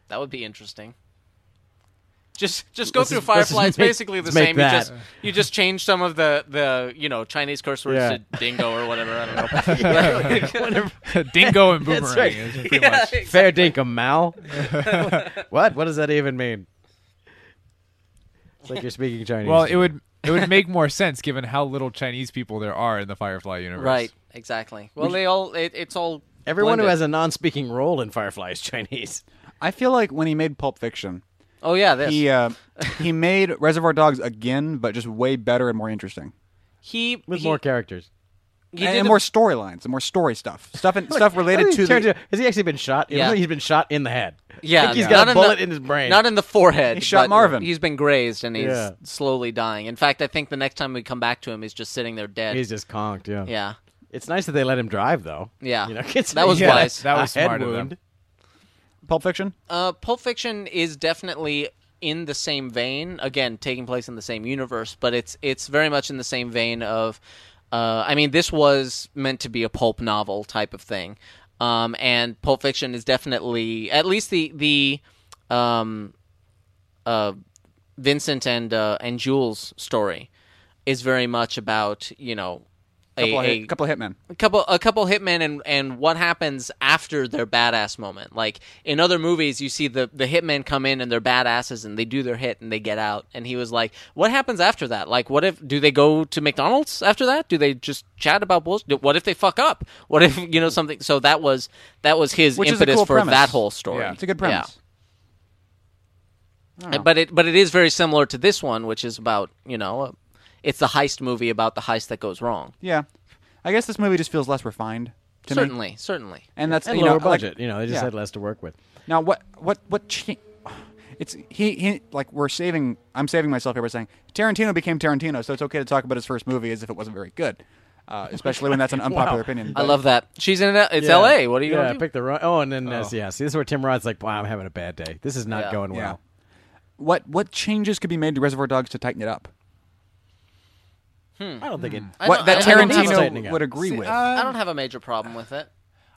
That would be interesting. Just just go Let's through just- let's Firefly. just It's make- basically the let's make same. that. You just you just change some of the the you know Chinese curse words Yeah. to dingo or whatever. I don't know. Dingo and boomerang. That's right. is pretty Yeah, much. exactly. Fair dinkum, Mal. what? What does that even mean? It's like you're speaking Chinese. Well, it would it would make more sense given how little Chinese people there are in the Firefly universe. Right. Exactly. Well, they all it, it's all Everyone who blended. has a non-speaking role in Firefly is Chinese. I feel like when he made Pulp Fiction, Oh yeah, this. he uh, he made Reservoir Dogs again, but just way better and more interesting, he With he- more characters. he and, did and the- more storylines and more story stuff, stuff and stuff related to the. Tarantino- has he actually been shot? It looks Yeah. like he's been shot in the head. Yeah, I think he's no. Not got a in the- bullet in his brain. Not in the forehead. He shot but Marvin. He's been grazed and he's Yeah. slowly dying. In fact, I think the next time we come back to him, he's just sitting there dead. he's just conked. Yeah. yeah. It's nice that they let him drive though. Yeah. You know, it's- That was yeah, wise. That was a head smart of them. wound. Pulp Fiction. Uh, Pulp Fiction is definitely in the same vein. Again, taking place in the same universe, but it's it's very much in the same vein of. Uh, I mean, this was meant to be a pulp novel type of thing, um, and Pulp Fiction is definitely at least the the um, uh, Vincent and uh, and Jules story is very much about you know a- Couple, of a, hit, couple of hitmen. a couple a couple hitmen and and what happens after their badass moment like in other movies you see the the hitmen come in and they're badasses and they do their hit and they get out and he was like what happens after that like what if do they go to mcdonald's after that do they just chat about bullshit what if they fuck up what if you know something so that was that was his Which is a impetus cool for premise. that whole story Yeah, It's a good premise. Uh, but it but it is very similar to this one which is about you know uh, it's the heist movie about the heist that goes wrong Yeah, I guess this movie just feels less refined. To me. certainly certainly and that's And you lower know, like- budget. you know, they just yeah. had less to work with. Now what what what cha- it's he, he like we're saving I'm saving myself here by saying Tarantino became Tarantino, so it's okay to talk about his first movie as if it wasn't very good. Uh, especially when that's an unpopular opinion. I but- love that. She's in it. It's L.A. What are you yeah, going to do? pick the wrong. Oh, and then uh, yeah. See, this is where Tim Roth's like, "Wow, I'm having a bad day. This is not Yeah. going yeah. well." What what changes could be made to Reservoir Dogs to tighten it up? I don't think it. Mm-hmm. I What don't- that I- I don't have a- tightening Tarantino up. would agree with. I don't have a major problem with it.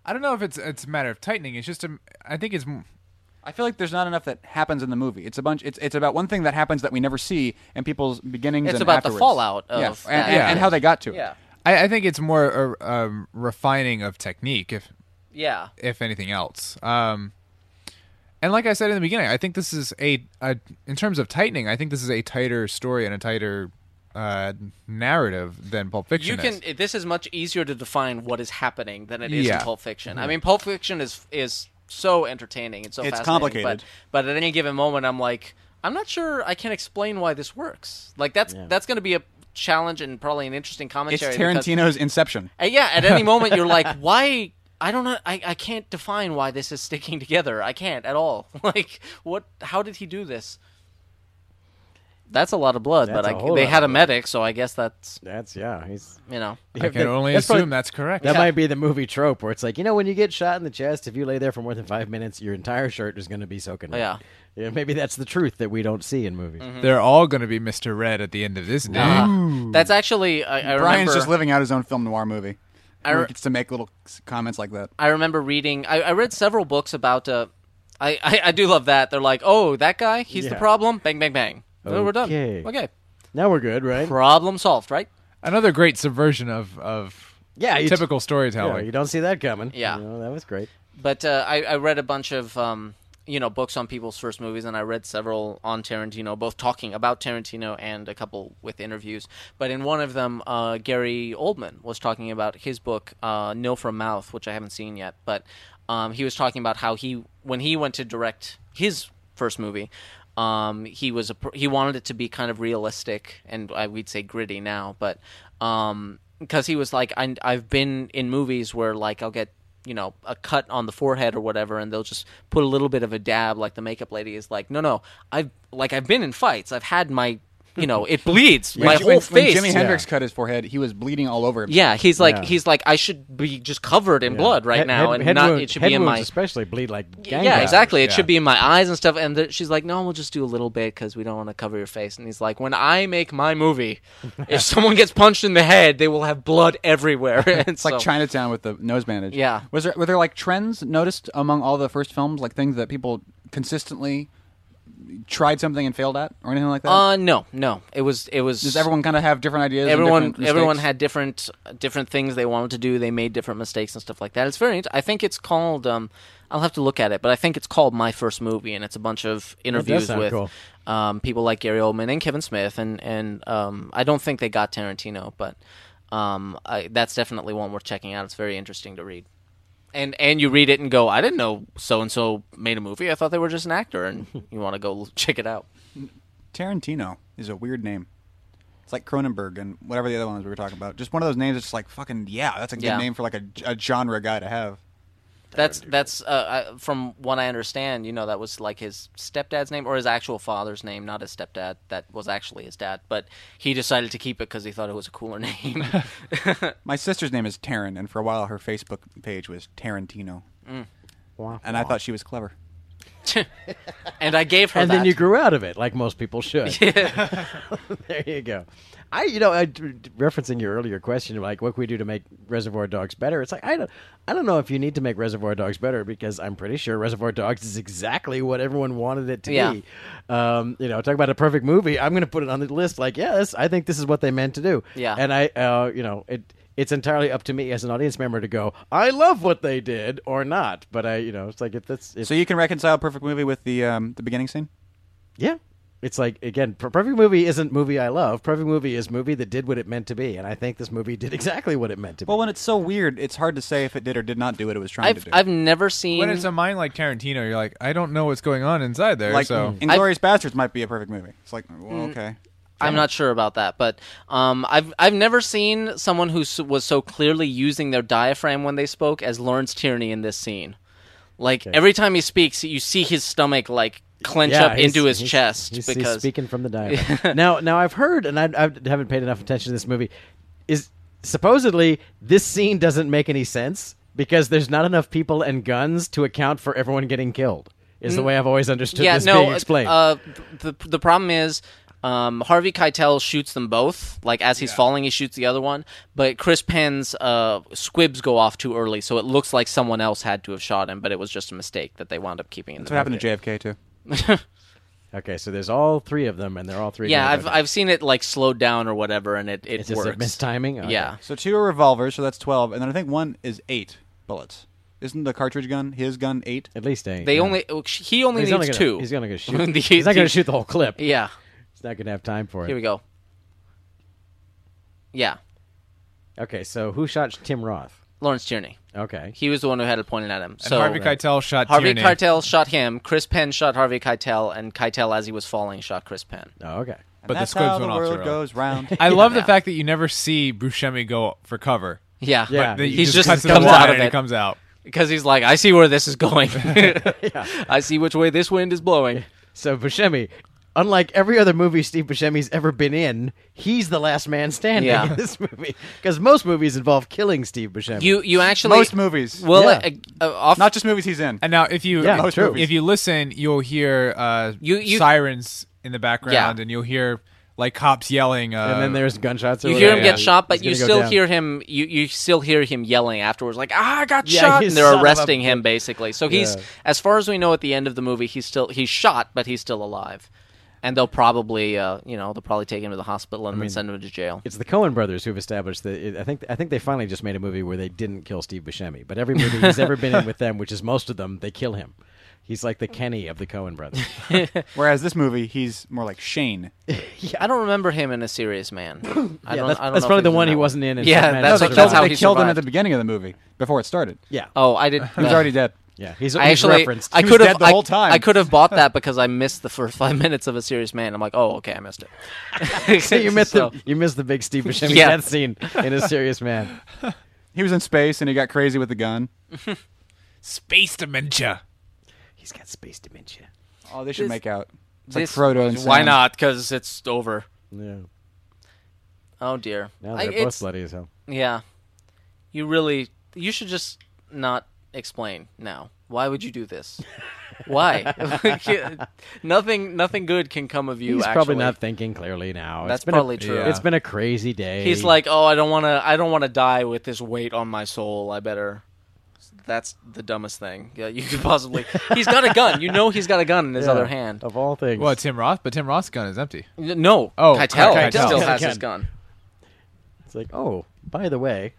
I don't know if it's it's a matter of tightening. It's just a, I think it's m- I feel like there's not enough that happens in the movie. It's a bunch. It's it's about one thing that happens that we never see and people's beginnings. It's and about the afterwards. fallout of yeah, that and, and- and how they got to it. Yeah. I, I think it's more a um, refining of technique, if Yeah. if anything else. Um, and like I said in the beginning, I think this is a, a in terms of tightening. I think this is a tighter story and a tighter uh, narrative than Pulp Fiction. You can. is. This is much easier to define what is happening than it is Yeah. in Pulp Fiction. I mean, Pulp Fiction is is so entertaining and so It's fascinating, complicated. But, but at any given moment, I'm like, I'm not sure. I can't explain why this works. Like that's that's going to be a challenge and probably an interesting It's commentary. because- Tarantino's Inception. Uh, yeah, at any moment you're like, why? I don't know. I, I can't define why this is sticking together. I can't at all. Like, what? How did he do this? That's a lot of blood, That's but a I, whole they lot had of a medic, so I guess that's That's yeah. He's you know. I can only That's assume probably- that's correct. That might be the movie trope where it's like, you know, when you get shot in the chest, if you lay there for more than five minutes, your entire shirt is going to be soaking wet. Yeah. Mm-hmm. yeah. Maybe that's the truth that we don't see in movies. Mm-hmm. They're all going to be Mr. Red at the end of this. Ah, Day. that's actually I, I Brian's remember. just living out his own film noir movie. I where re- he gets to make little s- comments like that. I remember reading. I, I read several books about. Uh, I, I I do love that. They're like, oh, that guy, he's the Yeah. problem. Bang, bang, bang. Oh, We're done. Okay. Okay. Now we're good, right? Problem solved, right? Another great subversion of of Yeah, you- typical Yeah, storytelling. you don't see that coming. Yeah. You know, that was great. But uh, I, I read a bunch of um, you know books on people's first movies, and I read several on Tarantino, both talking about Tarantino and a couple with interviews. But in one of them, uh, Gary Oldman was talking about his book uh, "No from Mouth," which I haven't seen yet, but um, he was talking about how he when he went to direct his first movie. Um, he was a, he wanted it to be kind of realistic, and I, we'd say gritty now, but um, because he was like, I, I've been in movies where like I'll get you know a cut on the forehead or whatever and they'll just put a little bit of a dab like the makeup lady is like no no i've like i've been in fights i've had my you know it bleeds my When- whole when, when face Jimi Hendrix cut his forehead, he was bleeding all over. himself. yeah he's like Yeah. he's like i should be just covered in blood right Head- now head- and head not wound- it should head be in wounds my especially bleed like gangbusters. yeah, exactly. It Yeah. should be in my eyes and stuff. And the, she's like, "No, we'll just do a little bit because we don't want to cover your face." And he's like, "When I make my movie, if someone gets punched in the head, they will have blood everywhere." It's like Chinatown with the nose bandage. Yeah. Was there were there like trends noticed among all the first films, like things that people consistently tried something and failed at, or anything like that? Uh, no, no. It was it was Does everyone kind of have different ideas? and everyone different everyone mistakes? had different different things they wanted to do they made different mistakes and stuff like that it's very int- i think it's called um i'll have to look at it but i think it's called my first movie and it's a bunch of interviews sound with cool. um, people like gary oldman and kevin smith and and um, i don't think they got tarantino but um, I, that's definitely one worth checking out it's very interesting to read and and you read it and go i didn't know so and so made a movie i thought they were just an actor and you want to go check it out Tarantino is a weird name. It's like Cronenberg and whatever the other ones we were talking about. Just one of those names. that's just like fucking yeah. That's a good Yeah. name for like a, a genre guy to have. That's that's uh, I, from what I understand. You know, that was like his stepdad's name or his actual father's name, not his stepdad. That was actually his dad, but he decided to keep it because he thought it was a cooler name. My sister's name is Taryn, and for a while her Facebook page was Tarantino, Wah, and I thought she was clever. and I gave her. and then that. you grew out of it, like most people should. there you go. I, you know, I, referencing your earlier question, like what can we do to make Reservoir Dogs better? It's like I don't, I don't know if you need to make Reservoir Dogs better because I'm pretty sure Reservoir Dogs is exactly what everyone wanted it to Yeah. be. Um, you know, talk about a perfect movie. I'm going to put it on the list. Like, yes, I think this is what they meant to do. Yeah. and I, uh, you know, it. It's entirely up to me as an audience member to go. I love what they did or not, but I, you know, it's like if that's if So you can reconcile Perfect Movie with the um, the beginning scene. yeah. It's like again, per- perfect movie isn't movie I love. Perfect movie is movie that did what it meant to be, and I think this movie did exactly what it meant to be. Well, when it's so weird, it's hard to say if it did or did not do what it was trying I've to do. I've never seen. When it's a mind like Tarantino, you're like, I don't know what's going on inside there. like mm. Mm-hmm. so Inglorious Bastards might be a perfect movie. It's like well, okay, I'm not sure about that, but um, I've I've never seen someone who s- was so clearly using their diaphragm when they spoke as Lawrence Tierney in this scene. Like every time he speaks, you see his stomach like clench Yeah, up he's- into his he's- chest he's, he's because speaking from the diaphragm. now, now I've heard, and I, I haven't paid enough attention to this movie. Is supposedly this scene doesn't make any sense because there's not enough people and guns to account for Mm. everyone getting killed. Is the way I've always understood this being explained. Uh, th- the the problem is Um, Harvey Keitel shoots them both. Like as he's falling, he shoots the other one. But Chris Penn's uh, squibs go off too early, so it looks like someone else had to have shot him, but it was just a mistake that they wound up keeping in That's the what happened to JFK too. Okay, so there's all three of them, and they're all three. Yeah, gonna I've go- I've seen it like slowed down or whatever, and it it It's just a works. mistiming. Okay. Yeah, So two are revolvers, so that's twelve, and then I think one is eight bullets. Isn't the cartridge gun his gun eight? at least eight. they yeah. only oh, he only He's needs only gonna, two. He's gonna go shoot. The- he's not gonna the- shoot the whole clip. Yeah, He's not gonna have time for here we it. go. Yeah, Okay, so who shot Tim Roth? Lawrence Tierney. Okay, He was the one who had it pointed at him. And so Harvey Keitel shot Harvey Tierney. Keitel shot him. Chris Penn shot Harvey Keitel, and Keitel, as he was falling, shot Chris Penn. oh, okay. And But the that's squibs how the went off too world early. goes round. I love the Yeah. fact that you never see Buscemi go for cover. Yeah, Yeah. That you He's just cuts it comes off out of and it. It comes out. because he's like, I see where this is going. I see which way this wind is blowing. So Buscemi, unlike every other movie Steve Buscemi's ever been in, he's the last man standing Yeah. in this movie because most movies involve killing Steve Buscemi. You you actually Most movies, Well, Yeah. uh, uh, off, not just movies he's in. And now, if you Yeah, if, true. if you listen, you'll hear uh, You- you- sirens in the background, Yeah. and you'll hear like cops yelling. Uh, and then there's gunshots. Or you hear him Yeah, get yeah. shot, but you still hear him. You, you still hear him yelling afterwards, like "Ah, I got Yeah, shot," you and they're son of a arresting him basically. So he's, Yeah. as far as we know, at the end of the movie, he's still he's shot, but he's still alive. And they'll probably, uh, you know, they'll probably take him to the hospital and then send him to jail. It's the Cohen brothers who've established that. I think I think they finally just made a movie where they didn't kill Steve Buscemi, but every movie he's ever been in with them, which is most of them, they kill him. He's like the Kenny of the Cohen brothers. Whereas this movie, he's more like Shane. I don't remember him in a serious man. I don't. Yeah, that's- I don't that's know if probably was the one in he that wasn't in in Yeah, Superman that's No, what, they that's killed- how they he killed him at survived. the beginning of the movie before it started. yeah, Oh, I did. He was already dead. yeah. He's, I he's actually, referenced. I was could dead have the I, whole time. I could have bought that because I missed the first five minutes of a serious man. I'm like, oh, okay, I missed it. So you missed So- the you missed the big Steve Buscemi Yeah. death scene in a serious man. He was in space and he got crazy with the gun. space dementia. He's got space dementia. Oh, they should This- make out. It's This- like Frodo and Sam. why not? Because it's over. Yeah. Oh dear. Now I- they're both it's- bloody as hell. yeah. You really. You should just not explain now. Why would you do this? Why? nothing. Nothing good can come of you. He's actually. probably not thinking clearly now. That's It's been probably a, true. Yeah. It's been a crazy day. He's like, oh, I don't want to. I don't want to die with this weight on my soul. I better. That's the dumbest thing yeah, you could possibly. he's got a gun. You know, he's got a gun in his Yeah, Oh. other hand. of all things. Well, Tim Roth, but Tim Roth's gun is empty. N- No, Oh, Keitel, Keitel. still Keitel. has his gun. It's like, oh, by the way,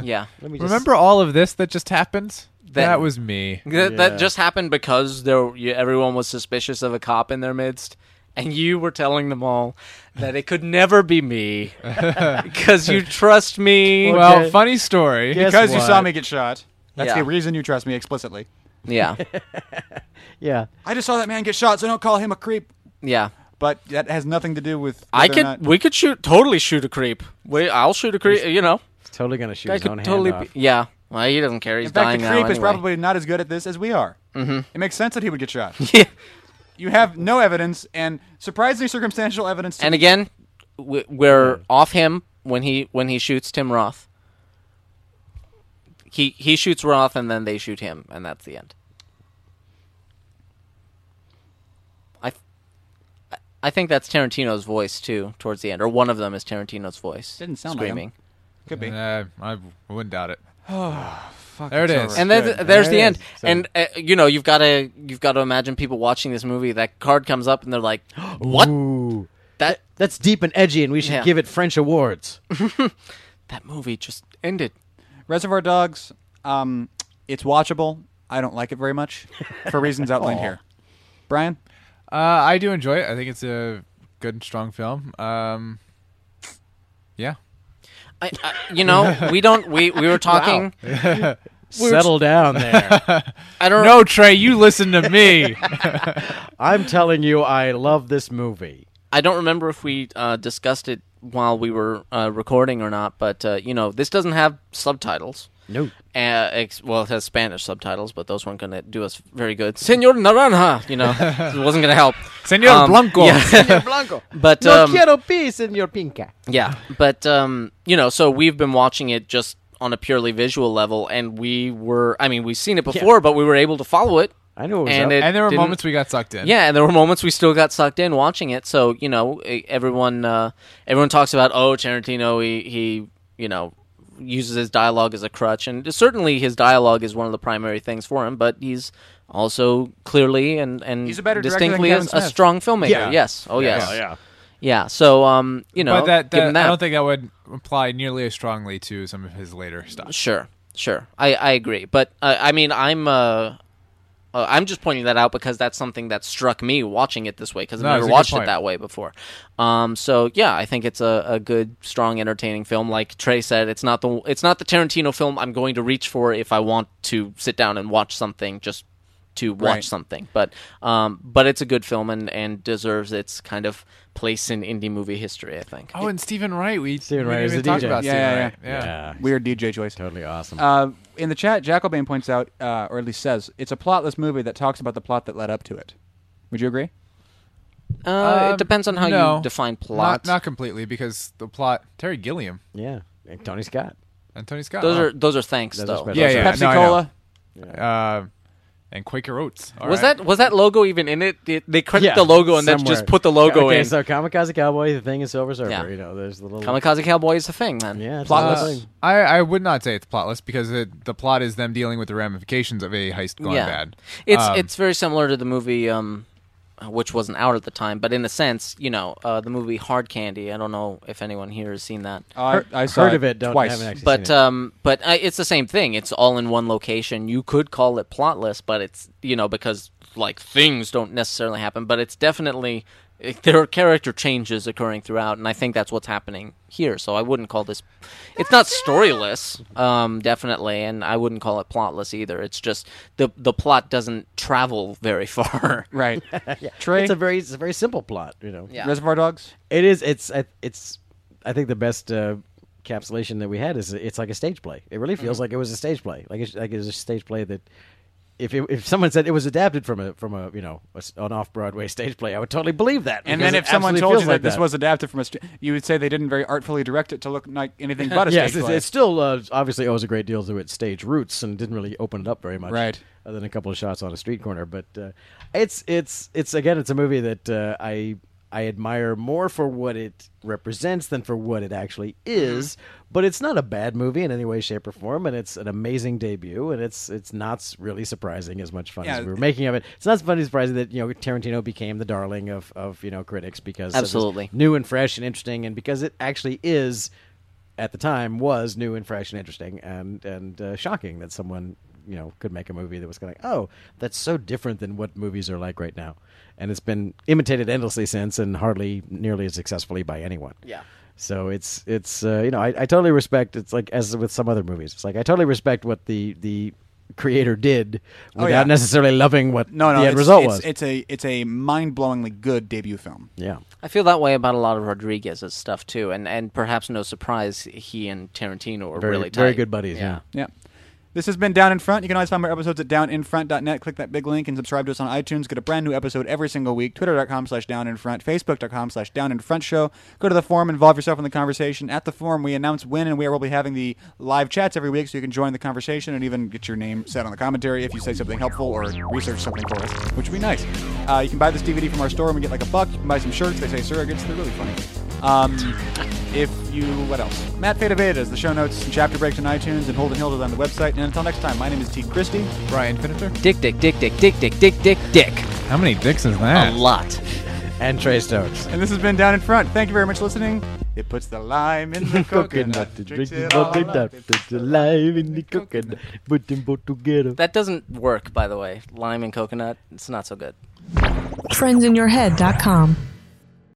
Yeah, let me just Remember all of this that just happened? That, That- was me. Th- Yeah. that just happened because there you, everyone was suspicious of a cop in their midst, and you were telling them all that it could never be me because you trust me. Well, funny story. Yes. Because you What? saw me get shot. That's Yeah. the reason you trust me explicitly. yeah, Yeah, I just saw that man get shot, so don't call him a creep. yeah. But that has nothing to do with. I whether or could. not- We could shoot. Totally shoot a creep. We, I'll shoot a creep. You know. he's totally gonna shoot I his own could totally hand off. be, yeah. Well, he doesn't care. He's In fact, dying the now creep is anyway. probably not as good at this as we are. Mm-hmm. It makes sense that he would get shot. Yeah. you have no evidence and surprisingly circumstantial evidence. To and again, we- we're off him when he when he shoots Tim Roth. He he shoots Roth and then they shoot him and that's the end. I th- I- I think that's Tarantino's voice too towards the end or one of them is Tarantino's voice. Didn't sound like him. screaming. could be. Uh, I wouldn't doubt it. Fuck, there it it's is. over. and then Good. there's There the it end. is. So- And uh, you know, you've got to you've got to imagine people watching this movie that card comes up and they're like, "What? Ooh, That that's deep and edgy, and we should Yeah. give it French awards. that movie just ended. Reservoir Dogs. Um, it's watchable. I don't like it very much for reasons outlined here. Brian, Uh, I do enjoy it. I think it's a good and strong film. Um, yeah. I, I, you know, we don't. We we were talking. Settle down there. I don't. No, Trey, you listen to me. I'm telling you, I love this movie. I don't remember if we uh, discussed it while we were uh, recording or not. But uh, you know, this doesn't have subtitles. No, Uh, ex- well, it has Spanish subtitles, but those weren't going to do us very good. Senor Naranja, you know, it wasn't going to help. Senor Blanco. Senor Blanco. But um, peace in your pinca. Yeah, but um, you know, so we've been watching it just on a purely visual level, and we were—I mean, we've seen it before, but we were able to follow it I knew it was And up. it- and there were didn't- moments we got sucked in. Yeah, and there were moments we still got sucked in watching it. So you know, eh, everyone uh, everyone talks about oh Tarantino, he he you know uses his dialogue as a crutch, and certainly his dialogue is one of the primary things for him. But he's also clearly and and He's a better director than distinctly Kevin a, a Smith. strong filmmaker. Yeah. Yes, oh yes, Yeah, yeah. so um, you know, but that, give him that, I that. don't think that would apply nearly as strongly to some of his later stuff. Sure, sure. I, I agree, but uh, I mean, I'm uh, uh, I'm just pointing that out because that's something that struck me watching it this way because I've No, it's never a good watched it point. that way before. Um, so yeah, I think it's a, a good, strong, entertaining film. Like Trey said, it's not the it's not the Tarantino film I'm going to reach for if I want to sit down and watch something just to watch Right. something. But um, but it's a good film and and deserves its kind of place in indie movie history. I think. Oh, and Stephen Wright. We Stephen we Wright is didn't even a talk DJ. about Yeah, Stephen yeah, Wright. yeah. Weird DJ choice. totally awesome. Uh, in the chat, Jack O'Bain points out, uh, or at least says, it's a plotless movie that talks about the plot that led up to it. Would you agree? Uh, Um, it depends on how no. you define Not- plot. Not, completely because the plot. Terry Gilliam yeah, and Tony Scott. and Tony Scott. Those Uh-huh. huh? are those are thanks Those are though. special. yeah, yeah. Pepsi no, I know. Cola. Uh, and Quaker Oats. All was right. that was that logo even in it? Did- they credit Yeah, the logo and then just somewhere. put the logo okay, in. So Kamikaze Cowboy, The Thing, and Silver Surfer. Yeah. You know, there's the little Kamikaze Cowboy is a thing, man. yeah, it's a Plotless. little Uh, thing. I, I would not say it's plotless because it, the plot is them dealing with the ramifications of a heist gone yeah. bad. It's Um, it's very similar to the movie, um, which wasn't out at the time, but in a sense, you know, uh, the movie Hard Candy. I don't know if anyone here has seen that. I, I saw Heard of it? Don't twice. haven't actually but seen it. um, but uh, it's the same thing. It's all in one location. You could call it plotless, but it's you know because like things don't necessarily happen, but it's definitely there are character changes occurring throughout, and I think that's what's happening here. So I wouldn't call this. It's not storyless, um, definitely, and I wouldn't call it plotless either. It's just the the plot doesn't travel very far. Right. Trey, it's a very it's a very simple plot. You know, Yeah. Reservoir Dogs. It is. It's. I- It's. I think the best uh, capsulation that we had is it's like a stage play. It really feels like it was a stage play. Like it's like it was a stage play that. If, it, if someone said it was adapted from a from a you know a s an off Broadway stage play, I would totally believe that. And because then it if someone absolutely told feels you that, like this was adapted from a, st- you would say they didn't very artfully direct it to look like anything but a yes, stage it's, play. it still uh, obviously owes a great deal to its stage roots and didn't really open it up very much, Right. Other than a couple of shots on a street corner, but uh, it's it's it's again it's a movie that uh, I I admire more for what it represents than for what it actually is. But it's not a bad movie in any way, shape, or form, and it's an amazing debut, and it's it's not really surprising as much fun as Yeah. we were making of it. It's not funny surprising that you know Tarantino became the darling of of you know critics because of his Absolutely. new and fresh and interesting, and because it actually is at the time was new and fresh and interesting and and uh, shocking that someone you know could make a movie that was kind of like, oh that's so different than what movies are like right now and it's been imitated endlessly since and hardly nearly as successfully by anyone Yeah. so it's it's uh, you know I, I totally respect it's like as with some other movies it's like I totally respect what the the creator did without Oh, yeah. necessarily loving what no, no. the it's, end result it's, was It's a it's a mind-blowingly good debut film. yeah I feel that way about a lot of Rodriguez's stuff too, and and perhaps no surprise he and Tarantino are very really tight. very good buddies yeah. Yeah. This has been Down in Front. You can always find more episodes at downinfront.net. Click that big link and subscribe to us on iTunes. Get a brand new episode every single week. Twitter.com slash downinfront. Facebook.com slash downinfront show. Go to the forum. Involve yourself in the conversation. At the forum, we announce when and where we'll be having the live chats every week so you can join the conversation and even get your name said on the commentary if you say something helpful or research something for us, which would be nice. Uh, you can buy this DVD from our store and we get like a buck. You can buy some shirts. They say surrogates. They're really funny. Um, if you, what else? Matt Feta Beta is the show notes and chapter breaks on iTunes and Holden Hill is on the website. And until next time, my name is T. Christie. Brian Finiter. Dick, dick, dick, dick, dick, dick, dick, dick, dick. How many dicks is A that? lot. and Trey Stokes And this has been Down in Front. Thank you very much for listening. It puts the lime in the coconut. drinks it all up. alive in the coconut. Put them both together. That doesn't work, by the way. Lime and coconut, it's not so good. Friendsinyourhead.com.